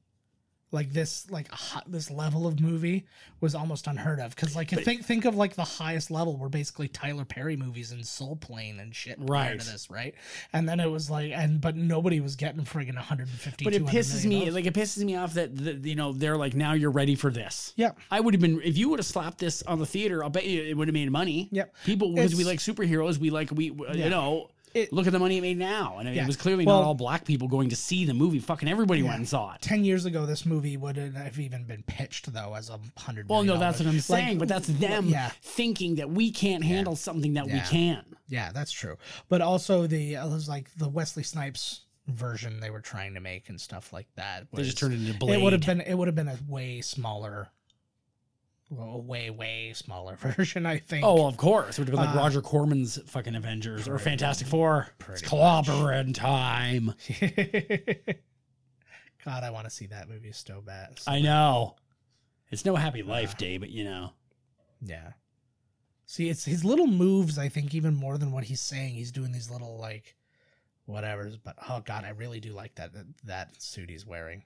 Speaker 2: like this like hi- this level of movie was almost unheard of cuz like think think of like the highest level were basically Tyler Perry movies and Soul Plane and shit prior
Speaker 1: Right.
Speaker 2: to this, right? And then it was like and but nobody was getting friggin 150
Speaker 1: But it
Speaker 2: 200
Speaker 1: pisses
Speaker 2: million
Speaker 1: me,
Speaker 2: dollars.
Speaker 1: like, it pisses me off that, that you know they're like, now you're ready for this.
Speaker 2: Yeah.
Speaker 1: I would have been if you would have slapped this on the theater. I'll bet you it would have made money.
Speaker 2: Yep.
Speaker 1: People because we
Speaker 2: It's-
Speaker 1: like superheroes, we like we
Speaker 2: Yeah.
Speaker 1: you know
Speaker 2: It-
Speaker 1: look at the money it made now, and I mean,
Speaker 2: Yeah.
Speaker 1: it was clearly
Speaker 2: Well-
Speaker 1: not all black people going to see the movie. Fucking everybody went and saw it.
Speaker 2: 10 years ago this movie wouldn't have even been pitched though as a 100
Speaker 1: Well,
Speaker 2: million
Speaker 1: no, that's what I'm
Speaker 2: dollars. Like,
Speaker 1: saying, but that's them
Speaker 2: yeah.
Speaker 1: thinking that we can't handle something that we
Speaker 2: Yeah.
Speaker 1: can.
Speaker 2: Yeah, that's true. But also the uh, it was like the Wesley Snipes version they were trying to make and stuff like that.
Speaker 1: They just
Speaker 2: was-
Speaker 1: turned it into Blade.
Speaker 2: It would have been it would have been a way smaller, well, a way way smaller version. I think.
Speaker 1: Oh, of course. It would have been like
Speaker 2: Uh,
Speaker 1: Roger Corman's fucking Avengers or Fantastic Four. It's
Speaker 2: pretty
Speaker 1: clobbering time.
Speaker 2: God, I want to see that movie so bad.
Speaker 1: I know. It's no
Speaker 2: Uh,
Speaker 1: happy life day, but you know.
Speaker 2: yeah. See, it's his little moves. I think even more than what he's saying, he's doing these little like, whatever's. But oh god, I really do like that that, that suit he's wearing.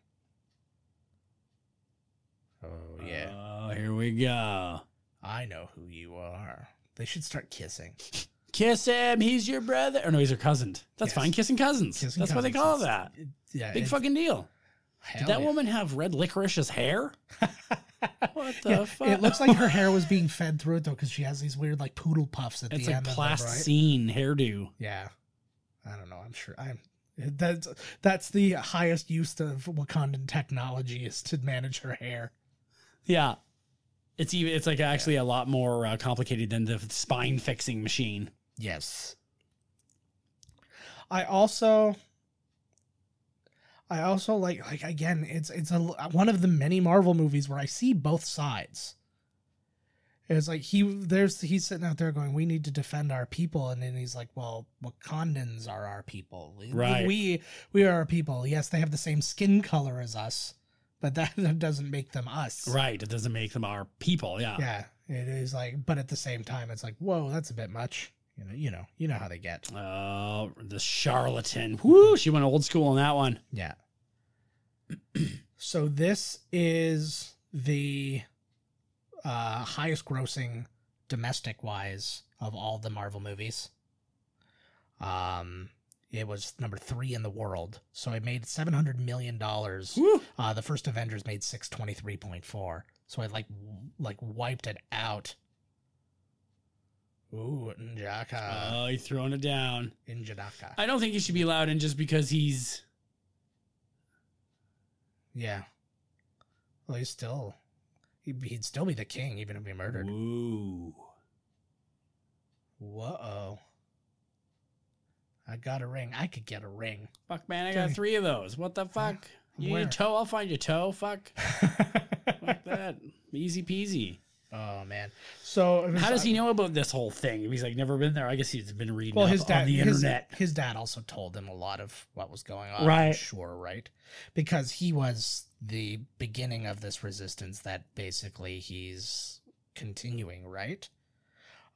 Speaker 2: Oh yeah.
Speaker 1: Oh, here we go.
Speaker 2: I know who you are. They should start kissing.
Speaker 1: Kiss him. He's your brother. Or no, he's your cousin. That's
Speaker 2: Yes.
Speaker 1: fine. Kissing cousins.
Speaker 2: Kissing
Speaker 1: That's what they
Speaker 2: cousins.
Speaker 1: call that.
Speaker 2: Yeah,
Speaker 1: Big
Speaker 2: it's-
Speaker 1: fucking deal.
Speaker 2: hell
Speaker 1: Did that
Speaker 2: yeah.
Speaker 1: woman have red licorice as hair? What the
Speaker 2: Yeah,
Speaker 1: fuck?
Speaker 2: It looks like her hair was being fed through it though, because she has these weird like poodle puffs at
Speaker 1: it's
Speaker 2: the
Speaker 1: like
Speaker 2: end. of them, right?
Speaker 1: plasticine hairdo.
Speaker 2: Yeah, I don't know. I'm sure. I'm that's that's the highest use of Wakandan technology is to manage her hair.
Speaker 1: Yeah. It's even. It's like actually a lot more uh, complicated than the spine fixing machine.
Speaker 2: Yes. I also I also like like again it's it's a one of the many Marvel movies where I see both sides. It's like he there's he's sitting out there going we need to defend our people and then he's like well Wakandans are our people. We-
Speaker 1: Right.
Speaker 2: We we are our people. Yes, they have the same skin color as us, but that, that doesn't make them us.
Speaker 1: Right. It doesn't make them our people. Yeah.
Speaker 2: Yeah, it is like but at the same time it's like whoa, that's a bit much. You know, you know, you know how they get.
Speaker 1: Oh, the charlatan. Whoo. She went old school on that one.
Speaker 2: Yeah. so this is the uh, highest grossing domestic wise of all the Marvel movies. Um, It was number three in the world, so it made seven hundred million dollars.
Speaker 1: Woo.
Speaker 2: Uh, the first Avengers made six twenty three point four, so I like w- like wiped it out. Ooh, Njaka,
Speaker 1: oh, he's throwing it down.
Speaker 2: Njaka.
Speaker 1: I don't think he should be allowed in just because he's.
Speaker 2: Yeah. Well, he's still, he'd, be- he'd still be the king even if he murdered.
Speaker 1: Ooh.
Speaker 2: Whoa. I got a ring. I could get a ring.
Speaker 1: Fuck, man, I got
Speaker 2: Okay.
Speaker 1: three of those. What the fuck? You need
Speaker 2: Where?
Speaker 1: a toe? I'll find your toe. Fuck. Fuck that. Easy peasy.
Speaker 2: oh man. So
Speaker 1: How does he know about this whole thing? If he's like never been there, I guess he's been reading
Speaker 2: Well,
Speaker 1: up
Speaker 2: his dad.
Speaker 1: on the
Speaker 2: his,
Speaker 1: internet.
Speaker 2: His dad also told him a lot of what was going on. I'm
Speaker 1: Right.
Speaker 2: sure. Right. Because he was the beginning of this resistance that basically he's continuing. Right.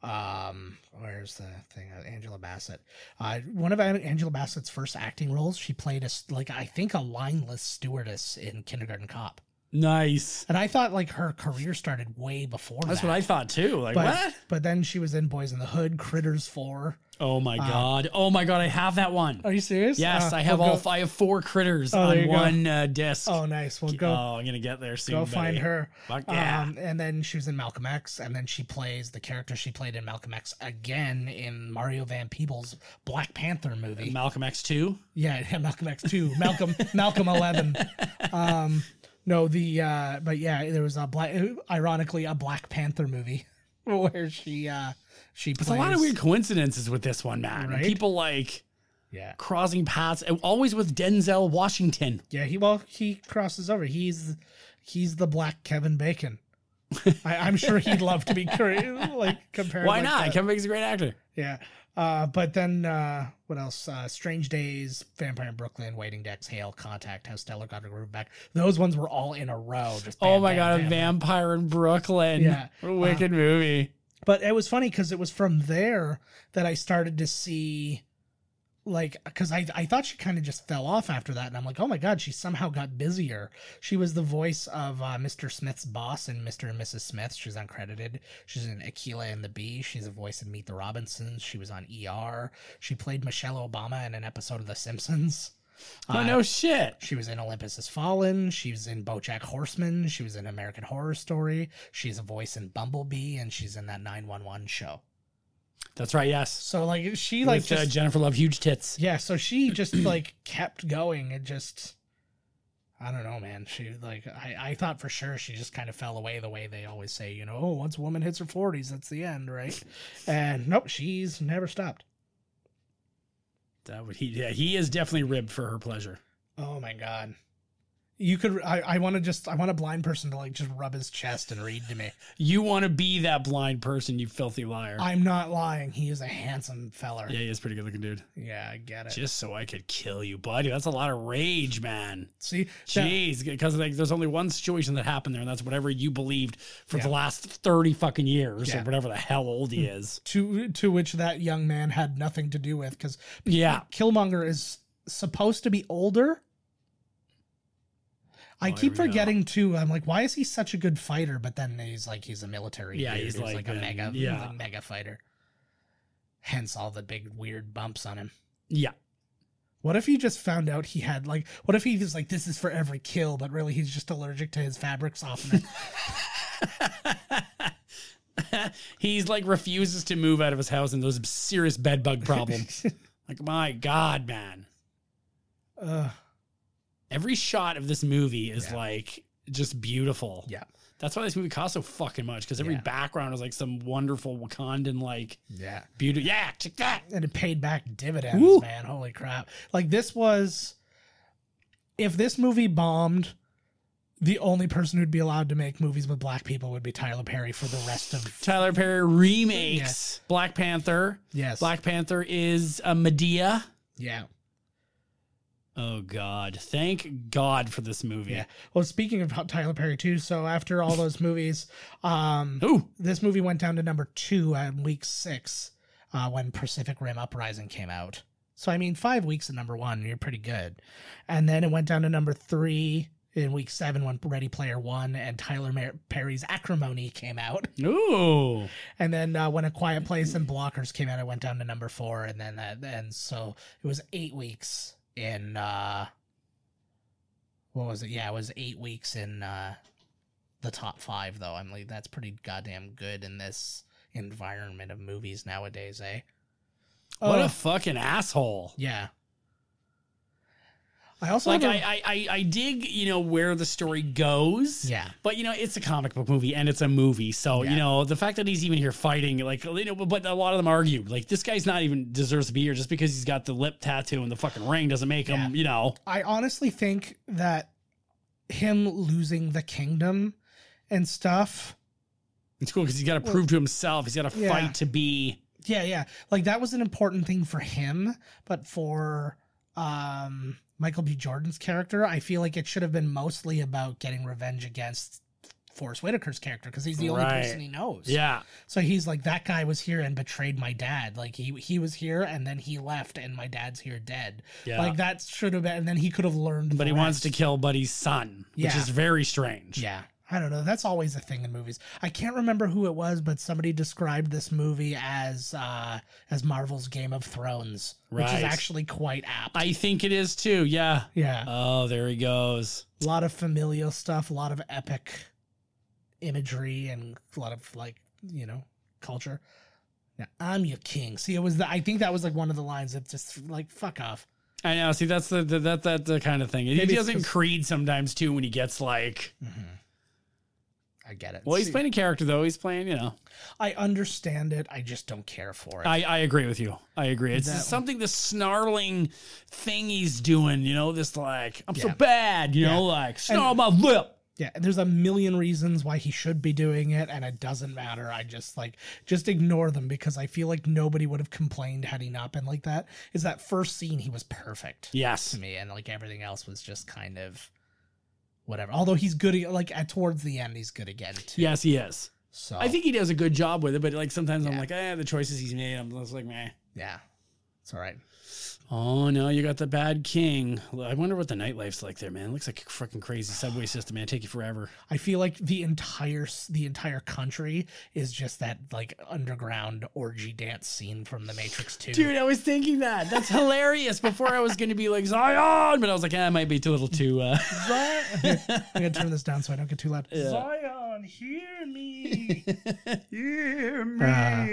Speaker 2: Um, where's the thing? Uh, Angela Bassett. Uh, one of An- Angela Bassett's first acting roles, she played as like I think a lineless stewardess in Kindergarten Cop,
Speaker 1: Nice.
Speaker 2: and I thought like her career started way before.
Speaker 1: That's
Speaker 2: that.
Speaker 1: what I thought too. Like
Speaker 2: But,
Speaker 1: what?
Speaker 2: but then she was in Boys in the Hood, Critters Four.
Speaker 1: Oh my god. Oh my god. I have that one.
Speaker 2: Are you serious?
Speaker 1: Yes,
Speaker 2: Uh,
Speaker 1: I have
Speaker 2: we'll
Speaker 1: all.
Speaker 2: go-
Speaker 1: f- I have four critters
Speaker 2: Oh, there
Speaker 1: on
Speaker 2: you go.
Speaker 1: one uh, disc.
Speaker 2: Oh, nice. Well,
Speaker 1: Oh,
Speaker 2: go
Speaker 1: I'm gonna get there soon.
Speaker 2: go
Speaker 1: buddy.
Speaker 2: find her.
Speaker 1: Fuck yeah.
Speaker 2: Um, and then she was in Malcolm X, and then she plays the character she played in Malcolm X again in Mario Van Peebles' Black Panther movie.
Speaker 1: Malcolm X two.
Speaker 2: yeah, yeah, Malcolm X two, Malcolm Malcolm Eleven. Um, no, the uh, but yeah, there was a black, ironically, a Black Panther movie where she uh, she plays
Speaker 1: There's a lot of weird coincidences with this one, man.
Speaker 2: Right?
Speaker 1: People like
Speaker 2: Yeah,
Speaker 1: crossing paths, and always with Denzel Washington.
Speaker 2: Yeah, he well he crosses over. He's he's the black Kevin Bacon. I, I'm sure he'd love to be cur- like compared.
Speaker 1: Why
Speaker 2: like
Speaker 1: not?
Speaker 2: that.
Speaker 1: Kevin Bacon's a great actor.
Speaker 2: Yeah. Uh, but then uh, what else? Uh, Strange Days, Vampire in Brooklyn, Waiting Decks, Hail, Contact, How Stellar Got Her Groove Back. Those ones were all in a row. Just
Speaker 1: oh
Speaker 2: bam,
Speaker 1: my
Speaker 2: bam,
Speaker 1: god,
Speaker 2: bam.
Speaker 1: a vampire in Brooklyn.
Speaker 2: Yeah.
Speaker 1: What a wicked movie.
Speaker 2: But it was funny because it was from there that I started to see, like, because I, I thought she kind of just fell off after that. And I'm like, oh my God, she somehow got busier. She was the voice of uh, Mr. Smith's boss and Mr. and Mrs. Smith. She's uncredited. She's in Aquila and the Bee. She's a voice in Meet the Robinsons. She was on ER. She played Michelle Obama in an episode of The Simpsons.
Speaker 1: Oh
Speaker 2: Uh,
Speaker 1: no shit.
Speaker 2: she was in Olympus Has Fallen. She was in BoJack Horseman. She was in American Horror Story. She's a voice in Bumblebee, and she's in that 911 show.
Speaker 1: That's right. Yes.
Speaker 2: So like she
Speaker 1: Like
Speaker 2: like just
Speaker 1: uh, Jennifer Love huge tits.
Speaker 2: yeah. So she just like kept going and just I don't know, man. She like I I thought for sure she just kind of fell away the way they always say, you know, oh once a woman hits her 40s, that's the end, right? and nope, she's never stopped.
Speaker 1: That would he. Yeah, he is definitely ribbed for her pleasure.
Speaker 2: Oh my god. You could. I, I want to just. I want a blind person to like just rub his chest and read to me.
Speaker 1: You want to be that blind person, you filthy liar.
Speaker 2: I'm not lying. He is a handsome feller.
Speaker 1: yeah, he is pretty good looking dude.
Speaker 2: Yeah, I get it.
Speaker 1: Just so I could kill you, buddy. That's a lot of rage, man.
Speaker 2: See, that,
Speaker 1: Jeez, because like, there's only one situation that happened there, and that's whatever you believed for the
Speaker 2: Yeah.
Speaker 1: last thirty fucking years, or
Speaker 2: Yeah.
Speaker 1: whatever the hell old he is.
Speaker 2: to to which that young man had nothing to do with because
Speaker 1: Yeah,
Speaker 2: Killmonger is supposed to be older.
Speaker 1: Oh,
Speaker 2: I
Speaker 1: here
Speaker 2: keep
Speaker 1: we go.
Speaker 2: forgetting too. I'm like, why is he such a good fighter? But then he's like, he's a military.
Speaker 1: Yeah,
Speaker 2: dude.
Speaker 1: he's like
Speaker 2: a
Speaker 1: a-
Speaker 2: mega,
Speaker 1: yeah.
Speaker 2: like mega fighter. Hence all the big weird bumps on him.
Speaker 1: yeah.
Speaker 2: What if he just found out he had like? What if he was like, this is for every kill, but really he's just allergic to his fabric softener.
Speaker 1: He's like refuses to move out of his house, and there's a serious bed bug problem. like my god, man.
Speaker 2: Ugh.
Speaker 1: Every shot of this movie is
Speaker 2: Yeah.
Speaker 1: like just beautiful.
Speaker 2: Yeah.
Speaker 1: That's why this movie costs so fucking much because every
Speaker 2: Yeah.
Speaker 1: background is like some wonderful Wakandan like
Speaker 2: Yeah.
Speaker 1: beauty. Yeah, check that.
Speaker 2: And it paid back dividends,
Speaker 1: Woo.
Speaker 2: man. Holy crap. Like this was if this movie bombed, the only person who'd be allowed to make movies with black people would be Tyler Perry for the rest of
Speaker 1: Tyler Perry remakes Black Panther.
Speaker 2: Yes.
Speaker 1: Black Panther is a Medea.
Speaker 2: Yeah.
Speaker 1: Oh God! Thank God for this movie.
Speaker 2: Yeah. Well, speaking of Tyler Perry too, so after all those movies, um
Speaker 1: Ooh,
Speaker 2: this movie went down to number two on week six, uh, when Pacific Rim Uprising came out. So I mean, five weeks at number one, you're pretty good. And then it went down to number three. in week seven when Ready Player One and Tyler Mer- Perry's Acrimony came out.
Speaker 1: Ooh.
Speaker 2: And then uh, when A Quiet Place and Blockers came out, I went down to number four, and then that, and so it was eight weeks in. uh What was it? Yeah, it was eight weeks in uh the top five, though. I'm like, that's pretty goddamn good in this environment of movies nowadays, eh?
Speaker 1: What
Speaker 2: Uh,
Speaker 1: a fucking asshole.
Speaker 2: yeah. I also
Speaker 1: Like
Speaker 2: have
Speaker 1: I,
Speaker 2: a-
Speaker 1: I, I, I dig, you know, where the story goes.
Speaker 2: yeah.
Speaker 1: But you know, it's a comic book movie and it's a movie. So,
Speaker 2: Yeah.
Speaker 1: you know, the fact that he's even here fighting, like you know, but a lot of them argue, like this guy's not even deserves to be here just because he's got the lip tattoo and the fucking ring doesn't make him, you know.
Speaker 2: I honestly think that him losing the kingdom and stuff.
Speaker 1: It's cool because he's gotta prove to himself he's gotta
Speaker 2: Yeah.
Speaker 1: fight to be
Speaker 2: Yeah, yeah. Like that was an important thing for him, but for um Michael B. Jordan's character, I feel like it should have been mostly about getting revenge against Forrest Whitaker's character because he's the only
Speaker 1: Right.
Speaker 2: person he knows.
Speaker 1: Yeah.
Speaker 2: So he's like, that guy was here and betrayed my dad. Like he he was here and then he left and my dad's here dead.
Speaker 1: Yeah.
Speaker 2: Like that should have been and then he could have learned.
Speaker 1: but
Speaker 2: the
Speaker 1: he wants to
Speaker 2: rest.
Speaker 1: kill Buddy's son, which
Speaker 2: Yeah.
Speaker 1: is very strange.
Speaker 2: Yeah. I don't know. That's always a thing in movies. I can't remember who it was, but somebody described this movie as uh as Marvel's Game of Thrones, which is
Speaker 1: Right.
Speaker 2: actually quite apt.
Speaker 1: I think it is too. Yeah.
Speaker 2: yeah.
Speaker 1: Oh, there he goes.
Speaker 2: a lot of familial stuff, a lot of epic imagery and a lot of like, you know, culture. Now, I'm your king. See, it was the, I think that was like one of the lines that just like fuck off.
Speaker 1: I know. See, that's the, the that that the kind of thing.
Speaker 2: Maybe
Speaker 1: he
Speaker 2: it's
Speaker 1: does not
Speaker 2: 'cause-
Speaker 1: Creed sometimes too when he gets like.
Speaker 2: I get it.
Speaker 1: Well, he's
Speaker 2: See,
Speaker 1: playing a character though. He's playing, you know.
Speaker 2: I understand it. I just don't care for it.
Speaker 1: I I agree with you. I agree. It's
Speaker 2: That-
Speaker 1: something the snarling thing he's doing. You know, this like I'm so
Speaker 2: Yeah.
Speaker 1: bad. You know, like snarl my lip.
Speaker 2: Yeah, there's a million reasons why he should be doing it, and it doesn't matter. I just like just ignore them because I feel like nobody would have complained had he not been like that. Is that first scene he was perfect
Speaker 1: Yes.
Speaker 2: to me, and like everything else was just kind of whatever. Although he's good, a- like at towards the end, he's good again too.
Speaker 1: Yes, he is.
Speaker 2: so
Speaker 1: I think he does a good job with it, but like sometimes I'm
Speaker 2: Yeah.
Speaker 1: like, eh, the choices he's made, I'm just like, meh.
Speaker 2: yeah, it's all right.
Speaker 1: Oh no, you got the bad king. I wonder what the nightlife's like there, man. looks like a fucking crazy subway system, man. Take you forever.
Speaker 2: I feel like the entire s- the entire country is just that like underground orgy dance scene from The Matrix Two.
Speaker 1: Dude, I was thinking that. That's hilarious. Before I was going to be like Zion, but I was like, ah, it might be too little too. Uh,
Speaker 2: Zion. I'm gonna turn this down so I don't get too loud.
Speaker 1: Yeah.
Speaker 2: Zion, hear me.
Speaker 1: hear
Speaker 2: Ah.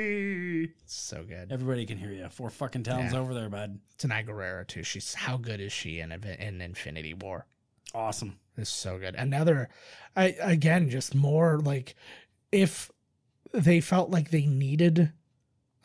Speaker 2: so good.
Speaker 1: Everybody can hear you. Four fucking towns
Speaker 2: Yeah.
Speaker 1: over there, bud.
Speaker 2: Tana Guerrero too. She's how good is she in Aven- in Infinity War?
Speaker 1: Awesome.
Speaker 2: It's so good. Another, I again just more like if they felt like they needed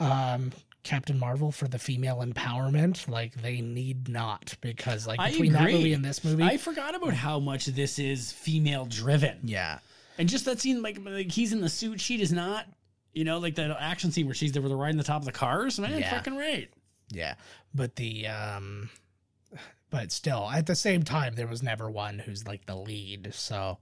Speaker 2: um Captain Marvel for the female empowerment, like they need not because like
Speaker 1: I
Speaker 2: between that
Speaker 1: agree.
Speaker 2: movie and this movie,
Speaker 1: I forgot about how much this is female driven,
Speaker 2: yeah,
Speaker 1: and just that scene, like, like he's in the suit, she does not. You know, like that action scene where she's there with her riding the top of the cars, man,
Speaker 2: Yeah.
Speaker 1: fucking right.
Speaker 2: Yeah, but the um, but still, at the same time, there was never one who's like the lead. So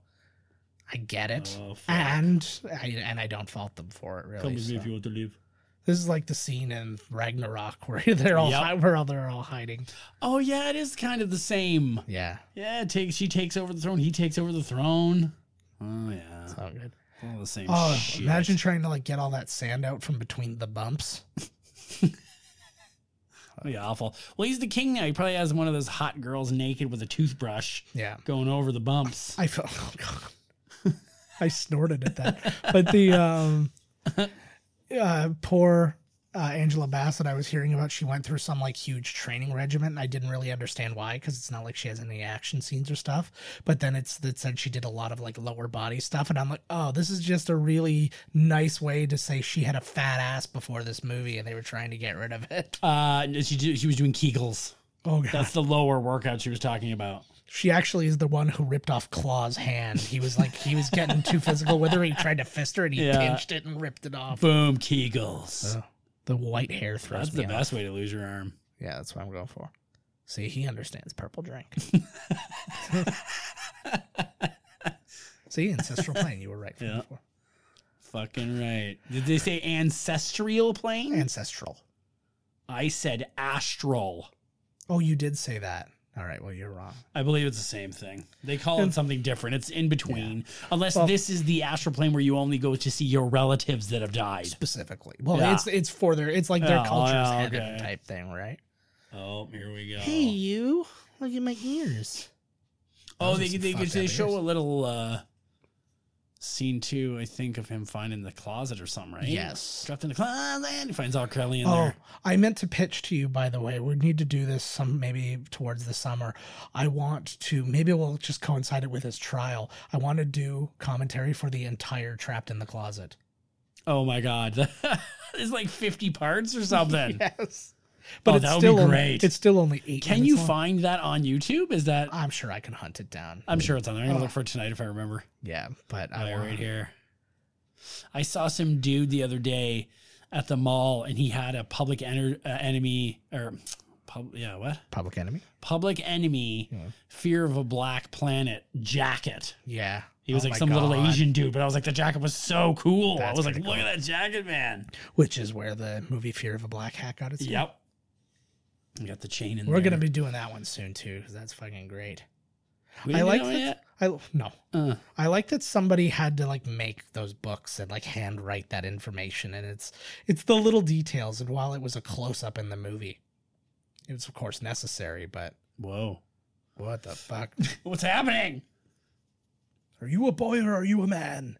Speaker 2: I get it,
Speaker 1: Oh, fuck.
Speaker 2: and I and I don't fault them for it really. so.
Speaker 1: want to leave.
Speaker 2: This is like the scene in Ragnarok where they're all
Speaker 1: Yep.
Speaker 2: hi- where all they're all hiding.
Speaker 1: Oh yeah, it is kind of the same.
Speaker 2: Yeah,
Speaker 1: Yeah, it takes she takes over the throne. He takes over the throne. Oh yeah,
Speaker 2: so good.
Speaker 1: all the same.
Speaker 2: Oh,
Speaker 1: shit.
Speaker 2: imagine trying to like get all that sand out from between the bumps.
Speaker 1: Oh, yeah, awful. Well, he's the king now. He probably has one of those hot girls naked with a toothbrush
Speaker 2: Yeah.
Speaker 1: going over the bumps.
Speaker 2: I felt oh god. I snorted at that. But the um uh poor uh, Angela Bassett I was hearing about she went through some like huge training regiment and I didn't really understand why cuz it's not like she has any action scenes or stuff but then it's that said she did a lot of like lower body stuff and I'm like oh this is just a really nice way to say she had a fat ass before this movie and they were trying to get rid of it.
Speaker 1: Uh, no, she do- she was doing Kegels.
Speaker 2: Oh god.
Speaker 1: That's the lower workout she was talking about.
Speaker 2: She actually is the one who ripped off Claw's hand. He was like, he was getting too physical with her. He tried to fist her and he
Speaker 1: Yeah.
Speaker 2: pinched it and ripped it off.
Speaker 1: Boom, Kegels.
Speaker 2: Uh, the white hair
Speaker 1: That's
Speaker 2: throws
Speaker 1: the
Speaker 2: me off.
Speaker 1: best way to lose your arm.
Speaker 2: Yeah, that's what I'm going for. See, he understands purple drink. See, ancestral plane. You were right from
Speaker 1: Yeah.
Speaker 2: before.
Speaker 1: Fucking right. Did they say ancestral plane?
Speaker 2: Ancestral.
Speaker 1: I said astral.
Speaker 2: Oh, you did say that. All right. Well, you're wrong.
Speaker 1: I believe it's the same thing. They call it something different. It's in between, unless this is the astral plane where you only go to see your relatives that have died.
Speaker 2: Specifically, well,
Speaker 1: Yeah.
Speaker 2: it's it's for their it's like their
Speaker 1: Oh,
Speaker 2: culture's
Speaker 1: yeah,
Speaker 2: heaven
Speaker 1: okay.
Speaker 2: type thing, right?
Speaker 1: Oh, here we go.
Speaker 2: Hey, you! Look at my ears.
Speaker 1: oh,
Speaker 2: those are
Speaker 1: they
Speaker 2: some
Speaker 1: they,
Speaker 2: fucked
Speaker 1: they
Speaker 2: up
Speaker 1: show
Speaker 2: ears.
Speaker 1: a little uh, scene two, I think, of him finding the closet or something, right?
Speaker 2: Yes.
Speaker 1: trapped in the closet. He finds all Kelly in
Speaker 2: Oh,
Speaker 1: there.
Speaker 2: I meant to pitch to you. By the way, we need to do this some maybe towards the summer. I want to maybe we'll just coincide it with his trial. I want to do commentary for the entire Trapped in the Closet.
Speaker 1: Oh my god, it's like fifty parts or something.
Speaker 2: Yes,
Speaker 1: Oh,
Speaker 2: but it's
Speaker 1: that would be
Speaker 2: still only-
Speaker 1: great.
Speaker 2: it's still only eight.
Speaker 1: Can
Speaker 2: minutes
Speaker 1: you
Speaker 2: long.
Speaker 1: find that on YouTube? Is that?
Speaker 2: I'm sure I can hunt it down.
Speaker 1: I'm sure it's on there. I'm gonna look for it tonight if I remember.
Speaker 2: Yeah, but
Speaker 1: Oh,
Speaker 2: Uh, I
Speaker 1: yeah,
Speaker 2: want-
Speaker 1: right here. I saw some dude the other day at the mall, and he had a public ener- uh, enemy or pub- yeah, what
Speaker 2: Public Enemy.
Speaker 1: public enemy fear of a black planet jacket.
Speaker 2: Yeah,
Speaker 1: He was
Speaker 2: Oh
Speaker 1: like
Speaker 2: my
Speaker 1: some little
Speaker 2: God.
Speaker 1: Asian dude, but I was like, the jacket was so cool. I
Speaker 2: That's
Speaker 1: was like,
Speaker 2: pretty
Speaker 1: look at that jacket, man.
Speaker 2: which is where the movie Fear of a Black Hat got its name.
Speaker 1: Yep. I got the chain in
Speaker 2: We're
Speaker 1: there.
Speaker 2: gonna be doing that one soon too, because that's fucking great.
Speaker 1: We
Speaker 2: I
Speaker 1: didn't
Speaker 2: like
Speaker 1: know
Speaker 2: that.
Speaker 1: yet?
Speaker 2: I no,
Speaker 1: Uh,
Speaker 2: I like that somebody had to like make those books and like handwrite that information, and it's it's the little details. And while it was a close up in the movie, it was of course necessary, but
Speaker 1: whoa.
Speaker 2: what the fuck?
Speaker 1: What's happening?
Speaker 2: are you a boy or are you a man?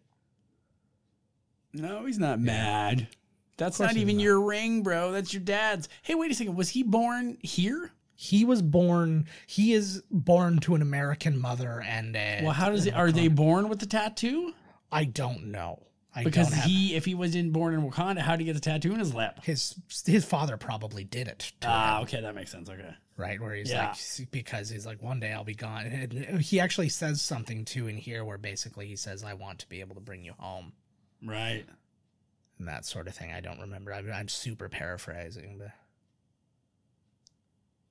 Speaker 1: No, he's not mad. That's not
Speaker 2: he's
Speaker 1: even
Speaker 2: not.
Speaker 1: your ring, bro. That's your dad's. Hey, wait a second. Was he born here?
Speaker 2: He was born. He is born to an American mother and a.
Speaker 1: Well, how does it? Are they born with the tattoo?
Speaker 2: I don't know. I
Speaker 1: Because
Speaker 2: don't have,
Speaker 1: he, if he was in born in Wakanda, how would he get the tattoo in his lip?
Speaker 2: his his father probably did it. To him.
Speaker 1: Ah, okay, that makes sense. Okay.
Speaker 2: right? Where he's
Speaker 1: Yeah.
Speaker 2: like, because he's like, one day I'll be gone. And he actually says something too in here where basically he says, I want to be able to bring you home
Speaker 1: Right.
Speaker 2: and that sort of thing. I don't remember. I'm, I'm super paraphrasing, but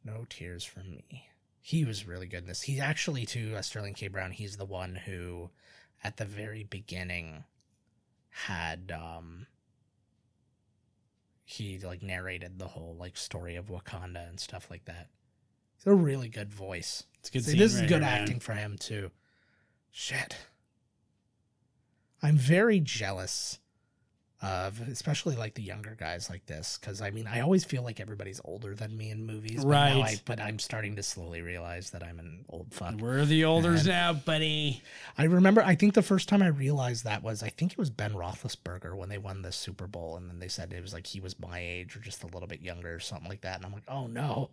Speaker 2: no tears from me. He was really good in this. He's actually, to uh, Sterling K. Brown, he's the one who, at the very beginning, had um he like narrated the whole like story of Wakanda and stuff like that. He's a really good voice.
Speaker 1: It's a good.
Speaker 2: See,
Speaker 1: scene
Speaker 2: this is
Speaker 1: right
Speaker 2: good
Speaker 1: here, man.
Speaker 2: acting for him too. Shit. I'm very jealous of especially like the younger guys like this cuz I mean I always feel like everybody's older than me in movies but now
Speaker 1: Right.
Speaker 2: I, but I'm starting to slowly realize that I'm an old fuck.
Speaker 1: We're the olders now, buddy.
Speaker 2: I remember I think the first time I realized that was I think it was Ben Roethlisberger when they won the Super Bowl and then they said it was like he was my age or just a little bit younger or something like that and I'm like oh no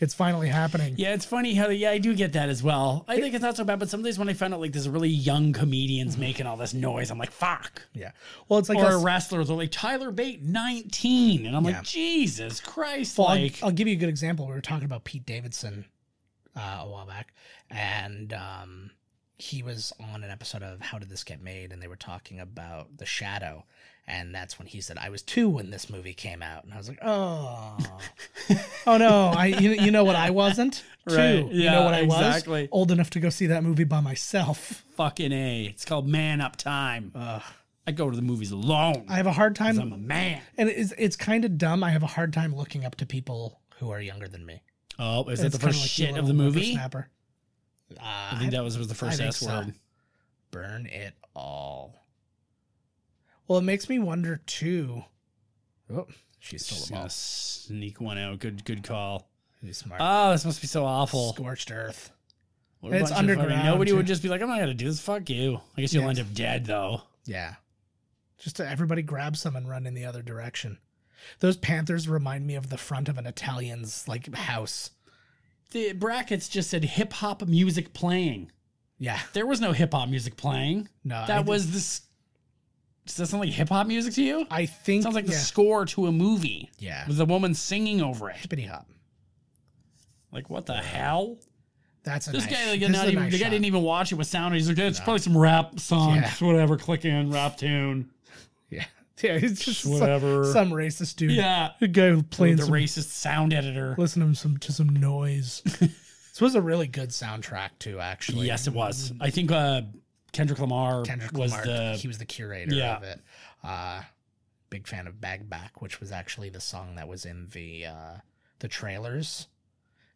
Speaker 2: it's finally happening.
Speaker 1: Yeah, it's funny how yeah I do get that as well. I think it's not so bad, but some days when I find out like there's really young comedians making all this noise, I'm like, fuck.
Speaker 2: Yeah. Well it's like
Speaker 1: or
Speaker 2: us-
Speaker 1: a wrestler, they're like Tyler Bate, 19, and I'm
Speaker 2: Yeah.
Speaker 1: like, Jesus Christ,
Speaker 2: Well, I'll-
Speaker 1: like
Speaker 2: I'll, give you a good example. We were talking about Pete Davidson uh, a while back, and um, he was on an episode of How Did This Get Made, and they were talking about The Shadow, and that's when he said, "I was two when this movie came out," and I was like, "Oh, oh no, I you, you know what I wasn't two,
Speaker 1: Right.
Speaker 2: you know
Speaker 1: Yeah,
Speaker 2: what I
Speaker 1: exactly.
Speaker 2: was old enough to go see that movie by myself."
Speaker 1: fucking a. It's called Man Up Time.
Speaker 2: Ugh.
Speaker 1: I go to the movies alone.
Speaker 2: I have a hard
Speaker 1: 'cause I'm
Speaker 2: time,
Speaker 1: a man.
Speaker 2: and it's it's kind of dumb. I have a hard time looking up to people who are younger than me.
Speaker 1: Oh, is that the
Speaker 2: It's kinda
Speaker 1: first
Speaker 2: like you
Speaker 1: shit of
Speaker 2: little
Speaker 1: the movie?
Speaker 2: whippersnapper. Uh,
Speaker 1: I think that was, was the first
Speaker 2: think
Speaker 1: S
Speaker 2: so.
Speaker 1: word.
Speaker 2: burn it all. Well, it makes me wonder too. Oh, she stole
Speaker 1: Just
Speaker 2: them
Speaker 1: gonna
Speaker 2: all.
Speaker 1: sneak one out. Good, good call.
Speaker 2: She's smart.
Speaker 1: Oh, this must be so awful.
Speaker 2: Scorched earth.
Speaker 1: What a bunch
Speaker 2: It's
Speaker 1: of fucking-
Speaker 2: underground,
Speaker 1: Nobody
Speaker 2: too.
Speaker 1: would just be like, "I'm not gonna do this." Fuck you. I guess you'll
Speaker 2: Yes.
Speaker 1: end up dead though.
Speaker 2: Yeah. Just to everybody grab some and run in the other direction. Those panthers remind me of the front of an Italian's like house.
Speaker 1: The brackets just said hip hop music playing.
Speaker 2: Yeah.
Speaker 1: There was no hip hop music playing.
Speaker 2: No. I
Speaker 1: That
Speaker 2: thi-
Speaker 1: was this. Does that sound like hip hop music to you?
Speaker 2: I think.
Speaker 1: sounds like the
Speaker 2: yeah.
Speaker 1: score to a movie
Speaker 2: Yeah.
Speaker 1: with a woman singing over it.
Speaker 2: Hippity hop.
Speaker 1: Like what the hell?
Speaker 2: That's a
Speaker 1: This
Speaker 2: nice.
Speaker 1: guy, like,
Speaker 2: this is
Speaker 1: not
Speaker 2: a
Speaker 1: even,
Speaker 2: nice
Speaker 1: the guy
Speaker 2: shot.
Speaker 1: didn't even watch it with sound. He's like, it's probably some rap song,
Speaker 2: Yeah.
Speaker 1: just whatever. Click in rap tune.
Speaker 2: Yeah. Yeah. It's just
Speaker 1: Whatever.
Speaker 2: Some, some racist dude.
Speaker 1: Yeah,
Speaker 2: The guy who
Speaker 1: the
Speaker 2: playing some
Speaker 1: racist sound editor.
Speaker 2: listen to some to some noise. this was a really good soundtrack too, actually.
Speaker 1: Yes, it was. I think uh, Kendrick Lamar
Speaker 2: Kendrick
Speaker 1: was
Speaker 2: Lamar.
Speaker 1: the
Speaker 2: he was the curator
Speaker 1: Yeah.
Speaker 2: of it. Uh, big fan of "Bag Back," which was actually the song that was in the uh, the trailers.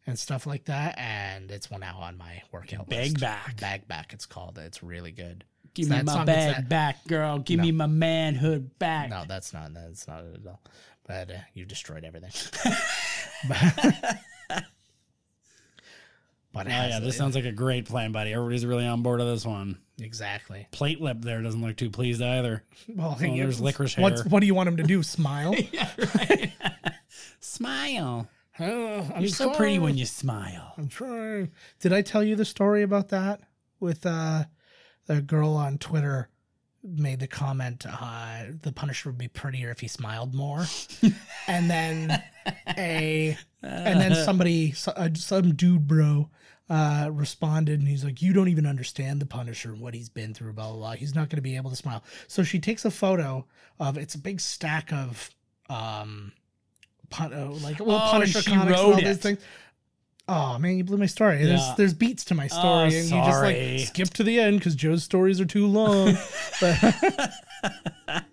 Speaker 2: and stuff like that. And it's one now on my workout
Speaker 1: Bag
Speaker 2: list.
Speaker 1: back.
Speaker 2: Bag back. It's called. It's really good.
Speaker 1: Give
Speaker 2: It's
Speaker 1: me
Speaker 2: that
Speaker 1: my
Speaker 2: song, it's
Speaker 1: bag
Speaker 2: that-
Speaker 1: back, girl. Give me my manhood back. Oh,
Speaker 2: No, that's not. That's not it at all. But uh, you've destroyed everything. but but
Speaker 1: Oh,
Speaker 2: it
Speaker 1: yeah,
Speaker 2: has-
Speaker 1: this sounds like a great plan, buddy. Everybody's really on board of this one.
Speaker 2: exactly.
Speaker 1: Plate lip there doesn't look too pleased either.
Speaker 2: Well,
Speaker 1: Oh, there's licorice
Speaker 2: what's-
Speaker 1: hair.
Speaker 2: What do you want him to do? Smile?
Speaker 1: Smile.
Speaker 2: Oh, I'm
Speaker 1: You're so pretty when you smile.
Speaker 2: I'm trying. Did I tell you the story about that with uh, the girl on Twitter made the comment uh, the Punisher would be prettier if he smiled more, and then a and then somebody so- uh, some dude bro. Uh, responded and he's like, You don't even understand the Punisher and what he's been through, blah blah blah. He's not gonna be able to smile. So she takes a photo of it's a big stack of um pun- uh, like well
Speaker 1: Oh, and
Speaker 2: Punisher
Speaker 1: she
Speaker 2: comics and
Speaker 1: wrote
Speaker 2: all these
Speaker 1: it.
Speaker 2: things. Oh man, you blew my story.
Speaker 1: Yeah.
Speaker 2: There's there's beats to my
Speaker 1: Oh,
Speaker 2: story, and you
Speaker 1: sorry.
Speaker 2: just like skip to the end because Joe's stories are too long. But
Speaker 1: I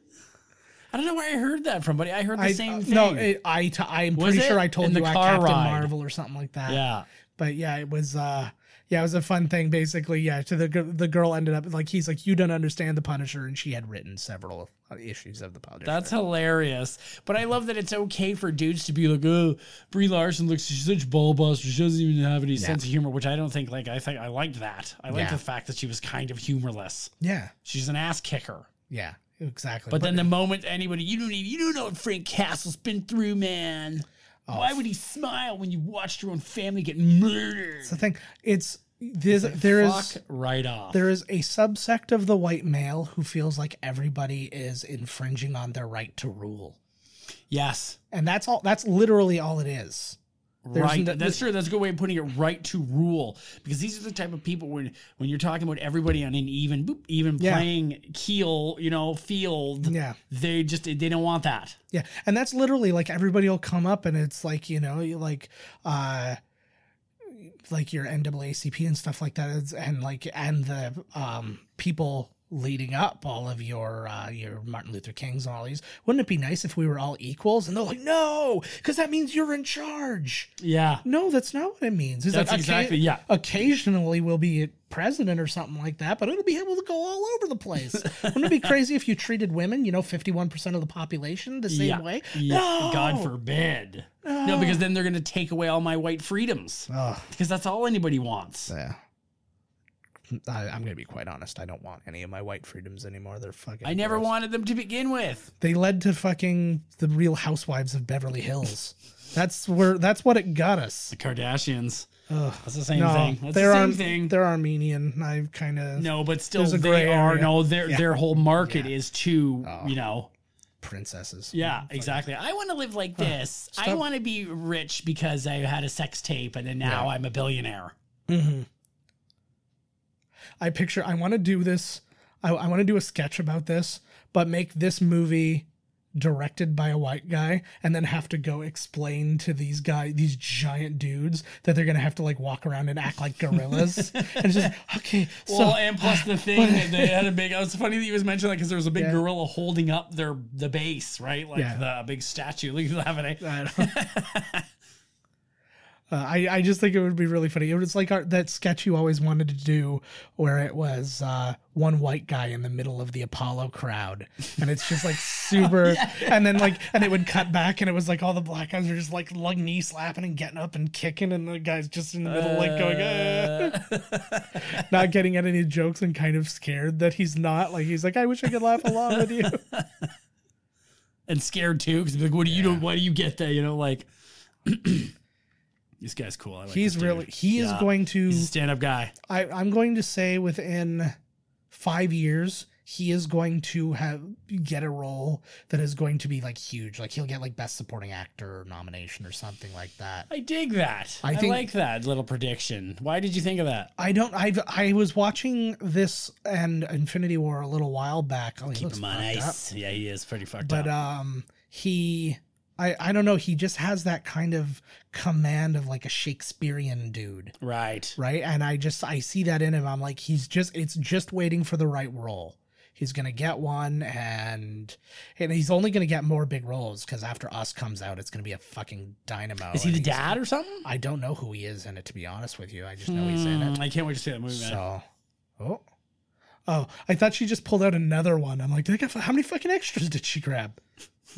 Speaker 1: don't know where I heard that from, buddy. I heard the
Speaker 2: I,
Speaker 1: same
Speaker 2: uh,
Speaker 1: thing.
Speaker 2: No, it, I t- I'm
Speaker 1: Was
Speaker 2: pretty
Speaker 1: it?
Speaker 2: sure I told
Speaker 1: In the
Speaker 2: you at
Speaker 1: car
Speaker 2: Captain
Speaker 1: ride.
Speaker 2: Marvel or something like that.
Speaker 1: yeah.
Speaker 2: But yeah, it was uh yeah, it was a fun thing basically. Yeah, to the gir- the girl ended up like he's like you don't understand the Punisher, and she had written several uh, issues of the Punisher.
Speaker 1: That's hilarious. But I love that it's okay for dudes to be like, oh, Brie Larson looks she's such ballbuster. She doesn't even have any sense of humor, which I don't think like I think I liked that. I like
Speaker 2: Yeah.
Speaker 1: the fact that she was kind of humorless.
Speaker 2: yeah,
Speaker 1: She's an ass kicker.
Speaker 2: yeah, exactly.
Speaker 1: But, then the moment anybody you don't even you don't know what Frank Castle's been through, man.
Speaker 2: Oh,
Speaker 1: Why would he smile when you watched your own family get murdered?
Speaker 2: it's the thing. It's there's there is.
Speaker 1: Fuck right off.
Speaker 2: There is a subsect of the white male who feels like everybody is infringing on their right to rule.
Speaker 1: yes.
Speaker 2: And that's all that's literally all it is. There's
Speaker 1: right.
Speaker 2: no-
Speaker 1: that's true. That's a good way of putting it. Right to rule, because these are the type of people when when you're talking about everybody on an even boop, even
Speaker 2: Yeah.
Speaker 1: playing keel, you know, field.
Speaker 2: Yeah.
Speaker 1: They just they don't want that.
Speaker 2: Yeah. And that's literally like everybody will come up and it's like, you know, you like uh like your NAACP and stuff like that It's- and like and the um people leading up all of your uh your Martin Luther Kings and all these wouldn't it be nice if we were all equals and they're like no cuz that means you're in charge
Speaker 1: Yeah.
Speaker 2: No, that's not what it means. It's
Speaker 1: That's
Speaker 2: like,
Speaker 1: exactly- yeah.
Speaker 2: Occasionally we'll be president or something like that, but it'll be able to go all over the place. Wouldn't it be crazy if you treated women, you know, fifty-one percent of the population the same
Speaker 1: yeah.
Speaker 2: way?
Speaker 1: Yeah.
Speaker 2: No,
Speaker 1: God forbid. No. because then they're going to take away all my white freedoms.
Speaker 2: Ugh.
Speaker 1: Because that's all anybody wants.
Speaker 2: Yeah. I, I'm gonna be quite honest. I don't want any of my white freedoms anymore. They're fucking.
Speaker 1: I never
Speaker 2: gross.
Speaker 1: wanted them to begin with.
Speaker 2: They led to fucking the Real Housewives of Beverly Hills. that's where. That's what it got us.
Speaker 1: The Kardashians.
Speaker 2: Ugh.
Speaker 1: That's the same thing. That's
Speaker 2: they're
Speaker 1: the same
Speaker 2: Ar-
Speaker 1: thing.
Speaker 2: They're Armenian. I kind of
Speaker 1: No, but still,
Speaker 2: There's a
Speaker 1: they
Speaker 2: gray
Speaker 1: are
Speaker 2: area.
Speaker 1: no. Their
Speaker 2: Yeah.
Speaker 1: their whole market is to
Speaker 2: Oh.
Speaker 1: you know.
Speaker 2: princesses.
Speaker 1: Yeah, exactly. I want to live like this. I
Speaker 2: Stop.
Speaker 1: want to be rich because I had a sex tape and then now
Speaker 2: Yeah.
Speaker 1: I'm a billionaire.
Speaker 2: hmm I picture I want to do this. I, I want to do a sketch about this, but make this movie directed by a white guy, and then have to go explain to these guy, these giant dudes, that they're gonna have to like walk around and act like gorillas. and it's just okay.
Speaker 1: well,
Speaker 2: so
Speaker 1: and plus the thing that they had a big. It's funny that you was mentioning that because there was a big
Speaker 2: Yeah.
Speaker 1: gorilla holding up their the base, right? Like
Speaker 2: Yeah.
Speaker 1: the big statue. Look at that.
Speaker 2: I, don't- um, Uh, I I just think it would be really funny. It was like our, that sketch you always wanted to do, where it was uh, one white guy in the middle of the Apollo crowd, and it's just like
Speaker 1: Oh,
Speaker 2: super. And then like, and it would cut back, and it was like all the black guys were just like like knee slapping and getting up and kicking, and the guys just in the middle like going, "Eh,"
Speaker 1: Uh.
Speaker 2: not getting at any jokes, and kind of scared that he's not. Like he's like, I wish I could laugh along with you.
Speaker 1: and scared too because like, what do you do? Why do you get that? You know, like this guy's cool. I like
Speaker 2: he's
Speaker 1: this dude.
Speaker 2: really he is
Speaker 1: Yeah.
Speaker 2: going to
Speaker 1: He's a stand up guy.
Speaker 2: I, I'm going to say within five years, he is going to have get a role that is going to be like huge. Like he'll get like best supporting actor nomination or something like that.
Speaker 1: I dig that. I,
Speaker 2: I think-
Speaker 1: like that little prediction. Why did you think of that?
Speaker 2: I don't. I I was watching this and Infinity War a little while back. Oh, he
Speaker 1: Keep
Speaker 2: looks
Speaker 1: him on
Speaker 2: fucked up.
Speaker 1: ice. Yeah, he is pretty fucked
Speaker 2: but
Speaker 1: up.
Speaker 2: um he I, I don't know he just has that kind of command of like a shakespearean dude
Speaker 1: right.
Speaker 2: right and i just i see that in him i'm like he's just it's just waiting for the right role He's gonna get one, and and he's only gonna get more big roles because after Us comes out, it's gonna be a fucking dynamo.
Speaker 1: Is he the
Speaker 2: and Oh, he's-
Speaker 1: dad or something?
Speaker 2: I don't know who he is in it, to be honest with you. I just know he's in it.
Speaker 1: Hmm, I can't wait to see that movie, man.
Speaker 2: So, oh, oh, I thought she just pulled out another one. I'm like, "Did I get- how many fucking extras did she grab?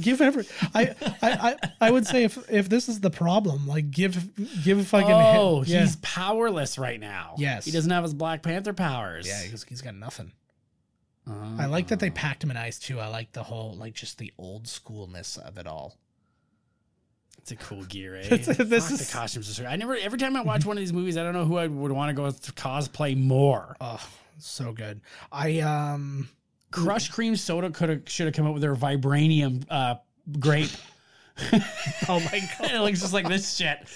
Speaker 2: Give every, I, I, I, I would say if if this is the problem, like give give fucking. him-
Speaker 1: oh,
Speaker 2: yeah.
Speaker 1: he's powerless right now.
Speaker 2: Yes.
Speaker 1: he doesn't have his Black Panther powers.
Speaker 2: yeah, he's, he's got nothing.
Speaker 1: Oh.
Speaker 2: I like that they packed him in ice too. I like the whole like just the old schoolness of it all.
Speaker 1: It's a cool gear, eh?
Speaker 2: It's- this
Speaker 1: Fuck,
Speaker 2: is-
Speaker 1: the costumes are so. I never. Every time I watch one of these movies, I don't know who I would want to go with to cosplay more.
Speaker 2: Oh, so good. I um
Speaker 1: Crush cream soda could have should have come up with their vibranium uh, grape.
Speaker 2: oh my
Speaker 1: and it looks just like this shit.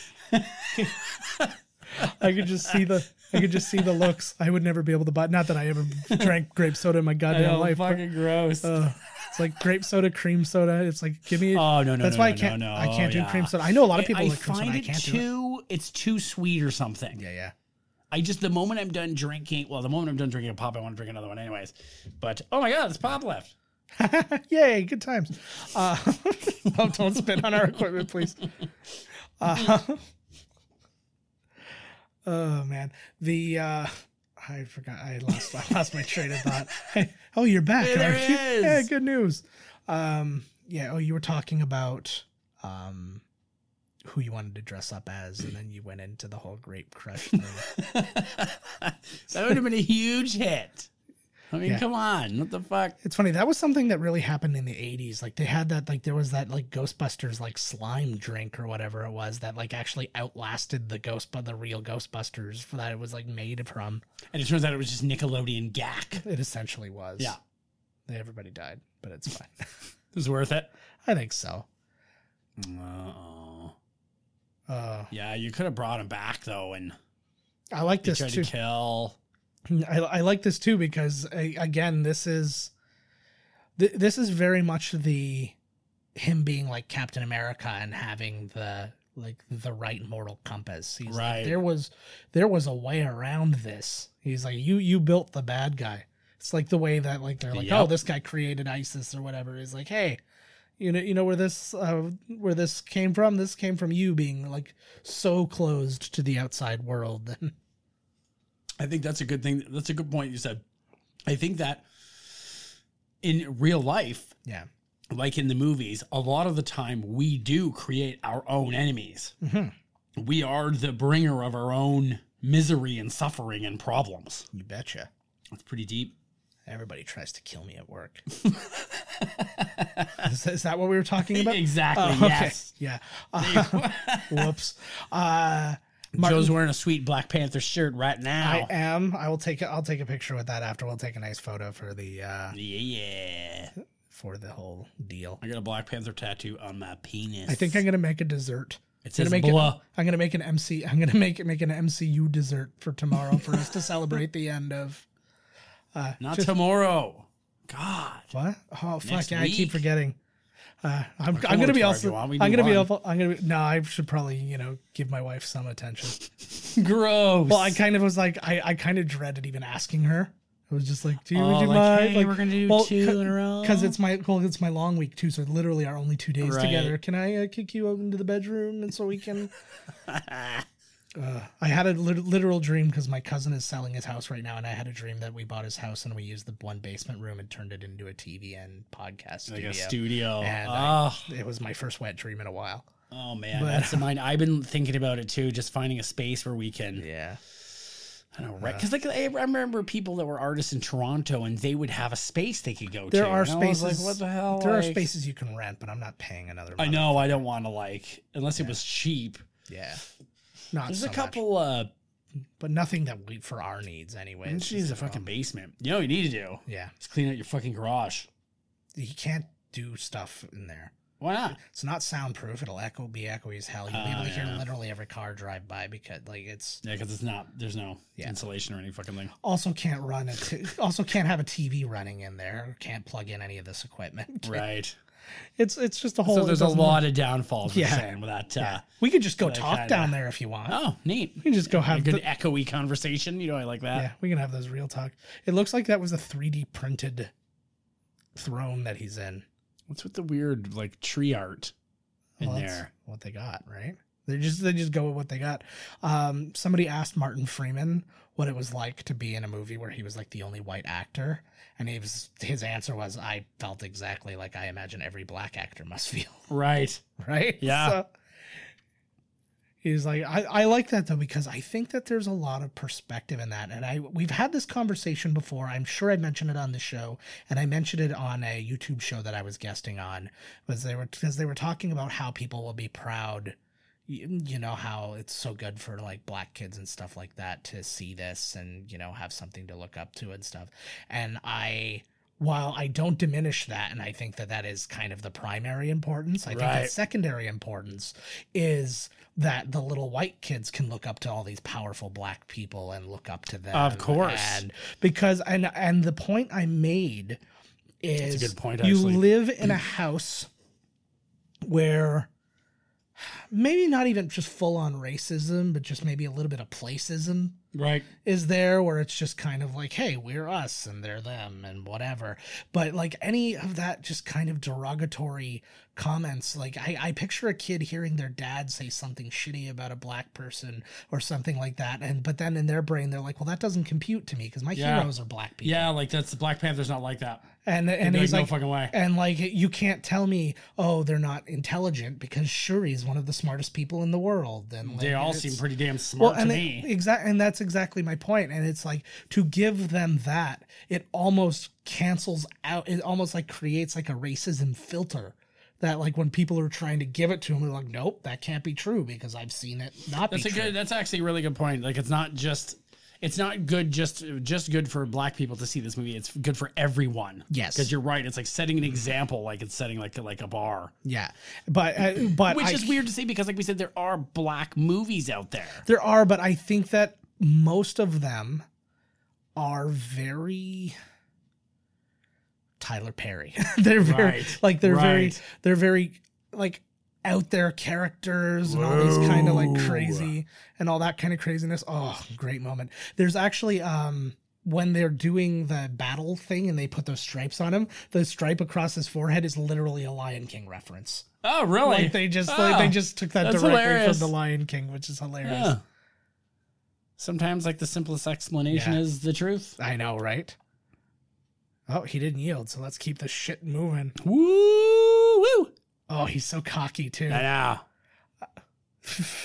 Speaker 2: I could just see the I could just see the looks. I would never be able to buy. Not that I ever drank grape soda in my goddamn
Speaker 1: Oh,
Speaker 2: life. but-
Speaker 1: fucking gross.
Speaker 2: Uh, it's like grape soda, cream soda. It's like give me.
Speaker 1: Oh, no, no,
Speaker 2: That's
Speaker 1: no,
Speaker 2: why I
Speaker 1: no,
Speaker 2: can't.
Speaker 1: no, no.
Speaker 2: I can't do
Speaker 1: Yeah.
Speaker 2: cream soda. I know a lot of
Speaker 1: I-
Speaker 2: people
Speaker 1: I
Speaker 2: like cream
Speaker 1: find
Speaker 2: soda. I
Speaker 1: it
Speaker 2: can't do it.
Speaker 1: too. It's too sweet or something.
Speaker 2: Yeah, yeah.
Speaker 1: I just the moment I'm done drinking. Well, the moment I'm done drinking a pop, I want to drink another one, anyways. But oh my god, there's pop left.
Speaker 2: Yay, good times. Uh, oh, don't spit on our equipment, please. Uh, oh man, the uh, I forgot. I lost. I lost my train of thought. Hey, oh, you're back.
Speaker 1: Hey, there
Speaker 2: aren't
Speaker 1: he
Speaker 2: you?
Speaker 1: is.
Speaker 2: Yeah, good news. Um, yeah. Oh, you were talking about um, who you wanted to dress up as, and then you went into the whole grape crush thing.
Speaker 1: that would have been a huge hit. I mean,
Speaker 2: Yeah.
Speaker 1: come on, what the fuck?
Speaker 2: It's funny. That was something that really happened in the 80s. Like they had that like there was that like Ghostbusters like slime drink or whatever it was that like actually outlasted the ghost but the real Ghostbusters for that it was like made from.
Speaker 1: And it turns out it was just Nickelodeon gack.
Speaker 2: It essentially was.
Speaker 1: Yeah.
Speaker 2: They- Everybody died, but it's fine.
Speaker 1: It was worth it.
Speaker 2: I think so.
Speaker 1: Uh-oh.
Speaker 2: Uh,
Speaker 1: Yeah, you could have brought him back though, and
Speaker 2: I like
Speaker 1: they
Speaker 2: this
Speaker 1: tried
Speaker 2: too.
Speaker 1: to kill.
Speaker 2: I, I like this too because a- again, this is th- this is very much the him being like Captain America and having the like the right moral compass. He's
Speaker 1: Right.
Speaker 2: like, there was there was a way around this. He's like you you built the bad guy. It's like the way that like they're like
Speaker 1: Yep.
Speaker 2: oh this guy created ISIS or whatever. Is like hey. You know, you know where this uh, where this came from. This came from you being like so closed to the outside world.
Speaker 1: I think that's a good thing. That's a good point you said. I think that in real life,
Speaker 2: yeah,
Speaker 1: like in the movies, a lot of the time we do create our own enemies.
Speaker 2: Mhm.
Speaker 1: We are the bringer of our own misery and suffering and problems.
Speaker 2: you betcha.
Speaker 1: That's pretty deep.
Speaker 2: Everybody tries to kill me at work. is, is that what we were talking about?
Speaker 1: Exactly.
Speaker 2: Oh, okay.
Speaker 1: Yes.
Speaker 2: Yeah. Uh, whoops. Uh,
Speaker 1: Joe's wearing a sweet Black Panther shirt right
Speaker 2: I
Speaker 1: now.
Speaker 2: am. I will take. A, I'll take a picture with that after. We'll take a nice photo for the uh,
Speaker 1: yeah.
Speaker 2: for the whole deal.
Speaker 1: I got a Black Panther tattoo on my penis.
Speaker 2: I think I'm gonna make a dessert.
Speaker 1: it
Speaker 2: I'm
Speaker 1: says
Speaker 2: gonna make
Speaker 1: blah.
Speaker 2: it, I'm gonna make an MC. I'm gonna make make an MCU dessert for tomorrow for us to celebrate the end of.
Speaker 1: Not tomorrow. God.
Speaker 2: What? Oh fuck!
Speaker 1: Next
Speaker 2: yeah, I keep
Speaker 1: week.
Speaker 2: forgetting. Uh, I'm,
Speaker 1: come
Speaker 2: I'm gonna
Speaker 1: on,
Speaker 2: be
Speaker 1: Tara,
Speaker 2: also.
Speaker 1: if you want,
Speaker 2: I'm
Speaker 1: we
Speaker 2: gonna
Speaker 1: do
Speaker 2: be.
Speaker 1: one.
Speaker 2: Awful, I'm gonna. Be, no, I should probably you know give my wife some attention.
Speaker 1: Gross.
Speaker 2: well, I kind of was like, I, I kind of dreaded even asking her. I was just like, do you,
Speaker 1: Oh,
Speaker 2: would you
Speaker 1: like,
Speaker 2: mind?
Speaker 1: hey, we're gonna do two in a row?
Speaker 2: because it's my well, it's my long week too. So literally our only two days
Speaker 1: Right.
Speaker 2: together. Can I uh, kick you out into the bedroom and so we can? uh, I had a lit- literal dream because my cousin is selling his house right now, and I had a dream that we bought his house and we used the one basement room and turned it into a TV and podcast
Speaker 1: like
Speaker 2: studio.
Speaker 1: a studio.
Speaker 2: And I-
Speaker 1: Ah.
Speaker 2: it was my first wet dream in a while.
Speaker 1: oh man,
Speaker 2: but-
Speaker 1: that's the mind. I've been thinking about it too. Just finding a space where we can.
Speaker 2: Yeah.
Speaker 1: I know, right? Because like I I remember people that were artists in Toronto, and they would have a space they could go to.
Speaker 2: There are
Speaker 1: and I was
Speaker 2: spaces.
Speaker 1: Like, what the hell?
Speaker 2: There are
Speaker 1: Oh, like-
Speaker 2: spaces you can rent, but I'm not paying another.
Speaker 1: I know. I don't want to like unless it was cheap.
Speaker 2: Yeah. Not
Speaker 1: There's
Speaker 2: so
Speaker 1: a
Speaker 2: much,
Speaker 1: couple. uh
Speaker 2: but nothing that we for our needs anyway.
Speaker 1: She needs a fucking basement. You know what you need to do?
Speaker 2: Yeah,
Speaker 1: Just clean out your fucking garage.
Speaker 2: he can't do stuff in there.
Speaker 1: Why not?
Speaker 2: It's not soundproof. It'll echo, be echoey as hell. You'll be
Speaker 1: Oh,
Speaker 2: able to hear
Speaker 1: yeah.
Speaker 2: literally every car drive by because like it's
Speaker 1: Yeah, because it's not. There's no
Speaker 2: Yeah.
Speaker 1: insulation or any fucking thing.
Speaker 2: also can't run a t- also can't have a TV running in there. or Can't plug in any of this equipment.
Speaker 1: Right.
Speaker 2: It's it's just a whole.
Speaker 1: So
Speaker 2: it
Speaker 1: there's a
Speaker 2: doesn't-
Speaker 1: lot of downfalls. Yeah.
Speaker 2: Yeah.
Speaker 1: We're saying with that. Uh,
Speaker 2: We could just go talk
Speaker 1: kinda-
Speaker 2: down there if you want.
Speaker 1: Oh, neat.
Speaker 2: We can just go
Speaker 1: A
Speaker 2: have
Speaker 1: good
Speaker 2: the-
Speaker 1: echoey conversation. You know, I like that.
Speaker 2: yeah. We can have those real talk. It looks like that was a 3D printed throne that he's in.
Speaker 1: What's with the weird like tree art in
Speaker 2: Well, that's
Speaker 1: there?
Speaker 2: what they got, right? They just they just go with what they got. Um, somebody asked Martin Freeman what it was like to be in a movie where he was like the only white actor, and he was his answer was, "I felt exactly like I imagine every black actor must feel."
Speaker 1: Right.
Speaker 2: right?
Speaker 1: Yeah.
Speaker 2: So, he's like, I, I like that though because I think that there's a lot of perspective in that, and I we've had this conversation before. I'm sure I mentioned it on the show, and I mentioned it on a YouTube show that I was guesting on. Was they were because they were talking about how people will be proud. You you know how it's so good for like black kids and stuff like that to see this and you know have something to look up to and stuff. And I, while I don't diminish that, and I think that that is kind of the primary importance, I think
Speaker 1: Right.
Speaker 2: the secondary importance is that the little white kids can look up to all these powerful black people and look up to them.
Speaker 1: Of course.
Speaker 2: And because and and the point I made is
Speaker 1: good point,
Speaker 2: you
Speaker 1: actually.
Speaker 2: live in a house where maybe not even just full on racism, but just maybe a little bit of placism
Speaker 1: Right.
Speaker 2: is there where it's just kind of like, hey, we're us and they're them and whatever. But like any of that just kind of derogatory comments, like I, I picture a kid hearing their dad say something shitty about a black person or something like that. And but then in their brain, they're like, well, that doesn't compute to me because my
Speaker 1: Yeah.
Speaker 2: heroes are black people.
Speaker 1: Yeah, like that's the Black Panther's not like that.
Speaker 2: And and
Speaker 1: And
Speaker 2: he's
Speaker 1: like,
Speaker 2: like,
Speaker 1: no fucking way.
Speaker 2: and like you can't tell me, oh, they're not intelligent because Shuri's one of the smartest people in the world. And like,
Speaker 1: They all
Speaker 2: it's-
Speaker 1: seem pretty damn smart
Speaker 2: and
Speaker 1: to
Speaker 2: it-
Speaker 1: me.
Speaker 2: exact- and that's exactly my point. And it's like to give them that, it almost cancels out. It almost like creates like a racism filter. That like when people are trying to give it to them, they're like, nope, that can't be true because I've seen it not
Speaker 1: That's
Speaker 2: be
Speaker 1: a
Speaker 2: true.
Speaker 1: good. That's actually a really good point. Like it's not just. It's not good just just good for black people to see this movie. It's good for everyone.
Speaker 2: Yes.
Speaker 1: because you're right. It's like setting an example. Like it's setting like like a bar,
Speaker 2: yeah, but uh, but
Speaker 1: which
Speaker 2: I-
Speaker 1: is weird to see because like we said, there are black movies out there.
Speaker 2: There are, but I think that most of them are very Tyler Perry. they're very
Speaker 1: Right,
Speaker 2: like they're very
Speaker 1: right.
Speaker 2: they're very like out there characters and all these kind of like
Speaker 3: Whoa.
Speaker 2: crazy and all that kind of craziness. Oh, great moment. There's actually um when they're doing the battle thing and they put those stripes on him, the stripe across his forehead is literally a Lion King reference.
Speaker 1: Oh, really?
Speaker 2: Like they just like
Speaker 1: Oh,
Speaker 2: they just took that
Speaker 1: that's
Speaker 2: directly
Speaker 1: hilarious.
Speaker 2: from the Lion King, which is hilarious.
Speaker 1: yeah. Sometimes like the simplest explanation
Speaker 2: Yeah.
Speaker 1: is the truth.
Speaker 2: I know, right? Oh, he didn't yield, so let's keep this shit moving.
Speaker 1: Woo woo.
Speaker 2: Oh, he's so cocky too.
Speaker 1: I know.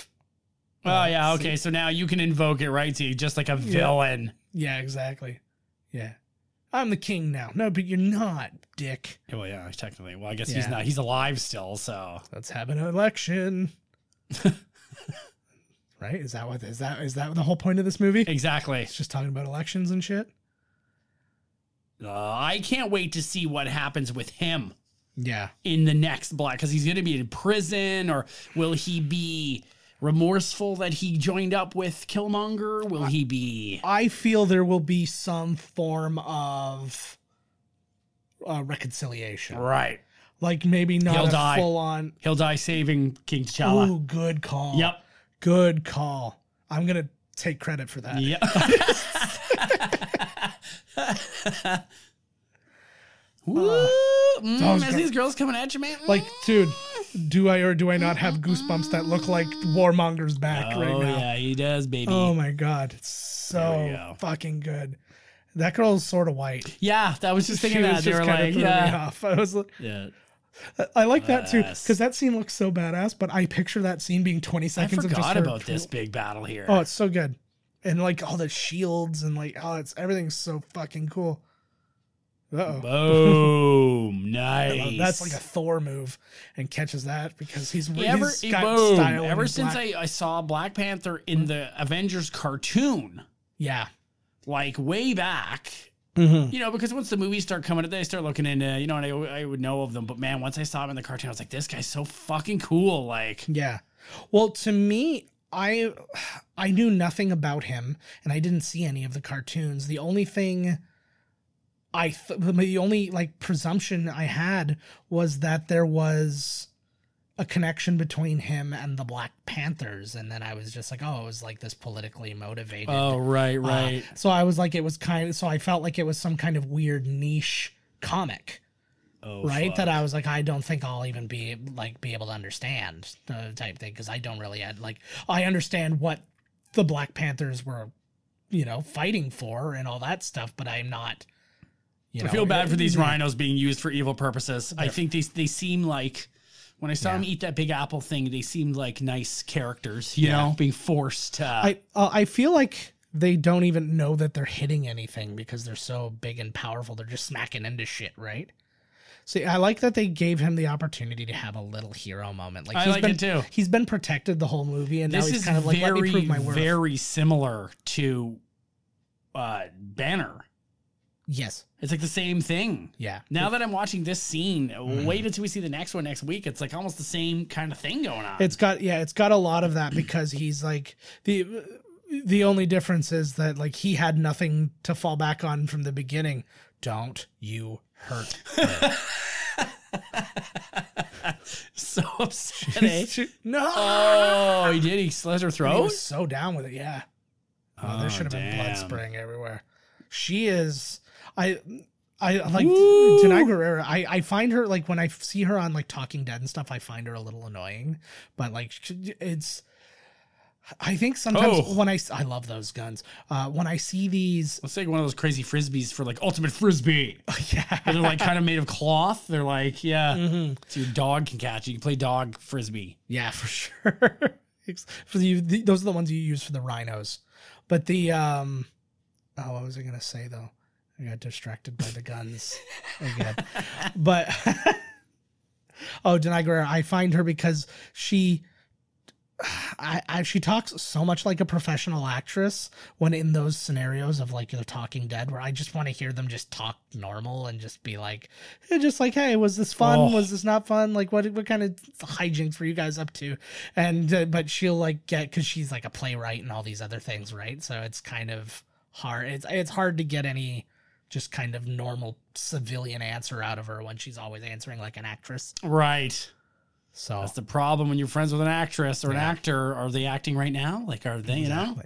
Speaker 1: Oh yeah, okay. So now you can invoke it, right? To just like a villain.
Speaker 2: Yeah, exactly. Yeah. I'm the king now. No, but you're not, dick.
Speaker 1: Well, yeah, technically. Well, I guess
Speaker 2: Yeah.
Speaker 1: he's not. He's alive still, so
Speaker 2: Let's have an election. right? Is that what is that is that the whole point of this movie?
Speaker 1: exactly.
Speaker 2: It's just talking about elections and shit?
Speaker 1: Uh, I can't wait to see what happens with him
Speaker 2: Yeah.
Speaker 1: in the next black because he's going to be in prison, or will he be remorseful that he joined up with Killmonger? Will he be?
Speaker 2: I feel there will be some form of uh, reconciliation.
Speaker 1: Right.
Speaker 2: Like maybe not
Speaker 1: He'll
Speaker 2: a
Speaker 1: die.
Speaker 2: full on
Speaker 1: He'll die saving King T'Challa.
Speaker 2: Ooh, good call.
Speaker 1: Yep.
Speaker 2: Good call. I'm gonna take credit for that.
Speaker 1: Yep. Woo! Mm,
Speaker 2: Those
Speaker 1: as
Speaker 2: go-
Speaker 1: these girls coming at you, man.
Speaker 2: Like, dude, do I or do I not have goosebumps that look like Warmonger's back
Speaker 1: oh
Speaker 2: right now?
Speaker 1: yeah, he does, baby.
Speaker 2: Oh my god, it's
Speaker 1: There we
Speaker 2: so
Speaker 1: go.
Speaker 2: fucking good. That girl's sort of white.
Speaker 1: yeah, that was just thinking
Speaker 2: She
Speaker 1: that
Speaker 2: was
Speaker 1: they
Speaker 2: just
Speaker 1: were
Speaker 2: kinda
Speaker 1: like,
Speaker 2: throwing me
Speaker 1: yeah,
Speaker 2: off. I was like,
Speaker 1: yeah.
Speaker 2: I like that too
Speaker 1: Yes.
Speaker 2: because that scene looks so badass. But I picture that scene being 20
Speaker 1: I
Speaker 2: seconds. of just
Speaker 1: forgot
Speaker 2: her
Speaker 1: about
Speaker 2: twirl-
Speaker 1: this big battle here.
Speaker 2: Oh, it's so good, and like all the shields and like oh, it's everything's so fucking cool. Uh oh.
Speaker 1: Boom!
Speaker 2: I love-
Speaker 1: nice.
Speaker 2: That's like a Thor move, and catches that because he's
Speaker 1: You ever,
Speaker 2: he's got
Speaker 1: boom.
Speaker 2: style and
Speaker 1: ever
Speaker 2: he's
Speaker 1: since
Speaker 2: black.
Speaker 1: I, I saw Black Panther in the Avengers cartoon,
Speaker 2: yeah
Speaker 1: like way back, You know, because once the movies start coming out, they start looking into, you know, and I, I would know of them. But man, once I saw him in the cartoon, I was like, this guy's so fucking cool. Like,
Speaker 2: yeah. Well, to me, I I knew nothing about him, and I didn't see any of the cartoons. The only thing I th- the only like presumption I had was that there was a connection between him and the Black Panthers, and then I was just like, oh, it was like this politically motivated.
Speaker 1: right,
Speaker 2: Uh, so I was like, it was kind of, so I felt like it was some kind of weird niche comic.
Speaker 1: oh,
Speaker 2: right?
Speaker 1: fuck.
Speaker 2: That I was like, I don't think I'll even be like be able to understand uh, type thing because I don't really had, like I understand what the Black Panthers were, you know, fighting for and all that stuff, but I'm not. You know,
Speaker 1: I feel bad for these rhinos being used for evil purposes. I think they they seem like when I saw them eat that big apple thing, they seemed like nice characters, you know, being forced to.
Speaker 2: I uh, I feel like they don't even know that they're hitting anything because they're so big and powerful. They're just smacking into shit, right? See, I like that they gave him the opportunity to have a little hero moment. Like
Speaker 1: I
Speaker 2: he's
Speaker 1: like
Speaker 2: been,
Speaker 1: it too.
Speaker 2: He's been protected the whole movie, and
Speaker 1: this
Speaker 2: now he's
Speaker 1: is
Speaker 2: kind of like,
Speaker 1: very
Speaker 2: let me prove my worth.
Speaker 1: very similar to uh, Banner.
Speaker 2: yes,
Speaker 1: It's like the same thing.
Speaker 2: yeah.
Speaker 1: Now that I'm watching this scene,
Speaker 2: Mm-hmm.
Speaker 1: wait until we see the next one next week. It's like almost the same kind of thing going on.
Speaker 2: It's got yeah, it's got a lot of that because he's like the the only difference is that like he had nothing to fall back on from the beginning. Don't you hurt?
Speaker 1: so upsetting.
Speaker 2: no.
Speaker 1: oh, he did. He slit her
Speaker 2: He
Speaker 1: throat.
Speaker 2: was so down with it. Yeah. Oh,
Speaker 1: Oh,
Speaker 2: there should have been
Speaker 1: damn.
Speaker 2: blood spraying everywhere. She is. I. I like
Speaker 1: Woo!
Speaker 2: Denai Guerrero. I, I find her like when I see her on like Talking Dead and stuff. I find her a little annoying, but like she- it's. I think sometimes
Speaker 1: Oh.
Speaker 2: when I s- I love those guns. Uh, when I see these,
Speaker 1: Let's take one of those crazy frisbees for like ultimate frisbee.
Speaker 2: yeah,
Speaker 1: They're like kind of made of cloth. They're like, yeah.
Speaker 2: Mm. Mm-hmm.
Speaker 1: So your dog can catch it. You can play dog frisbee.
Speaker 2: Yeah, for sure. Ex- for the, the- those are the ones you use for the rhinos. But the um, oh, what was I gonna say though? I got distracted by the guns again. But oh, Denai Guerrero, I find her because she. I, I she talks so much like a professional actress when in those scenarios of like the Talking Dead where I just want to hear them just talk normal and just be like eh, just like hey was this fun
Speaker 1: Oh.
Speaker 2: was this not fun like what what kind of hijinks were you guys up to and uh, but she'll like get because she's like a playwright and all these other things right so it's kind of hard it's it's hard to get any just kind of normal civilian answer out of her when she's always answering like an actress
Speaker 1: Right.
Speaker 2: so
Speaker 1: That's the problem when you're friends with an actress or an
Speaker 2: Yeah.
Speaker 1: actor. Are they acting right now? Like, are they, you know,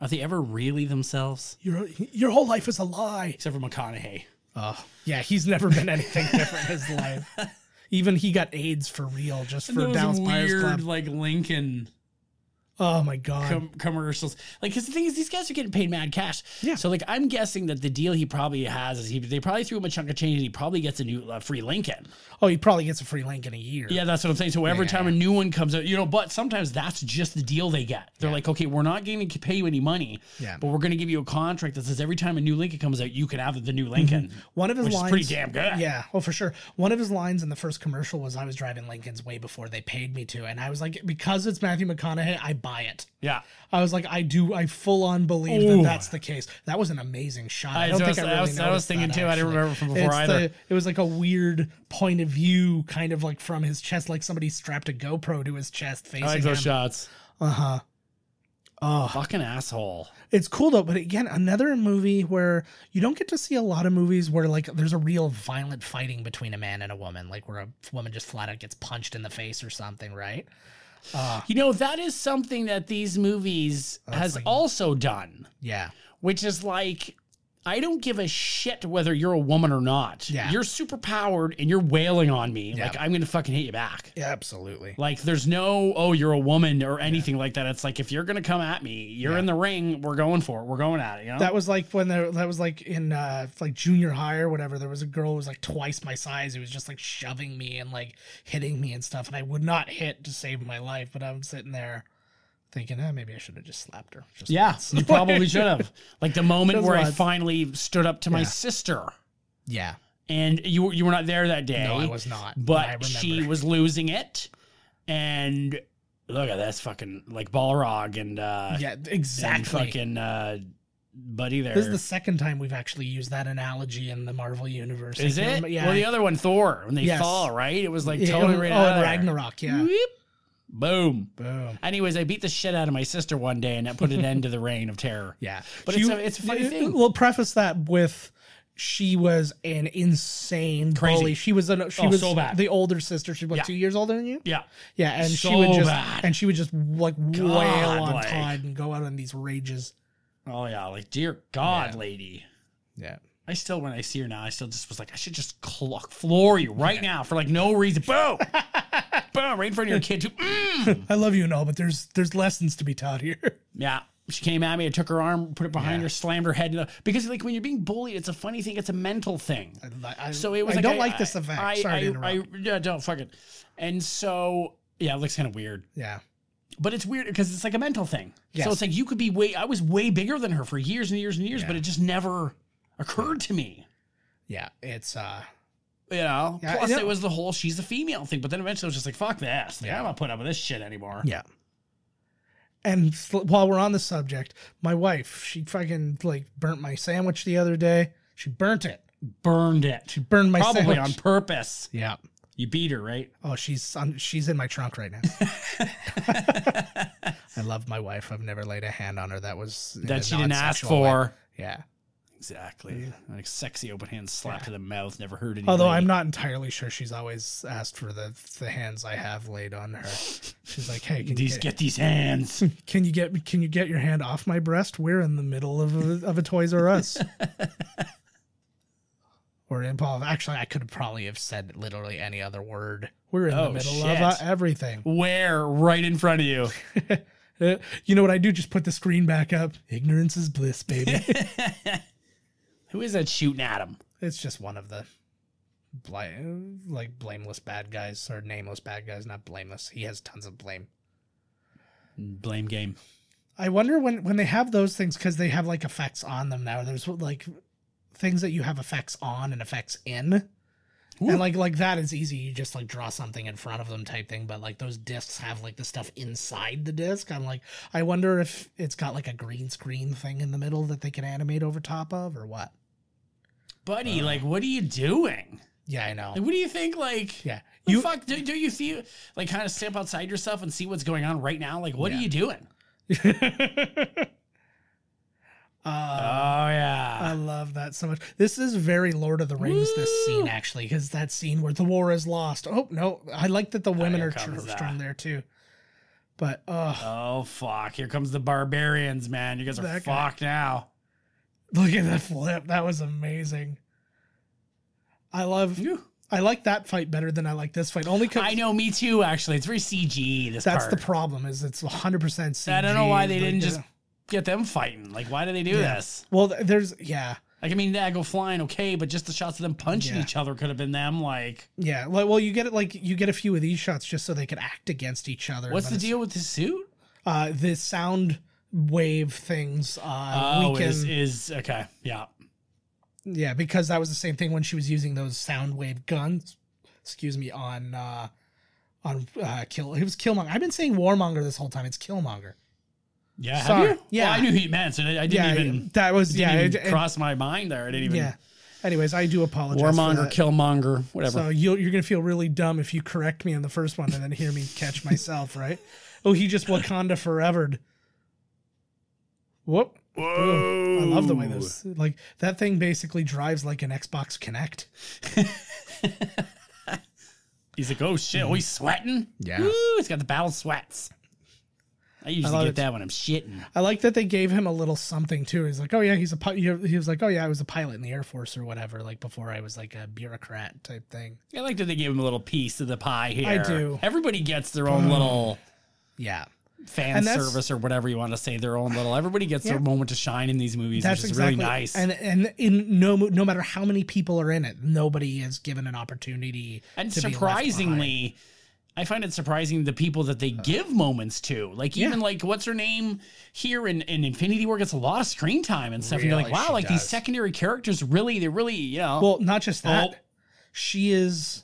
Speaker 1: are they ever really themselves?
Speaker 2: your your whole life is a lie
Speaker 1: Except for McConaughey.
Speaker 2: Oh, yeah, he's never been anything different in his life. Even he got AIDS for real just
Speaker 1: And
Speaker 2: for
Speaker 1: those
Speaker 2: Dallas Buyers
Speaker 1: weird,
Speaker 2: Club.
Speaker 1: like Lincoln
Speaker 2: Oh my god.
Speaker 1: com- commercials. Like, because the thing is, these guys are getting paid mad cash.
Speaker 2: Yeah.
Speaker 1: So, like, I'm guessing that the deal he probably has is he they probably threw him a chunk of change and he probably gets a new uh, free Lincoln.
Speaker 2: Oh, he probably gets a free link in a year.
Speaker 1: Yeah, that's what I'm saying. So every
Speaker 2: yeah,
Speaker 1: time a new one comes out, you know, but sometimes that's just the deal they get. They're like, okay, we're not going to pay you any money,
Speaker 2: Yeah.
Speaker 1: but we're going to give you a contract that says every time a new Lincoln comes out, you can have the new Lincoln.
Speaker 2: One of his
Speaker 1: Which is
Speaker 2: lines
Speaker 1: pretty damn good.
Speaker 2: Yeah, well for sure. One of his lines in the first commercial was I was driving Lincolns way before they paid me to and I was like because it's Matthew McConaughey, I buy it.
Speaker 1: Yeah.
Speaker 2: I was like I do I full on believe
Speaker 1: Ooh.
Speaker 2: that that's the case. That was an amazing shot. I,
Speaker 1: I-
Speaker 2: don't
Speaker 1: so I
Speaker 2: think
Speaker 1: was-
Speaker 2: I
Speaker 1: I
Speaker 2: really
Speaker 1: was- I was
Speaker 2: noticed
Speaker 1: thinking
Speaker 2: that,
Speaker 1: too. I didn't
Speaker 2: actually.
Speaker 1: remember from before
Speaker 2: It's
Speaker 1: either.
Speaker 2: the- it was like a weird point of view kind of like from his chest like somebody strapped a GoPro to his chest facing
Speaker 1: I like those
Speaker 2: him.
Speaker 1: shots.
Speaker 2: Uh-huh. Oh,
Speaker 1: Fucking asshole.
Speaker 2: it's cool though, but again, another movie where you don't get to see a lot of movies where like there's a real violent fighting between a man and a woman, like where a woman just flat out gets punched in the face or something, right?
Speaker 1: You know, that is something that these movies has
Speaker 2: like-
Speaker 1: also done,
Speaker 2: Yeah.
Speaker 1: which is like, I don't give a shit whether you're a woman or not.
Speaker 2: Yeah.
Speaker 1: You're super powered and you're wailing on me.
Speaker 2: Yeah.
Speaker 1: Like, I'm going to fucking hit you back.
Speaker 2: Yeah, absolutely.
Speaker 1: Like, there's no, oh, you're a woman or anything like that. It's like, if you're going to come at me, you're
Speaker 2: Yeah.
Speaker 1: in the ring. We're going for it. We're going at it. You know?
Speaker 2: That was like when there that was like in uh like junior high or whatever, there was a girl who was like twice my size who was just like shoving me and like hitting me and stuff, and I would not hit to save my life, but I'm sitting there thinking, eh, maybe I should have just slapped her. Just
Speaker 1: yeah,
Speaker 2: once.
Speaker 1: you probably should have. Like, the moment
Speaker 2: Just
Speaker 1: where I
Speaker 2: once.
Speaker 1: finally stood up to my
Speaker 2: Yeah.
Speaker 1: sister.
Speaker 2: Yeah.
Speaker 1: And you, were- you were not there that day.
Speaker 2: No, I was not. I
Speaker 1: but
Speaker 2: remember.
Speaker 1: she was losing it. And look at that's fucking like Balrog and uh
Speaker 2: Yeah,
Speaker 1: and
Speaker 2: exactly.
Speaker 1: fucking uh buddy there.
Speaker 2: This is the second time we've actually used that analogy in the Marvel universe. I
Speaker 1: Is
Speaker 2: can't
Speaker 1: it?
Speaker 2: remember- Yeah.
Speaker 1: Well, the other one, Thor, when they
Speaker 2: Yes.
Speaker 1: fall, right? It was like
Speaker 2: Yeah,
Speaker 1: totally
Speaker 2: oh,
Speaker 1: right
Speaker 2: oh,
Speaker 1: out
Speaker 2: and
Speaker 1: of there.
Speaker 2: Ragnarok. Yeah.
Speaker 1: Whoop. Boom.
Speaker 2: Boom.
Speaker 1: Anyways, I beat the shit out of my sister one day, and that put an end to the reign of terror.
Speaker 2: Yeah.
Speaker 1: But it's a- it's a funny thing.
Speaker 2: We'll preface that with she was an insane
Speaker 1: Crazy.
Speaker 2: bully. She was an, she
Speaker 1: Oh,
Speaker 2: was
Speaker 1: so bad.
Speaker 2: the older sister. She was what,
Speaker 1: Yeah.
Speaker 2: two years older than you.
Speaker 1: Yeah.
Speaker 2: Yeah, and she
Speaker 1: So
Speaker 2: would just
Speaker 1: bad.
Speaker 2: and she would just like wail
Speaker 1: God,
Speaker 2: on
Speaker 1: like-
Speaker 2: Todd and go out on these rages.
Speaker 1: Oh yeah, like dear God, lady.
Speaker 2: Yeah.
Speaker 1: I still, when I see her now, I still just was like, I should just clock floor you right now for like no reason. Boom, boom, right in front of your kid. Too. Mm.
Speaker 2: I love you and all, but there's there's lessons to be taught here.
Speaker 1: Yeah. She came at me. I took her arm, put it behind her, slammed her head. into- Because like when you're being bullied, it's a funny thing. It's a mental thing.
Speaker 2: I,
Speaker 1: So it was.
Speaker 2: I
Speaker 1: like,
Speaker 2: don't like this effect.
Speaker 1: I,
Speaker 2: Sorry to
Speaker 1: I,
Speaker 2: interrupt.
Speaker 1: I, yeah, don't fuck it. And so yeah, it looks kind of weird.
Speaker 2: yeah.
Speaker 1: but it's weird because it's like a mental thing.
Speaker 2: Yes.
Speaker 1: So it's like you could be way I was way bigger than her for years and years and years, but
Speaker 2: Yeah.
Speaker 1: it just never occurred to me.
Speaker 2: Yeah. It's uh
Speaker 1: You know?
Speaker 2: Yeah,
Speaker 1: Plus
Speaker 2: I know.
Speaker 1: it was the whole she's a female thing. But then eventually I was just like, fuck this. Like,
Speaker 2: Yeah.
Speaker 1: I'm not putting up with this shit anymore.
Speaker 2: Yeah. And sl- while we're on the subject, my wife, she fucking like burnt my sandwich the other day. She burnt it.
Speaker 1: Burned it.
Speaker 2: She burned my
Speaker 1: Probably
Speaker 2: sandwich.
Speaker 1: on purpose.
Speaker 2: yeah.
Speaker 1: You beat her, right?
Speaker 2: Oh, she's on, she's in my trunk right now. I love my wife. I've never laid a hand on her. That was in a
Speaker 1: that she didn't ask
Speaker 2: non-sexual way.
Speaker 1: for.
Speaker 2: Yeah.
Speaker 1: Exactly. Like sexy open hand slap
Speaker 2: Yeah.
Speaker 1: to the mouth, never heard any.
Speaker 2: Although I'm
Speaker 1: rate.
Speaker 2: not entirely sure she's always asked for the the hands I have laid on her. She's like, "Hey, can
Speaker 1: these
Speaker 2: you
Speaker 1: get these hands.
Speaker 2: Can you get can you get your hand off my breast? We're in the middle of a, of a Toys R Us. Or in Paul. Actually, I could probably have said literally any other word. We're in the
Speaker 1: Oh,
Speaker 2: middle
Speaker 1: shit.
Speaker 2: of uh, everything.
Speaker 1: Where? Right in front of you.
Speaker 2: Uh, you know what I do? Just put the screen back up. Ignorance is bliss, baby.
Speaker 1: Who is that shooting at him?
Speaker 2: it's just one of the bl- like blameless bad guys or nameless bad guys. Not blameless. He has tons of blame.
Speaker 1: Blame game.
Speaker 2: I wonder when when they have those things because they have like effects on them now. There's like things that you have effects on and effects in,
Speaker 1: Ooh.
Speaker 2: and like like that is easy. You just like draw something in front of them type thing. But like those discs have like the stuff inside the disc. I'm like, I wonder if it's got like a green screen thing in the middle that they can animate over top of or what.
Speaker 1: Buddy,
Speaker 2: Uh.
Speaker 1: like what are you doing?
Speaker 2: Yeah, I know.
Speaker 1: Like, what do you think? Like,
Speaker 2: Yeah,
Speaker 1: you
Speaker 2: you.
Speaker 1: fuck. Do, do you see, like, kind of step outside yourself and see what's going on right now? Like, what are
Speaker 2: Yeah.
Speaker 1: you doing?
Speaker 2: uh,
Speaker 1: oh
Speaker 2: I
Speaker 1: yeah,
Speaker 2: love that so much. This is very Lord of the Rings. This scene actually, because that scene where the war is lost. Oh no, I like that the women
Speaker 1: here
Speaker 2: are tr-
Speaker 1: Oh, comes that.
Speaker 2: strong there too. But uh,
Speaker 1: oh fuck! Here comes the barbarians, man. You guys are
Speaker 2: That guy.
Speaker 1: fucked now.
Speaker 2: look at that flip. That was amazing. I love. I like that fight better than I like this fight. Only because
Speaker 1: I know, me too. Actually, it's very CG. This
Speaker 2: that's
Speaker 1: part.
Speaker 2: the problem. Is it's 100 percent CG.
Speaker 1: I don't know why they
Speaker 2: like,
Speaker 1: didn't
Speaker 2: uh,
Speaker 1: just get them fighting. Like, why do they do
Speaker 2: Yeah.
Speaker 1: this?
Speaker 2: Well, th- there's yeah,
Speaker 1: Like, I mean, that go flying, okay, but just the shots of them punching
Speaker 2: Yeah.
Speaker 1: each other could have been them. Like,
Speaker 2: yeah. Well, well, you get it like you get a few of these shots just so they could act against each other.
Speaker 1: what's
Speaker 2: but
Speaker 1: the
Speaker 2: it's-
Speaker 1: deal with the suit?
Speaker 2: Uh, the sound wave things. Uh,
Speaker 1: Oh,
Speaker 2: weaken-
Speaker 1: is is okay? Yeah,
Speaker 2: Yeah, because that was the same thing when she was using those sound wave guns. Excuse me on uh on uh kill. It was Killmonger. I've been saying Warmonger this whole time. It's Killmonger.
Speaker 1: yeah. Have
Speaker 2: Sorry.
Speaker 1: you?
Speaker 2: Yeah.
Speaker 1: Well, I knew he meant, so I, I didn't
Speaker 2: yeah,
Speaker 1: even.
Speaker 2: that was yeah.
Speaker 1: yeah,
Speaker 2: It,
Speaker 1: it,
Speaker 2: it-
Speaker 1: crossed my mind there. I didn't even.
Speaker 2: yeah. Anyways, I do apologize. for
Speaker 1: Warmonger,
Speaker 2: that.
Speaker 1: Killmonger, whatever.
Speaker 2: So you you're gonna feel really dumb if you correct me on the first one and then hear me catch myself right. Oh, he just Wakanda forevered. Whoop.
Speaker 1: Whoa!
Speaker 2: I love the way this like that thing basically drives like an Xbox Connect.
Speaker 1: He's like, oh shit, oh he's sweating.
Speaker 2: Yeah.
Speaker 1: Ooh, he's got the battle sweats. I usually
Speaker 2: love
Speaker 1: get
Speaker 2: it.
Speaker 1: that when I'm shitting.
Speaker 2: I like that they gave him a little something too. He's like, oh yeah, he's a pi-. he was like, oh yeah, I was a pilot in the Air Force or whatever. Like before, I was like a bureaucrat type thing.
Speaker 1: I like that they gave him a little piece of the pie here.
Speaker 2: I do.
Speaker 1: Everybody gets their own little
Speaker 2: Yeah,
Speaker 1: fan
Speaker 2: And that's-
Speaker 1: service or whatever you want to say. Their own little. Everybody gets their
Speaker 2: Yeah.
Speaker 1: moment to shine in these movies,
Speaker 2: that's
Speaker 1: which is
Speaker 2: exactly
Speaker 1: really nice.
Speaker 2: And and in no no matter how many people are in it, nobody is given an opportunity.
Speaker 1: and
Speaker 2: to be left
Speaker 1: surprisingly i find it surprising the people that they give moments to like even like what's her name here in, in infinity war gets a lot of screen time and stuff and you're like
Speaker 2: Really,
Speaker 1: wow
Speaker 2: she
Speaker 1: like these
Speaker 2: does.
Speaker 1: secondary characters really they really you know
Speaker 2: behind. well, not just that.
Speaker 1: Oh.
Speaker 2: She is,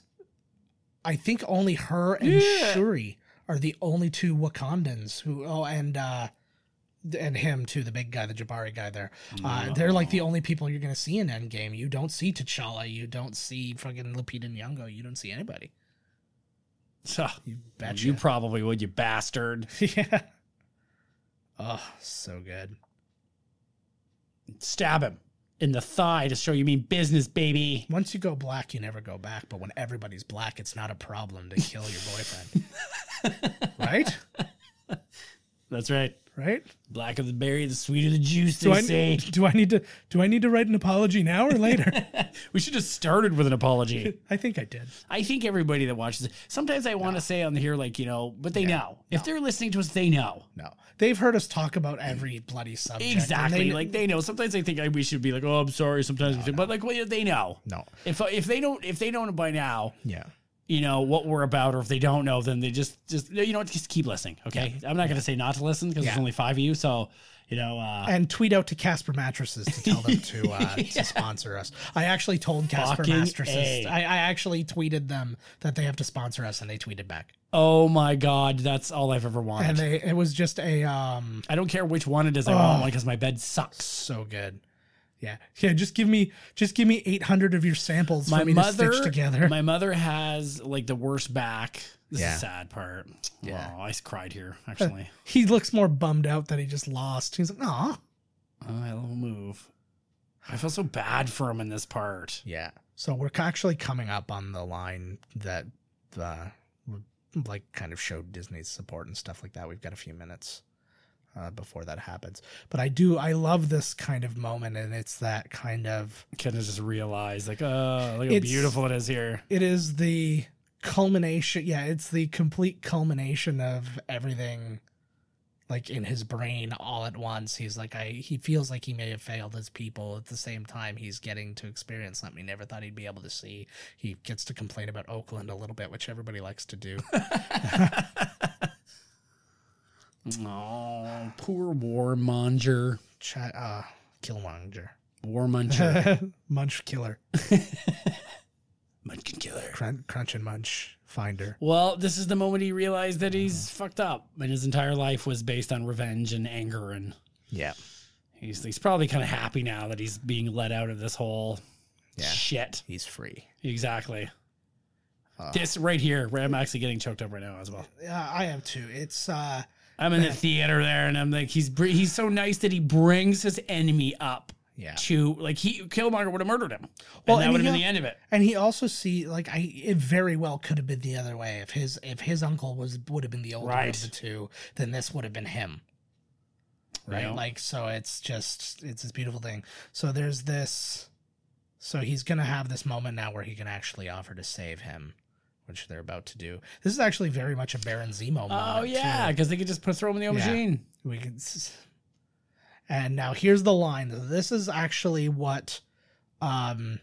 Speaker 2: I think, only her and
Speaker 1: Yeah.
Speaker 2: Shuri are the only two Wakandans who. Oh, and. uh and him too, the big guy, the Jabari guy there.
Speaker 1: Mm-hmm.
Speaker 2: Uh, they're like the only people you're gonna see in Endgame. You don't see T'Challa, you don't see fucking Lupita Nyong'o, you don't see anybody.
Speaker 1: so,
Speaker 2: You betcha.
Speaker 1: you probably would you bastard
Speaker 2: yeah. Oh, so good.
Speaker 1: stab him in the thigh to show you mean business baby
Speaker 2: Once you go black, you never go back. But when everybody's black, it's not a problem to kill your boyfriend, right?
Speaker 1: that's right
Speaker 2: right?
Speaker 1: Black of the berry, the sweeter the juice.
Speaker 2: Do
Speaker 1: They
Speaker 2: I
Speaker 1: say
Speaker 2: do I need to do I need to write an apology now or later?
Speaker 1: we should have started with an apology.
Speaker 2: I think I did.
Speaker 1: I think everybody that watches it. Sometimes I want to say on here, like you know, but they know if they're listening to us, they know
Speaker 2: No, they've heard us talk about every bloody subject. and
Speaker 1: exactly.
Speaker 2: they-
Speaker 1: like they know. Sometimes I think I, we should be like, oh, I'm sorry. Sometimes, we should, but like, well, yeah, they know.
Speaker 2: no,
Speaker 1: If uh, if they don't if they don't by now,
Speaker 2: yeah,
Speaker 1: you know what we're about, or if they don't know, then they just just you know what, just keep listening. Okay, I'm not gonna say not to listen because there's
Speaker 2: Yeah.
Speaker 1: only five of you, so you know. uh
Speaker 2: and tweet out to Casper Mattresses to tell them to uh, to sponsor us. I actually told Casper
Speaker 1: Fucking
Speaker 2: Mattresses.
Speaker 1: A.
Speaker 2: I, I actually tweeted them that they have to sponsor us, and they tweeted back.
Speaker 1: Oh my god, that's all I've ever wanted.
Speaker 2: And they it was just a um
Speaker 1: I don't care which one it is. I want one because my bed sucks.
Speaker 2: so good. Yeah, yeah. Just give me just give me eight hundred of your samples
Speaker 1: My
Speaker 2: for me
Speaker 1: mother,
Speaker 2: to stitch together.
Speaker 1: my mother has like the worst back. This is
Speaker 2: Yeah.
Speaker 1: the sad part.
Speaker 2: Yeah.
Speaker 1: Oh, I cried here actually.
Speaker 2: he looks more bummed out that he just lost. He's like, "Aw,
Speaker 1: I'll move. I feel so bad for him in this part.
Speaker 2: Yeah. So we're actually coming up on the line that uh, like kind of showed Disney's support and stuff like that. We've got a few minutes uh, before that happens. But I do I love this kind of moment and it's that kind of
Speaker 1: Kind of just realize like, oh, look how
Speaker 2: It's-
Speaker 1: beautiful it is here.
Speaker 2: it is the culmination yeah, it's the complete culmination of everything like in his brain all at once. He's like I he feels like he may have failed his people at the same time he's getting to experience something he never thought he'd be able to see. He gets to complain about Oakland a little bit, which everybody likes to do.
Speaker 1: Oh, poor warmonger.
Speaker 2: Ch- uh, Killmonger.
Speaker 1: Warmonger.
Speaker 2: munch killer.
Speaker 1: Munchkin killer.
Speaker 2: Crunch, crunch and munch finder.
Speaker 1: Well, this is the moment he realized that
Speaker 2: Mm.
Speaker 1: he's fucked up and his entire life was based on revenge and anger. And
Speaker 2: Yeah.
Speaker 1: he's, he's probably kind of happy now that he's being let out of this whole
Speaker 2: Yeah.
Speaker 1: shit.
Speaker 2: He's free.
Speaker 1: Exactly.
Speaker 2: Uh,
Speaker 1: This right here, where I'm actually getting choked up right now as well.
Speaker 2: Yeah, Uh, I am too. It's uh
Speaker 1: I'm in the theater there, and I'm like, he's br- he's so nice that he brings his enemy up
Speaker 2: yeah.
Speaker 1: to like he Killmonger would have murdered him.
Speaker 2: Well,
Speaker 1: and that
Speaker 2: and
Speaker 1: would have been
Speaker 2: he-
Speaker 1: the end of it.
Speaker 2: And he also see like I it very well could have been the other way. If his if his uncle was would have been the older
Speaker 1: Right.
Speaker 2: of the two, then this would have been him. Right?
Speaker 1: Yeah.
Speaker 2: Like so it's just it's this beautiful thing. So there's this so he's gonna have this moment now where he can actually offer to save him, which they're about to do. This is actually very much a Baron Zemo moment.
Speaker 1: Oh
Speaker 2: too.
Speaker 1: yeah, because they could just put throw him in the
Speaker 2: Yeah.
Speaker 1: aubergine.
Speaker 2: We can. s- And now here's the line. This is actually what, um,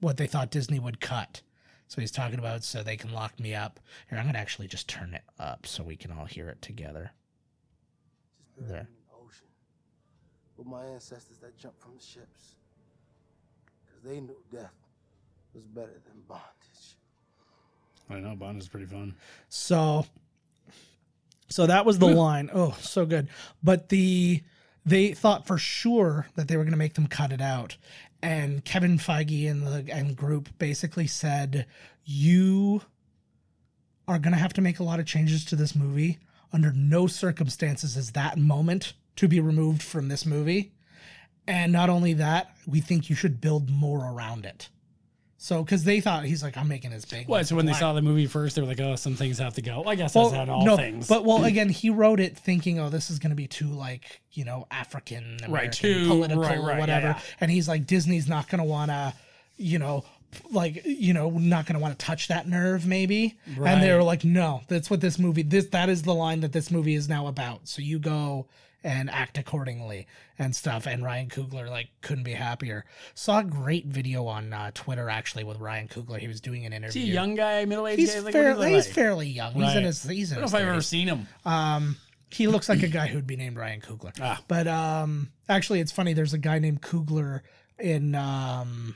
Speaker 2: what they thought Disney would cut. So he's talking about so they can lock me up. Here, I'm gonna actually just turn it up so we can all hear it together. There.
Speaker 5: ocean with my ancestors that jumped from the ships. Because they knew death was better than bondage.
Speaker 1: I know Bond is pretty fun.
Speaker 2: So, so that was the line. Oh, so good. But the they thought for sure that they were going to make them cut it out, and Kevin Feige and the and group basically said, "You are going to have to make a lot of changes to this movie. Under no circumstances is that moment to be removed from this movie." And not only that, we think you should build more around it. So, because they thought he's like, I'm making this big.
Speaker 1: Well,
Speaker 2: like,
Speaker 1: so when they
Speaker 2: black
Speaker 1: saw the movie first, they were like, "Oh, some things have to go." I guess that's
Speaker 2: well,
Speaker 1: how all
Speaker 2: no,
Speaker 1: things.
Speaker 2: But well, again, he wrote it thinking, "Oh, this is going to be too like you know African
Speaker 1: Right,
Speaker 2: American,
Speaker 1: too-
Speaker 2: political
Speaker 1: right, right, yeah,
Speaker 2: whatever,"
Speaker 1: yeah.
Speaker 2: and he's like, "Disney's not going to want to, you know." Like you know, not going to want to touch that nerve, maybe. And they
Speaker 1: Right.
Speaker 2: were like, "No, that's what this movie. This that is the line that this movie is now about. So you go and act accordingly and stuff." And Ryan Coogler like couldn't be happier. Saw a great video on uh, Twitter actually with Ryan Coogler. He was doing an
Speaker 1: is he a
Speaker 2: interview.
Speaker 1: young guy, middle aged
Speaker 2: He's,
Speaker 1: guy? Like,
Speaker 2: fair,
Speaker 1: what is
Speaker 2: he's
Speaker 1: like?
Speaker 2: fairly young. He's
Speaker 1: Right.
Speaker 2: in his he's in
Speaker 1: I don't know
Speaker 2: his
Speaker 1: if I've ever
Speaker 2: 30s.
Speaker 1: seen him.
Speaker 2: Um, he looks like a guy who'd be named Ryan Coogler.
Speaker 1: Ah.
Speaker 2: But um, actually, it's funny. There's a guy named Coogler in um,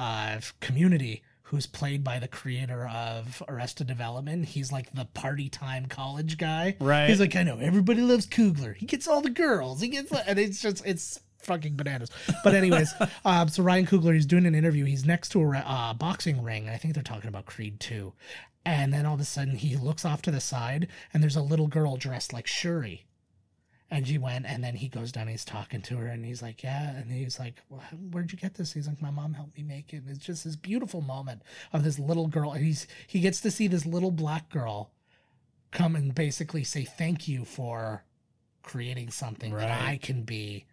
Speaker 2: uh, Community who's played by the creator of Arrested Development. He's like the party time college guy.
Speaker 1: Right.
Speaker 2: He's like, I know everybody loves Coogler. He gets all the girls. He gets, and it's just it's fucking bananas. But anyways, um, so Ryan Coogler, he's doing an interview. He's next to a ra- uh, boxing ring. I think they're talking about Creed 2. And then all of a sudden he looks off to the side and there's a little girl dressed like Shuri. And she went, and then he goes down. He's talking to her, and he's like, "Yeah." And he's like, well, how- "Where'd you get this?" He's like, "My mom helped me make it." And it's just this beautiful moment of this little girl, and he's he gets to see this little black girl come and basically say thank you for creating something that
Speaker 1: Right.
Speaker 2: I can be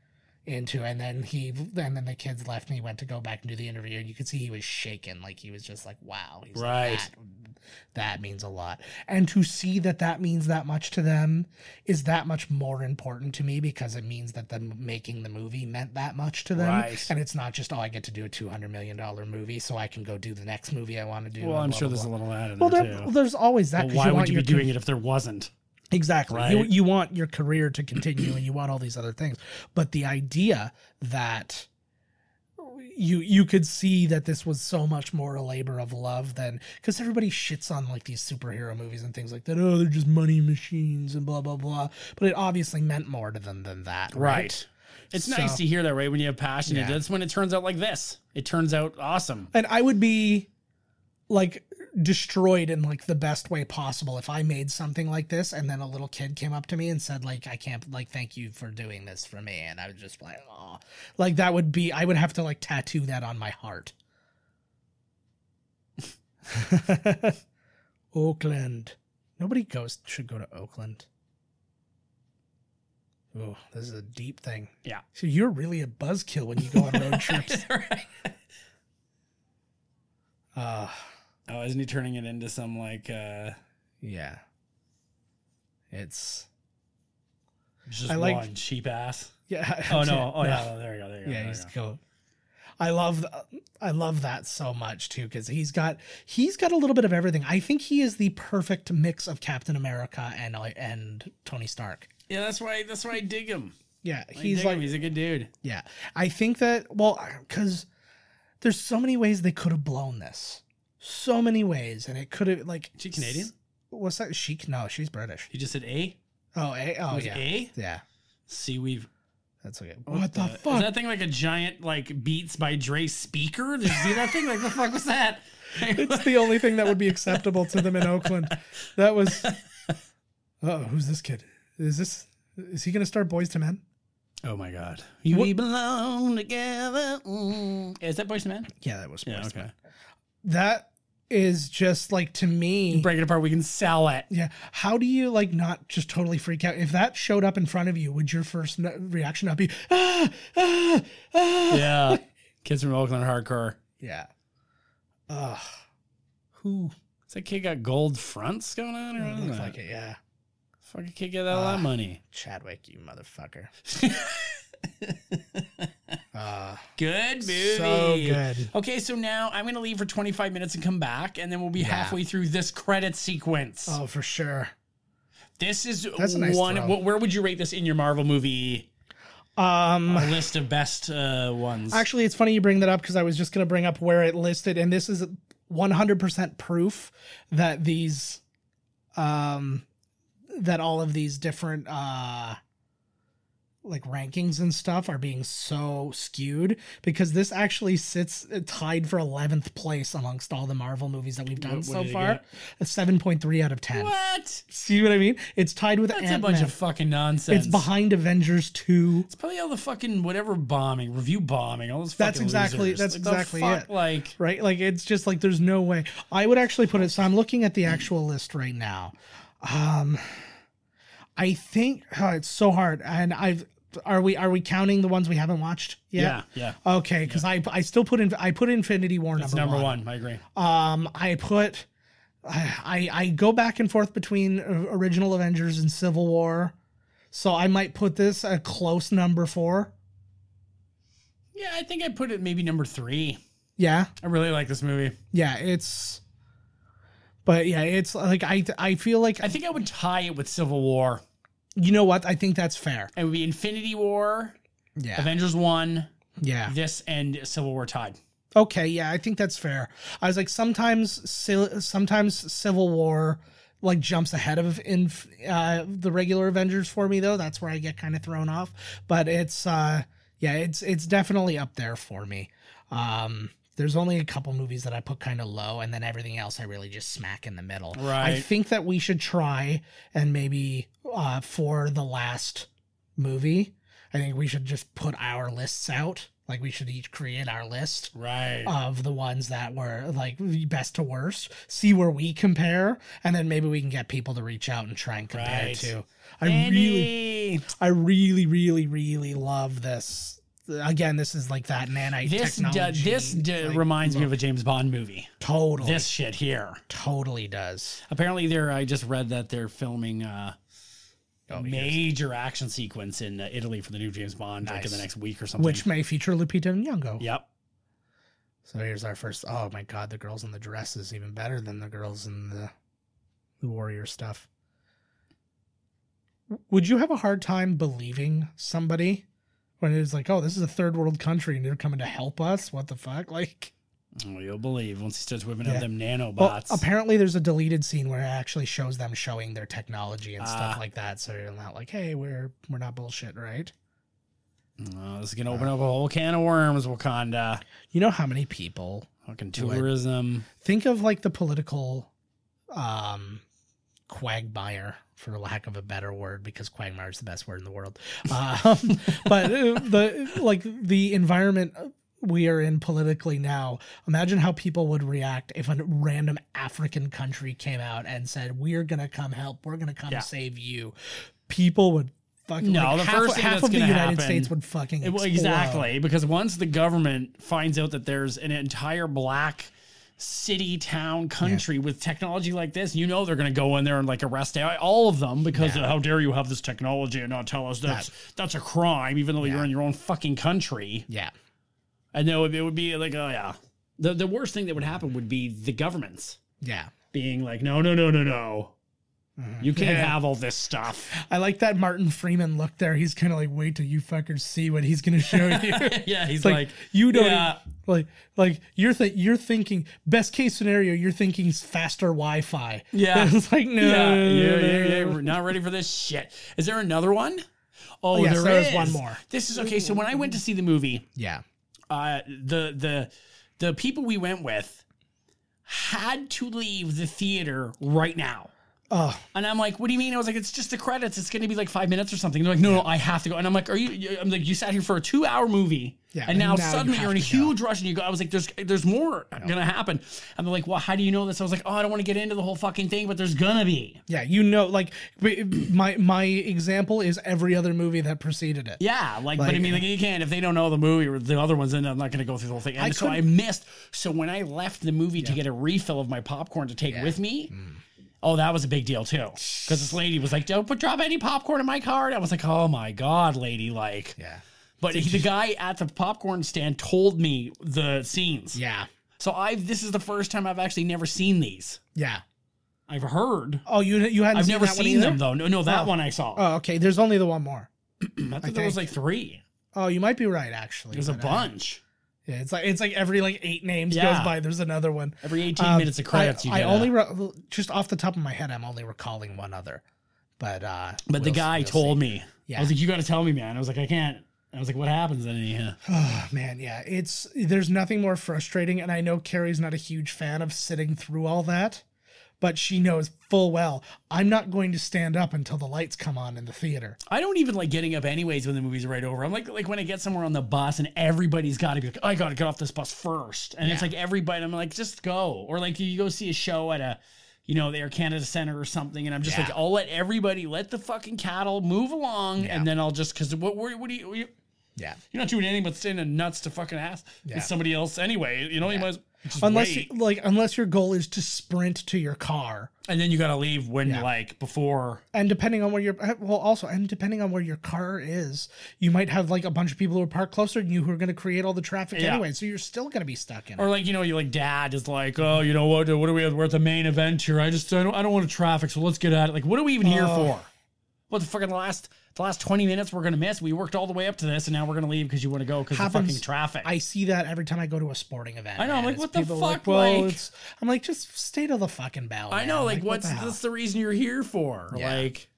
Speaker 2: into. And then he, and then the kids left and he went to go back and do the interview. And you could see he was shaken. Like he was just like, wow. He's like,
Speaker 1: Right.
Speaker 2: that, that means a lot. And to see that that means that much to them is that much more important to me because it means that them making the movie meant that much to them.
Speaker 1: Right.
Speaker 2: And it's not just, oh, I get to do a $200 million movie so I can go do the next movie I want to do.
Speaker 1: Well,
Speaker 2: and
Speaker 1: I'm
Speaker 2: blah,
Speaker 1: sure
Speaker 2: blah,
Speaker 1: there's a
Speaker 2: blah.
Speaker 1: little of that in
Speaker 2: Well,
Speaker 1: there
Speaker 2: there,
Speaker 1: too.
Speaker 2: there's always that.
Speaker 1: But
Speaker 2: 'cause
Speaker 1: why
Speaker 2: you
Speaker 1: would
Speaker 2: want
Speaker 1: you
Speaker 2: your
Speaker 1: be doing
Speaker 2: com-
Speaker 1: it if there wasn't?
Speaker 2: Exactly. You,
Speaker 1: Right.
Speaker 2: you want your career to continue and you want all these other things. But the idea that you you could see that this was so much more a labor of love than because everybody shits on like these superhero movies and things like that. Oh, they're just money machines and blah blah blah. But it obviously meant more to them than that.
Speaker 1: Right. It's nice
Speaker 2: So-
Speaker 1: to hear that, right? When you have passion,
Speaker 2: Yeah.
Speaker 1: that's when it turns out like this. It turns out awesome.
Speaker 2: and I would be like destroyed in like the best way possible if I made something like this and then a little kid came up to me and said like I can't like thank you for doing this for me and I was just like oh like that would be I would have to like tattoo that on my heart Oakland nobody goes should go to Oakland oh this is a deep thing
Speaker 1: Yeah.
Speaker 2: so you're really a buzzkill when you go on road trips uh
Speaker 1: Oh, isn't he turning it into some like uh
Speaker 2: Yeah. It's
Speaker 1: just
Speaker 2: I like-
Speaker 1: one cheap ass?
Speaker 2: yeah.
Speaker 1: Oh no! Oh yeah! There you go! There you go!
Speaker 2: Yeah,
Speaker 1: there you
Speaker 2: he's
Speaker 1: go.
Speaker 2: cool. I love th- I love that so much too cuz he's got he's got a little bit of everything. I think he is the perfect mix of Captain America and uh, and Tony Stark.
Speaker 1: Yeah, that's why. That's why I dig him.
Speaker 2: Yeah,
Speaker 1: I
Speaker 2: he's
Speaker 1: dig
Speaker 2: like
Speaker 1: him. he's a good dude.
Speaker 2: yeah. I think that well cuz there's so many ways they could have blown this. So many ways and it could have like
Speaker 1: Is she Canadian?
Speaker 2: What's that? She no, she's British.
Speaker 1: He just said A.
Speaker 2: Oh, eh, oh
Speaker 1: Was it
Speaker 2: yeah.
Speaker 1: A.
Speaker 2: Yeah.
Speaker 1: Seaweed.
Speaker 2: That's okay. What, the, fuck?
Speaker 1: Is that thing like a giant like Beats by Dre speaker? Did you see that thing? Like the fuck was that?
Speaker 2: It's the only thing that would be acceptable to them in Oakland. That was. Oh, who's this kid? Is this? Is he going to start Boys to Men?
Speaker 1: oh my god! We belong together. Mm. Is that Boys Man?
Speaker 2: Yeah, that was.
Speaker 1: Yeah. Okay.
Speaker 2: That is just like to me.
Speaker 1: Break it apart. We can sell it.
Speaker 2: Yeah. How do you like not just totally freak out? If that showed up in front of you, would your first no- reaction not be ah ah ah?
Speaker 1: Yeah. Kids from Oakland hardcore.
Speaker 2: Yeah. Ugh. Who
Speaker 1: Is that kid got gold fronts going on or what is
Speaker 2: looks
Speaker 1: that?
Speaker 2: like it? Yeah.
Speaker 1: Fucking kid got all that
Speaker 2: Ah.
Speaker 1: money.
Speaker 2: Chadwick, you motherfucker. Uh,
Speaker 1: Good movie.
Speaker 2: so good.
Speaker 1: Okay, so now I'm gonna leave for 25 minutes and come back, and then we'll be
Speaker 2: Yeah.
Speaker 1: halfway through this credit sequence.
Speaker 2: Oh, for sure.
Speaker 1: This is
Speaker 2: That's a nice
Speaker 1: one.
Speaker 2: throw.
Speaker 1: wh- where would you rate this in your Marvel movie
Speaker 2: Um,
Speaker 1: list of best uh, ones?
Speaker 2: Actually, it's funny you bring that up because I was just going to bring up where it listed, and this is 100% proof that these, um, that all of these different, uh, like rankings and stuff are being so skewed because this actually sits uh, tied for 11th place amongst all the Marvel movies that we've done
Speaker 1: What- what
Speaker 2: so
Speaker 1: did it
Speaker 2: far.
Speaker 1: get?
Speaker 2: A 7.3 out of 10.
Speaker 1: what?
Speaker 2: See what I mean? It's tied with
Speaker 1: That's
Speaker 2: Ant-Man.
Speaker 1: a bunch of fucking nonsense.
Speaker 2: It's behind Avengers 2.
Speaker 1: It's probably all the fucking whatever bombing, review bombing, all those. Fucking
Speaker 2: That's exactly-
Speaker 1: losers.
Speaker 2: that's
Speaker 1: Like, the
Speaker 2: exactly
Speaker 1: fuck,
Speaker 2: it.
Speaker 1: Like
Speaker 2: right? Like it's just like there's no way. I would actually put it. So I'm looking at the actual list right now. Um, I think oh, it's so hard, and I've are we are we counting the ones we haven't watched?
Speaker 1: yeah,
Speaker 2: Yet?
Speaker 1: yeah.
Speaker 2: Okay, because I I still put in I put Infinity War
Speaker 1: That's
Speaker 2: number,
Speaker 1: number
Speaker 2: one.
Speaker 1: one. I agree.
Speaker 2: Um, I put I, I I go back and forth between o- original Avengers and Civil War, so I might put this a close number four.
Speaker 1: Yeah, I think I put it maybe number three.
Speaker 2: Yeah.
Speaker 1: I really like this movie.
Speaker 2: yeah it's but yeah it's like i i feel like
Speaker 1: I think I would tie it with Civil War.
Speaker 2: you know what i think that's fair
Speaker 1: It would be Infinity War,
Speaker 2: yeah
Speaker 1: Avengers One,
Speaker 2: yeah
Speaker 1: this, and Civil War tied.
Speaker 2: okay yeah i think that's fair i was like sometimes Sil- sometimes civil war like jumps ahead of in uh the regular avengers for me though that's where i get kind of thrown off but it's uh yeah it's it's definitely up there for me um there's only a couple movies that I put kind of low, and then everything else I really just smack in the middle. I
Speaker 1: Right.
Speaker 2: think that we should try and maybe uh, for the last movie, I think we should just put our lists out Like we should each create our list
Speaker 1: Right.
Speaker 2: of the ones that were like best to worst, see where we compare, and then maybe we can get people to reach out and try and compare
Speaker 1: Right.
Speaker 2: too. I really, I really, really, really love this. Again, this is like that nanite
Speaker 1: this d-
Speaker 2: technology.
Speaker 1: this d-
Speaker 2: like,
Speaker 1: reminds me of a James Bond movie.
Speaker 2: totally,
Speaker 1: This shit here.
Speaker 2: totally does.
Speaker 1: Apparently, they're. I just read that they're filming uh, a
Speaker 2: Oh, yes.
Speaker 1: major action sequence in uh, Italy for the new James Bond, like in the
Speaker 2: Nice.
Speaker 1: next week or something.
Speaker 2: Which may feature Lupita Nyong'o.
Speaker 1: yep.
Speaker 2: So here's our first. Oh my god, the girls in the dress is even better than the girls in the the warrior stuff. Would you have a hard time believing somebody when it's like, oh, this is a third world country and they're coming to help us? What the fuck? Like,
Speaker 1: Oh, you'll believe once he starts whipping
Speaker 2: Yeah.
Speaker 1: out them
Speaker 2: well,
Speaker 1: nanobots.
Speaker 2: apparently there's a deleted scene where it actually shows them showing their technology and stuff
Speaker 1: Ah.
Speaker 2: like that. So you're not like, hey, we're we're not bullshit, right?
Speaker 1: Oh, this is gonna open up a whole can of worms, Wakanda.
Speaker 2: You know how many people
Speaker 1: Fucking
Speaker 2: Would-
Speaker 1: tourism.
Speaker 2: think of like the political um quagmire for lack of a better word because quagmire is the best word in the world um, but uh, the like the environment we are in politically now imagine how people would react if a random african country came out and said we're gonna come help we're gonna come
Speaker 1: Yeah.
Speaker 2: save you people would fucking
Speaker 1: No, the
Speaker 2: like, half,
Speaker 1: first thing
Speaker 2: half
Speaker 1: that's
Speaker 2: of the
Speaker 1: gonna
Speaker 2: united
Speaker 1: happen-
Speaker 2: states would fucking
Speaker 1: It- well,
Speaker 2: explode.
Speaker 1: exactly, because once the government finds out that there's an entire black city, town, country with technology like this, you know they're going to go in there and like arrest all of them because of how dare you have this technology and not tell us that's that's a crime, even though you're in your own fucking country.
Speaker 2: yeah
Speaker 1: And then it would, it would be like, oh yeah, the the worst thing that would happen would be the governments
Speaker 2: yeah
Speaker 1: being like, no, no, no, no, no. You can't
Speaker 2: Yeah.
Speaker 1: have all this stuff.
Speaker 2: I like that Martin Freeman look there. He's kind of like, wait till you fuckers see what he's gonna show you.
Speaker 1: yeah, he's
Speaker 2: It's like, you don't e-"
Speaker 1: yeah.
Speaker 2: like like you're th- you're thinking best case scenario. You're thinking faster Wi-Fi.
Speaker 1: Yeah.
Speaker 2: it's like no,
Speaker 1: yeah,
Speaker 2: no,
Speaker 1: yeah, yeah,
Speaker 2: no, no,
Speaker 1: yeah.
Speaker 2: no.
Speaker 1: We're not ready for this shit. Is there another one? Oh,
Speaker 2: yes, there is
Speaker 1: is
Speaker 2: one more.
Speaker 1: This is okay. So when I went to see the movie,
Speaker 2: yeah.
Speaker 1: uh, the the the people we went with had to leave the theater right now.
Speaker 2: Oh,
Speaker 1: And I'm like, what do you mean? I was like, it's just the credits. It's going to be like five minutes or something. They're like, no, no, I have to go. And I'm like, are you? you- I'm like, you sat here for a two hour movie,
Speaker 2: Yeah,
Speaker 1: and now,
Speaker 2: and now you
Speaker 1: suddenly
Speaker 2: have
Speaker 1: you're in a
Speaker 2: to go.
Speaker 1: huge rush, and you go. I was like, there's, there's more going to happen. And they're like, well, how do you know this? I was like, oh, I don't want to get into the whole fucking thing, but there's gonna be.
Speaker 2: yeah. You know, like b- my my example is every other movie that preceded it.
Speaker 1: Yeah, like, but I
Speaker 2: Like- uh,
Speaker 1: mean, like, you can't if they don't know the movie or the other ones. Then I'm not going to go through the whole thing. And so I missed. So when I left the movie to get a refill of my popcorn to take with me.
Speaker 2: Mm.
Speaker 1: Oh, that was a big deal too, because this lady was like, "Don't put drop any popcorn in my card." I was like, "Oh my god, lady!" Like,
Speaker 2: yeah,
Speaker 1: but he, the guy at the popcorn stand told me the scenes.
Speaker 2: yeah,
Speaker 1: So I've this is the first time I've actually never seen these.
Speaker 2: yeah.
Speaker 1: I've heard.
Speaker 2: Oh, you you hadn't
Speaker 1: I've
Speaker 2: seen
Speaker 1: never
Speaker 2: that one
Speaker 1: seen
Speaker 2: either?
Speaker 1: them though. No, no, that
Speaker 2: Oh.
Speaker 1: one I saw.
Speaker 2: Oh, okay. There's only the one more.
Speaker 1: I thought there was like three.
Speaker 2: Oh, you might be right actually.
Speaker 1: There's a
Speaker 2: but I-
Speaker 1: bunch.
Speaker 2: Yeah, it's like it's like every like eight names
Speaker 1: Yeah.
Speaker 2: goes by. There's another one.
Speaker 1: Every 18
Speaker 2: Um,
Speaker 1: minutes of credits,
Speaker 2: I,
Speaker 1: you
Speaker 2: I
Speaker 1: get. a-
Speaker 2: only re- just off the top of my head, I'm only recalling one other. But uh,
Speaker 1: but the
Speaker 2: we'll-
Speaker 1: guy
Speaker 2: we'll
Speaker 1: told
Speaker 2: see.
Speaker 1: me. I
Speaker 2: Yeah.
Speaker 1: was like, "You got to tell me, man." I was like, "I can't." I was like, "What happens?" And he, uh,
Speaker 2: Oh man, yeah. It's there's nothing more frustrating, and I know Carrie's not a huge fan of sitting through all that, but she knows full well I'm not going to stand up until the lights come on in the theater.
Speaker 1: I don't even like getting up anyways when the movie's right over. I'm like, like when I get somewhere on the bus and everybody's got to be like, "I got to get off this bus first. and it's
Speaker 2: Yeah.
Speaker 1: like everybody. I'm like, just go. Or like you go see a show at a, you know, the Air Canada Center or something, and I'm just
Speaker 2: Yeah.
Speaker 1: like, I'll let everybody let the fucking cattle move along,
Speaker 2: Yeah.
Speaker 1: and then I'll just because what what, what do you, you
Speaker 2: Yeah.
Speaker 1: you're not doing anything but standing nuts to fucking ass
Speaker 2: Yeah.
Speaker 1: with somebody else anyway. You know, you
Speaker 2: Yeah.
Speaker 1: might as just
Speaker 2: Unless you,
Speaker 1: wait.
Speaker 2: like unless your goal is to sprint to your car.
Speaker 1: and then you got to leave when
Speaker 2: Yeah.
Speaker 1: like before
Speaker 2: and depending on where you're well also and depending on where your car is you might have like a bunch of people who are parked closer than you who are going to create all the traffic
Speaker 1: Yeah.
Speaker 2: anyway so you're still going to be stuck in
Speaker 1: Or
Speaker 2: it
Speaker 1: like you know, you like dad is like, oh, you know what? What are we? We're at the main event here. I just I don't I don't want to traffic, so let's get at it. Like, what are we even here
Speaker 2: Oh.
Speaker 1: for? What the fucking last the last twenty minutes we're gonna miss? We worked all the way up to this, and now we're gonna leave because you want to go because of
Speaker 2: Happens-
Speaker 1: fucking traffic.
Speaker 2: i see that every time i go to a sporting event
Speaker 1: I know, I'm
Speaker 2: man.
Speaker 1: like,
Speaker 2: It's
Speaker 1: what the
Speaker 2: people
Speaker 1: fuck,
Speaker 2: well
Speaker 1: like-
Speaker 2: it's i'm like just stay to the fucking bell
Speaker 1: I
Speaker 2: man.
Speaker 1: know. Like, what's
Speaker 2: what the
Speaker 1: that's
Speaker 2: hell?
Speaker 1: the reason you're here for?
Speaker 2: Yeah.
Speaker 1: Like,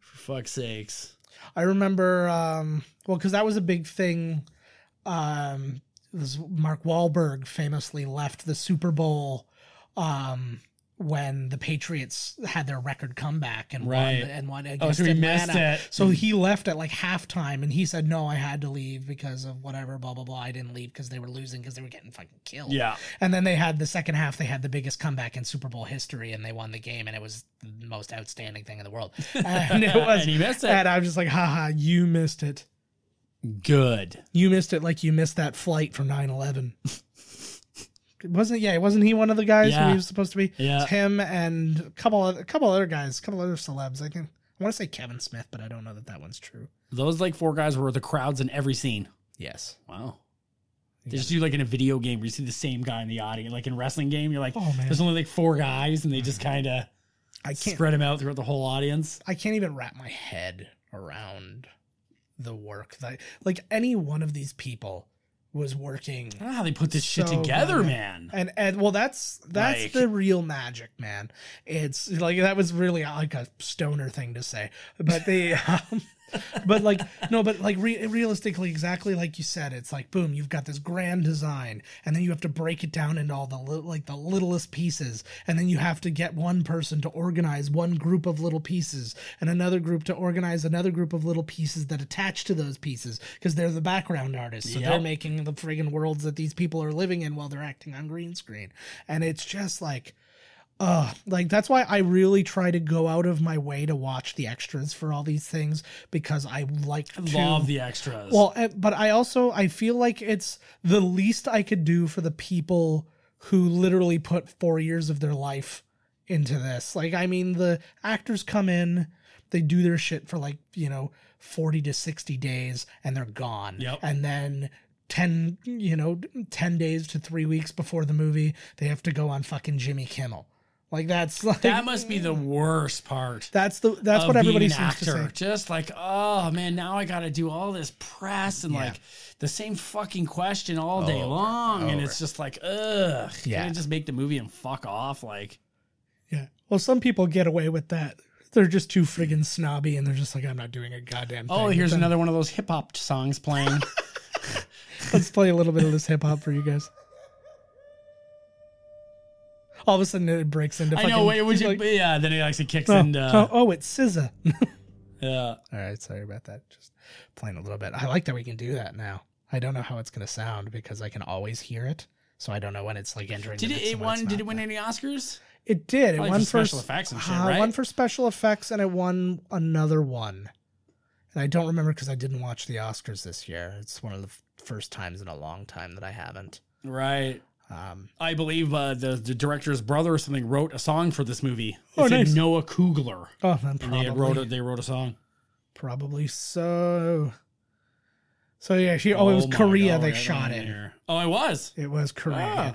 Speaker 1: for fuck's sakes.
Speaker 2: I remember, um, well, because that was a big thing. Um, it was Mark Wahlberg famously left the Super Bowl um, when the Patriots had their record comeback and
Speaker 1: Right. Oh,
Speaker 2: won and won against
Speaker 1: so he missed
Speaker 2: Atlanta.
Speaker 1: it.
Speaker 2: So he left at like halftime and he said, "No, I had to leave because of whatever, blah blah blah. I didn't leave because they were losing because they were getting fucking killed."
Speaker 1: Yeah.
Speaker 2: And then they had the second half. They had the biggest comeback in Super Bowl history, and they won the game, and it was the most outstanding thing in the world. And it was.
Speaker 1: And he missed it.
Speaker 2: and I'm just like, haha, you missed it.
Speaker 1: Good.
Speaker 2: You missed it like you missed that flight from 9 11. wasn't yeah wasn't he one of the guys who
Speaker 1: Yeah.
Speaker 2: he was supposed to be
Speaker 1: Yeah.
Speaker 2: It's him and a couple of, a couple other guys a couple other celebs i think i want to say kevin smith but i don't know that that one's true
Speaker 1: Those like four guys were the crowds in every scene.
Speaker 2: yes
Speaker 1: Wow. They just do like in a video game where you see the same guy in the audience. Like in a wrestling game, you're like,
Speaker 2: Oh, man. Mm-hmm.
Speaker 1: there's only like four guys and they just kind of
Speaker 2: i can't
Speaker 1: spread them out throughout the whole audience.
Speaker 2: I can't even wrap my head around the work that like any one of these people was working
Speaker 1: I don't know how they put this shit
Speaker 2: So
Speaker 1: together,
Speaker 2: good.
Speaker 1: man.
Speaker 2: and and well that's that's
Speaker 1: Like-
Speaker 2: the real magic man it's like that was really like a stoner thing to say but they um, but like no but like re- realistically exactly like you said it's like boom you've got this grand design and then you have to break it down into all the li- like the littlest pieces and then you have to get one person to organize one group of little pieces and another group to organize another group of little pieces that attach to those pieces because they're the background artists so they're
Speaker 1: Yep.
Speaker 2: making the friggin' worlds that these people are living in while they're acting on green screen and it's just like uh like that's why i really try to go out of my way to watch the extras for all these things because i like
Speaker 1: I
Speaker 2: to
Speaker 1: love the extras.
Speaker 2: well eh, but i also i feel like it's the least i could do for the people who literally put four years of their life into this like i mean the actors come in they do their shit for like you know 40 to 60 days and they're gone
Speaker 1: Yep.
Speaker 2: and then 10 you know 10 days to three weeks before the movie they have to go on fucking jimmy kimmel like that's like
Speaker 1: that must be the worst part.
Speaker 2: that's the that's
Speaker 1: of
Speaker 2: what
Speaker 1: being
Speaker 2: everybody
Speaker 1: an
Speaker 2: seems to say
Speaker 1: Just like, oh man, now I got to do all this press and
Speaker 2: Yeah.
Speaker 1: like the same fucking question all day
Speaker 2: Over,
Speaker 1: long, and
Speaker 2: over.
Speaker 1: it's just like, ugh, yeah.
Speaker 2: Yeah.
Speaker 1: can I just make the movie and fuck off? Like,
Speaker 2: Yeah. Well, some people get away with that. They're just too friggin' snobby, and they're just like, "I'm not doing a goddamn thing."
Speaker 1: oh, here's
Speaker 2: Then
Speaker 1: another one of those hip hop songs playing.
Speaker 2: Let's play a little bit of this hip hop for you guys. All of a sudden, it breaks into.
Speaker 1: I
Speaker 2: Fucking,
Speaker 1: know. Wait, would you?
Speaker 2: like,
Speaker 1: yeah. Then it actually kicks
Speaker 2: oh,
Speaker 1: in.
Speaker 2: oh,
Speaker 1: Uh,
Speaker 2: oh, it's SZA.
Speaker 1: yeah.
Speaker 2: All right, sorry about that. Just playing a little bit. I like that we can do that now. I don't know how it's gonna sound because I can always hear it, so I don't know when it's like entering.
Speaker 1: Did
Speaker 2: the
Speaker 1: it?
Speaker 2: mix
Speaker 1: It
Speaker 2: and when it's
Speaker 1: won. Did
Speaker 2: not.
Speaker 1: it win any Oscars?
Speaker 2: It did. It
Speaker 1: Probably
Speaker 2: won
Speaker 1: for
Speaker 2: for
Speaker 1: special effects and shit, right?
Speaker 2: Won for special effects, and it won another one. And I don't remember because I didn't watch the Oscars this year. It's one of the f- first times in a long time that I haven't.
Speaker 1: Right.
Speaker 2: Um,
Speaker 1: I believe uh, the the director's brother or something wrote a song for this movie. It's
Speaker 2: Oh, nice.
Speaker 1: Noah Kugler.
Speaker 2: oh, then
Speaker 1: And they
Speaker 2: probably,
Speaker 1: had wrote a, they wrote a song.
Speaker 2: probably so. So yeah, she. Oh, it was
Speaker 1: my
Speaker 2: Korea.
Speaker 1: God,
Speaker 2: they
Speaker 1: right
Speaker 2: shot
Speaker 1: on
Speaker 2: it.
Speaker 1: there. Oh, it was.
Speaker 2: It was Korea.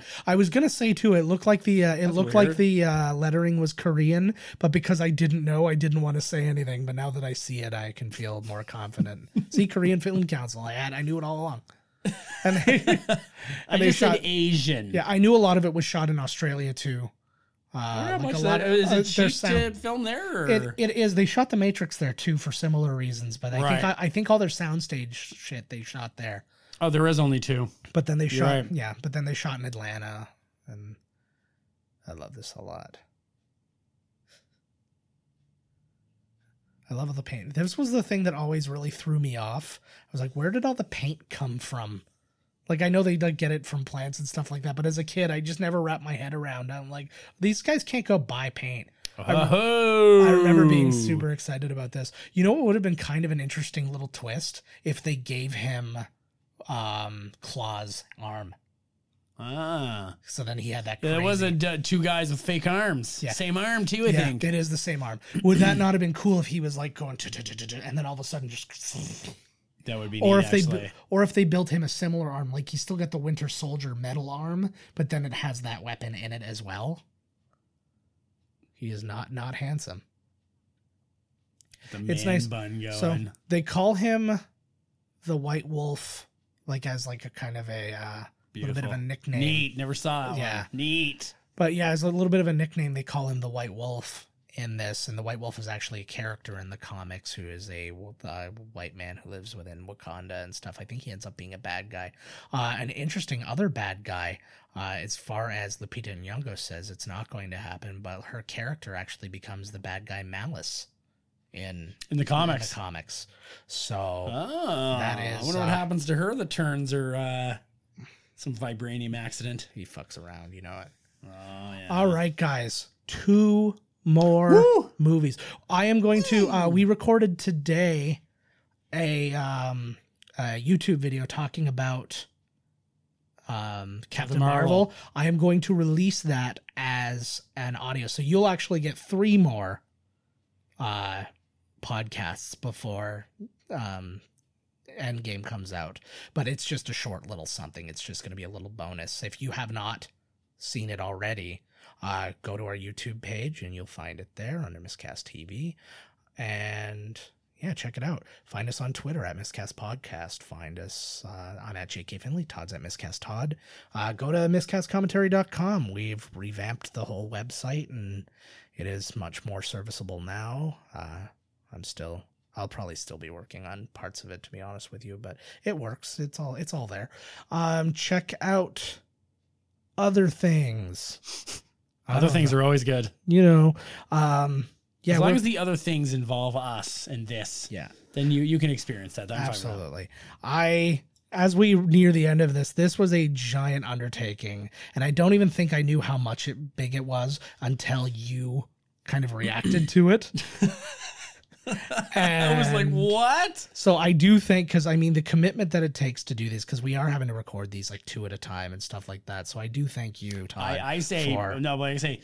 Speaker 1: Ah.
Speaker 2: I was gonna say too. It looked like the uh, it looked like
Speaker 1: weird.
Speaker 2: the uh, lettering was Korean, but because I didn't know, I didn't want to say anything. But now that I see it, I can feel more confident. see, Korean Film Council. I had I knew it all along. And they,
Speaker 1: I
Speaker 2: they
Speaker 1: just
Speaker 2: shot-
Speaker 1: said Asian.
Speaker 2: yeah, I knew a lot of it was shot in Australia too.
Speaker 1: I wonder
Speaker 2: Uh,
Speaker 1: how
Speaker 2: like
Speaker 1: much
Speaker 2: a
Speaker 1: that-
Speaker 2: lot of
Speaker 1: is
Speaker 2: uh,
Speaker 1: it
Speaker 2: their
Speaker 1: cheap
Speaker 2: sound-
Speaker 1: to film there? Or?
Speaker 2: it, it is. They shot The Matrix there too for similar reasons, but I think
Speaker 1: Right.
Speaker 2: I, I think all their soundstage shit they shot there.
Speaker 1: oh, there is only two.
Speaker 2: But then they
Speaker 1: You're
Speaker 2: shot,
Speaker 1: right.
Speaker 2: yeah. But then they shot in Atlanta, and I love this a lot. I love all the paint. This was the thing that always really threw me off. I was like, where did all the paint come from? Like I know they like, get it from plants and stuff like that, but as a kid, I just never wrapped my head around. I'm like, these guys can't go buy paint.
Speaker 1: Oh,
Speaker 2: I remember being super excited about this. You know what would have been kind of an interesting little twist if they gave him um Claw's arm.
Speaker 1: Ah,
Speaker 2: So then he had that.
Speaker 1: yeah,
Speaker 2: Crazy,
Speaker 1: there was a d- two guys with fake arms.
Speaker 2: Yeah.
Speaker 1: Same arm too, I
Speaker 2: Yeah,
Speaker 1: think.
Speaker 2: it is the same arm. Would that not have been cool if he was like going "Tut-tut-tut-tut," and then all of a sudden just,
Speaker 1: That would be.
Speaker 2: or
Speaker 1: neat,
Speaker 2: if they, bu-
Speaker 1: actually.
Speaker 2: or if they built him a similar arm, like he's still got the Winter Soldier metal arm, but then it has that weapon in it as well. He is not not handsome.
Speaker 1: The
Speaker 2: it's
Speaker 1: man
Speaker 2: nice.
Speaker 1: Bun going.
Speaker 2: So they call him the White Wolf, like as like a kind of a uh, little bit
Speaker 1: Beautiful.
Speaker 2: of a nickname.
Speaker 1: Neat. Never saw it.
Speaker 2: Yeah.
Speaker 1: Neat.
Speaker 2: But yeah, as a little bit of a nickname, they call him the White Wolf. in this, and the White Wolf is actually a character in the comics who is a uh, white man who lives within Wakanda and stuff. I think he ends up being a bad guy. Uh, an interesting other bad guy, uh, as far as Lupita Nyong'o says, it's not going to happen, but her character actually becomes the bad guy Malice in
Speaker 1: in the
Speaker 2: in
Speaker 1: comics.
Speaker 2: the comics. So
Speaker 1: Oh,
Speaker 2: That
Speaker 1: I
Speaker 2: is,
Speaker 1: wonder what
Speaker 2: uh,
Speaker 1: happens to her that turns her uh, some vibranium accident.
Speaker 2: he fucks around, you know it.
Speaker 1: Oh, yeah.
Speaker 2: All right, guys, two more
Speaker 1: Woo!
Speaker 2: movies. I am going to. Uh, we recorded today a, um, a YouTube video talking about um, Captain Marvel.
Speaker 1: Marvel.
Speaker 2: I am going to release that as an audio, so you'll actually get three more uh, podcasts before um, Endgame comes out. But it's just a short little something. It's just going to be a little bonus. If you have not seen it already, uh, go to our YouTube page and you'll find it there under Miscast TV. And yeah, check it out. Find us on Twitter at Miscast Podcast. Find us. Uh, I'm at JK Finley. Todd's at Miscast Todd. Uh, go to miscastcommentary.com. We've revamped the whole website and it is much more serviceable now. Uh, I'm still. I'll probably still be working on parts of it to be honest with you, but it works. It's all it's all there. Um check out other things. I
Speaker 1: Other
Speaker 2: don't
Speaker 1: things are always good.
Speaker 2: you know um yeah
Speaker 1: as long
Speaker 2: we're-
Speaker 1: as the other things involve us and this,
Speaker 2: yeah
Speaker 1: then you you can experience that. I'm fine with that.
Speaker 2: absolutely i as we near the end of this this was a giant undertaking and i don't even think i knew how much it big it was until you kind of reacted to it and
Speaker 1: I was like, what?
Speaker 2: so i do think because i mean the commitment that it takes to do this because we are having to record these like two at a time and stuff like that so i do thank you Todd,
Speaker 1: I, I say
Speaker 2: for-
Speaker 1: no, but I say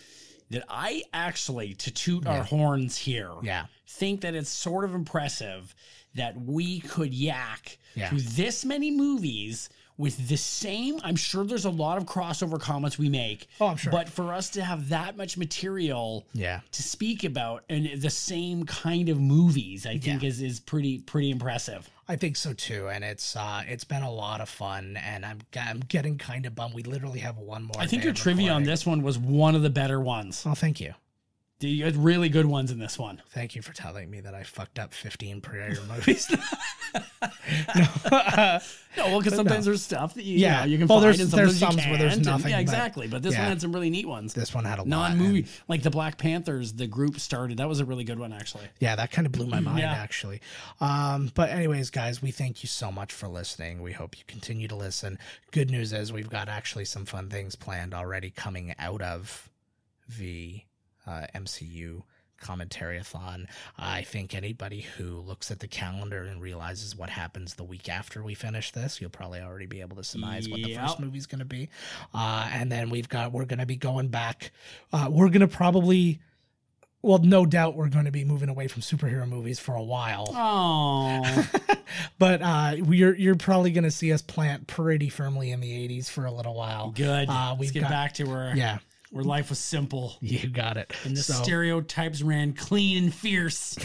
Speaker 1: that I actually to toot
Speaker 2: Yeah.
Speaker 1: our horns here.
Speaker 2: yeah
Speaker 1: think that it's sort of impressive that we could yak
Speaker 2: Yeah.
Speaker 1: to this many movies with the same. I'm sure there's a lot of crossover comments we make.
Speaker 2: Oh, I'm sure.
Speaker 1: But for us to have that much material
Speaker 2: yeah
Speaker 1: to speak about and the same kind of movies, I think
Speaker 2: Yeah.
Speaker 1: is is pretty pretty impressive.
Speaker 2: I think so too, and it's uh, it's been a lot of fun, and I'm I'm getting kind of bummed. We literally have one more.
Speaker 1: I think
Speaker 2: day
Speaker 1: your
Speaker 2: of
Speaker 1: trivia on
Speaker 2: recording.
Speaker 1: this one was one of the better ones.
Speaker 2: Oh, thank you,
Speaker 1: You had really good ones in this one.
Speaker 2: thank you for telling me that I fucked up 15 prior movies. No.
Speaker 1: No, well, because
Speaker 2: But
Speaker 1: sometimes
Speaker 2: no.
Speaker 1: there's stuff that you,
Speaker 2: Yeah.
Speaker 1: yeah. you can
Speaker 2: Well,
Speaker 1: find,
Speaker 2: there's-
Speaker 1: and
Speaker 2: there's
Speaker 1: sometimes you
Speaker 2: some where there's
Speaker 1: can't, and-
Speaker 2: nothing,
Speaker 1: yeah,
Speaker 2: but-
Speaker 1: exactly. But this
Speaker 2: yeah.
Speaker 1: one had some really neat ones.
Speaker 2: this one had a lot,
Speaker 1: non-movie
Speaker 2: and-
Speaker 1: like the black panthers the group started that was a really good one actually
Speaker 2: yeah, that kind of blew my mind
Speaker 1: Yeah.
Speaker 2: actually. Um, but anyways, guys, we thank you so much for listening. We hope you continue to listen. Good news is we've got actually some fun things planned already coming out of the uh, MCU commentaryathon. I think anybody who looks at the calendar and realizes what happens the week after we finish this, you'll probably already be able to surmise what the first
Speaker 1: Yep.
Speaker 2: movie's going to be. Uh, and then we've got we're going to be going back. Uh, we're going to probably. Well, no doubt we're going to be moving away from superhero movies for a while
Speaker 1: oh
Speaker 2: but uh, you're you're probably going to see us plant pretty firmly in the 80s for a little while.
Speaker 1: good
Speaker 2: Uh,
Speaker 1: let's
Speaker 2: we've
Speaker 1: get
Speaker 2: got-
Speaker 1: back to where
Speaker 2: Yeah,
Speaker 1: where life was simple
Speaker 2: you got it.
Speaker 1: and the
Speaker 2: So,
Speaker 1: stereotypes ran clean and fierce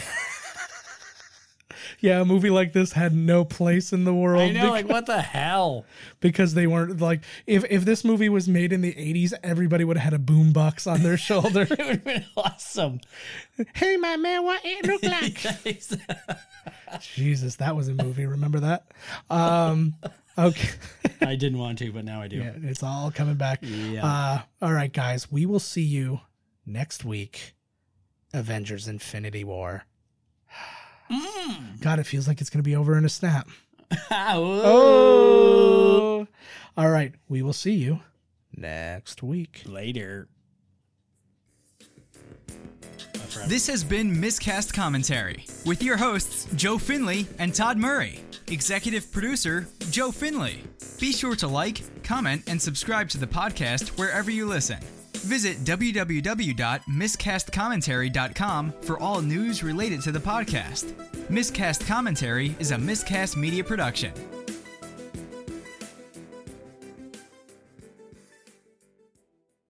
Speaker 2: yeah, a movie like this had no place in the world.
Speaker 1: i know like
Speaker 2: because,
Speaker 1: what the hell
Speaker 2: because they weren't like if if this movie was made in the 80s, everybody would have had a boombox on their shoulder.
Speaker 1: it would have been awesome
Speaker 2: hey, my man, what it look like? Jesus, that was a movie. Remember that? Um, okay.
Speaker 1: i didn't want to but now i do
Speaker 2: Yeah, it's all coming back.
Speaker 1: Yeah.
Speaker 2: Uh, all right, guys, we will see you next week. Avengers Infinity War. God, it feels like it's going to be over in a snap. Oh. All right, we will see you next week.
Speaker 1: later
Speaker 6: This has been Miscast Commentary with your hosts, Joe Finley and Todd Murray. Executive producer, Joe Finley. Be sure to like, comment, and subscribe to the podcast wherever you listen. Visit www.miscastcommentary.com for all news related to the podcast. Miscast Commentary is a miscast media production.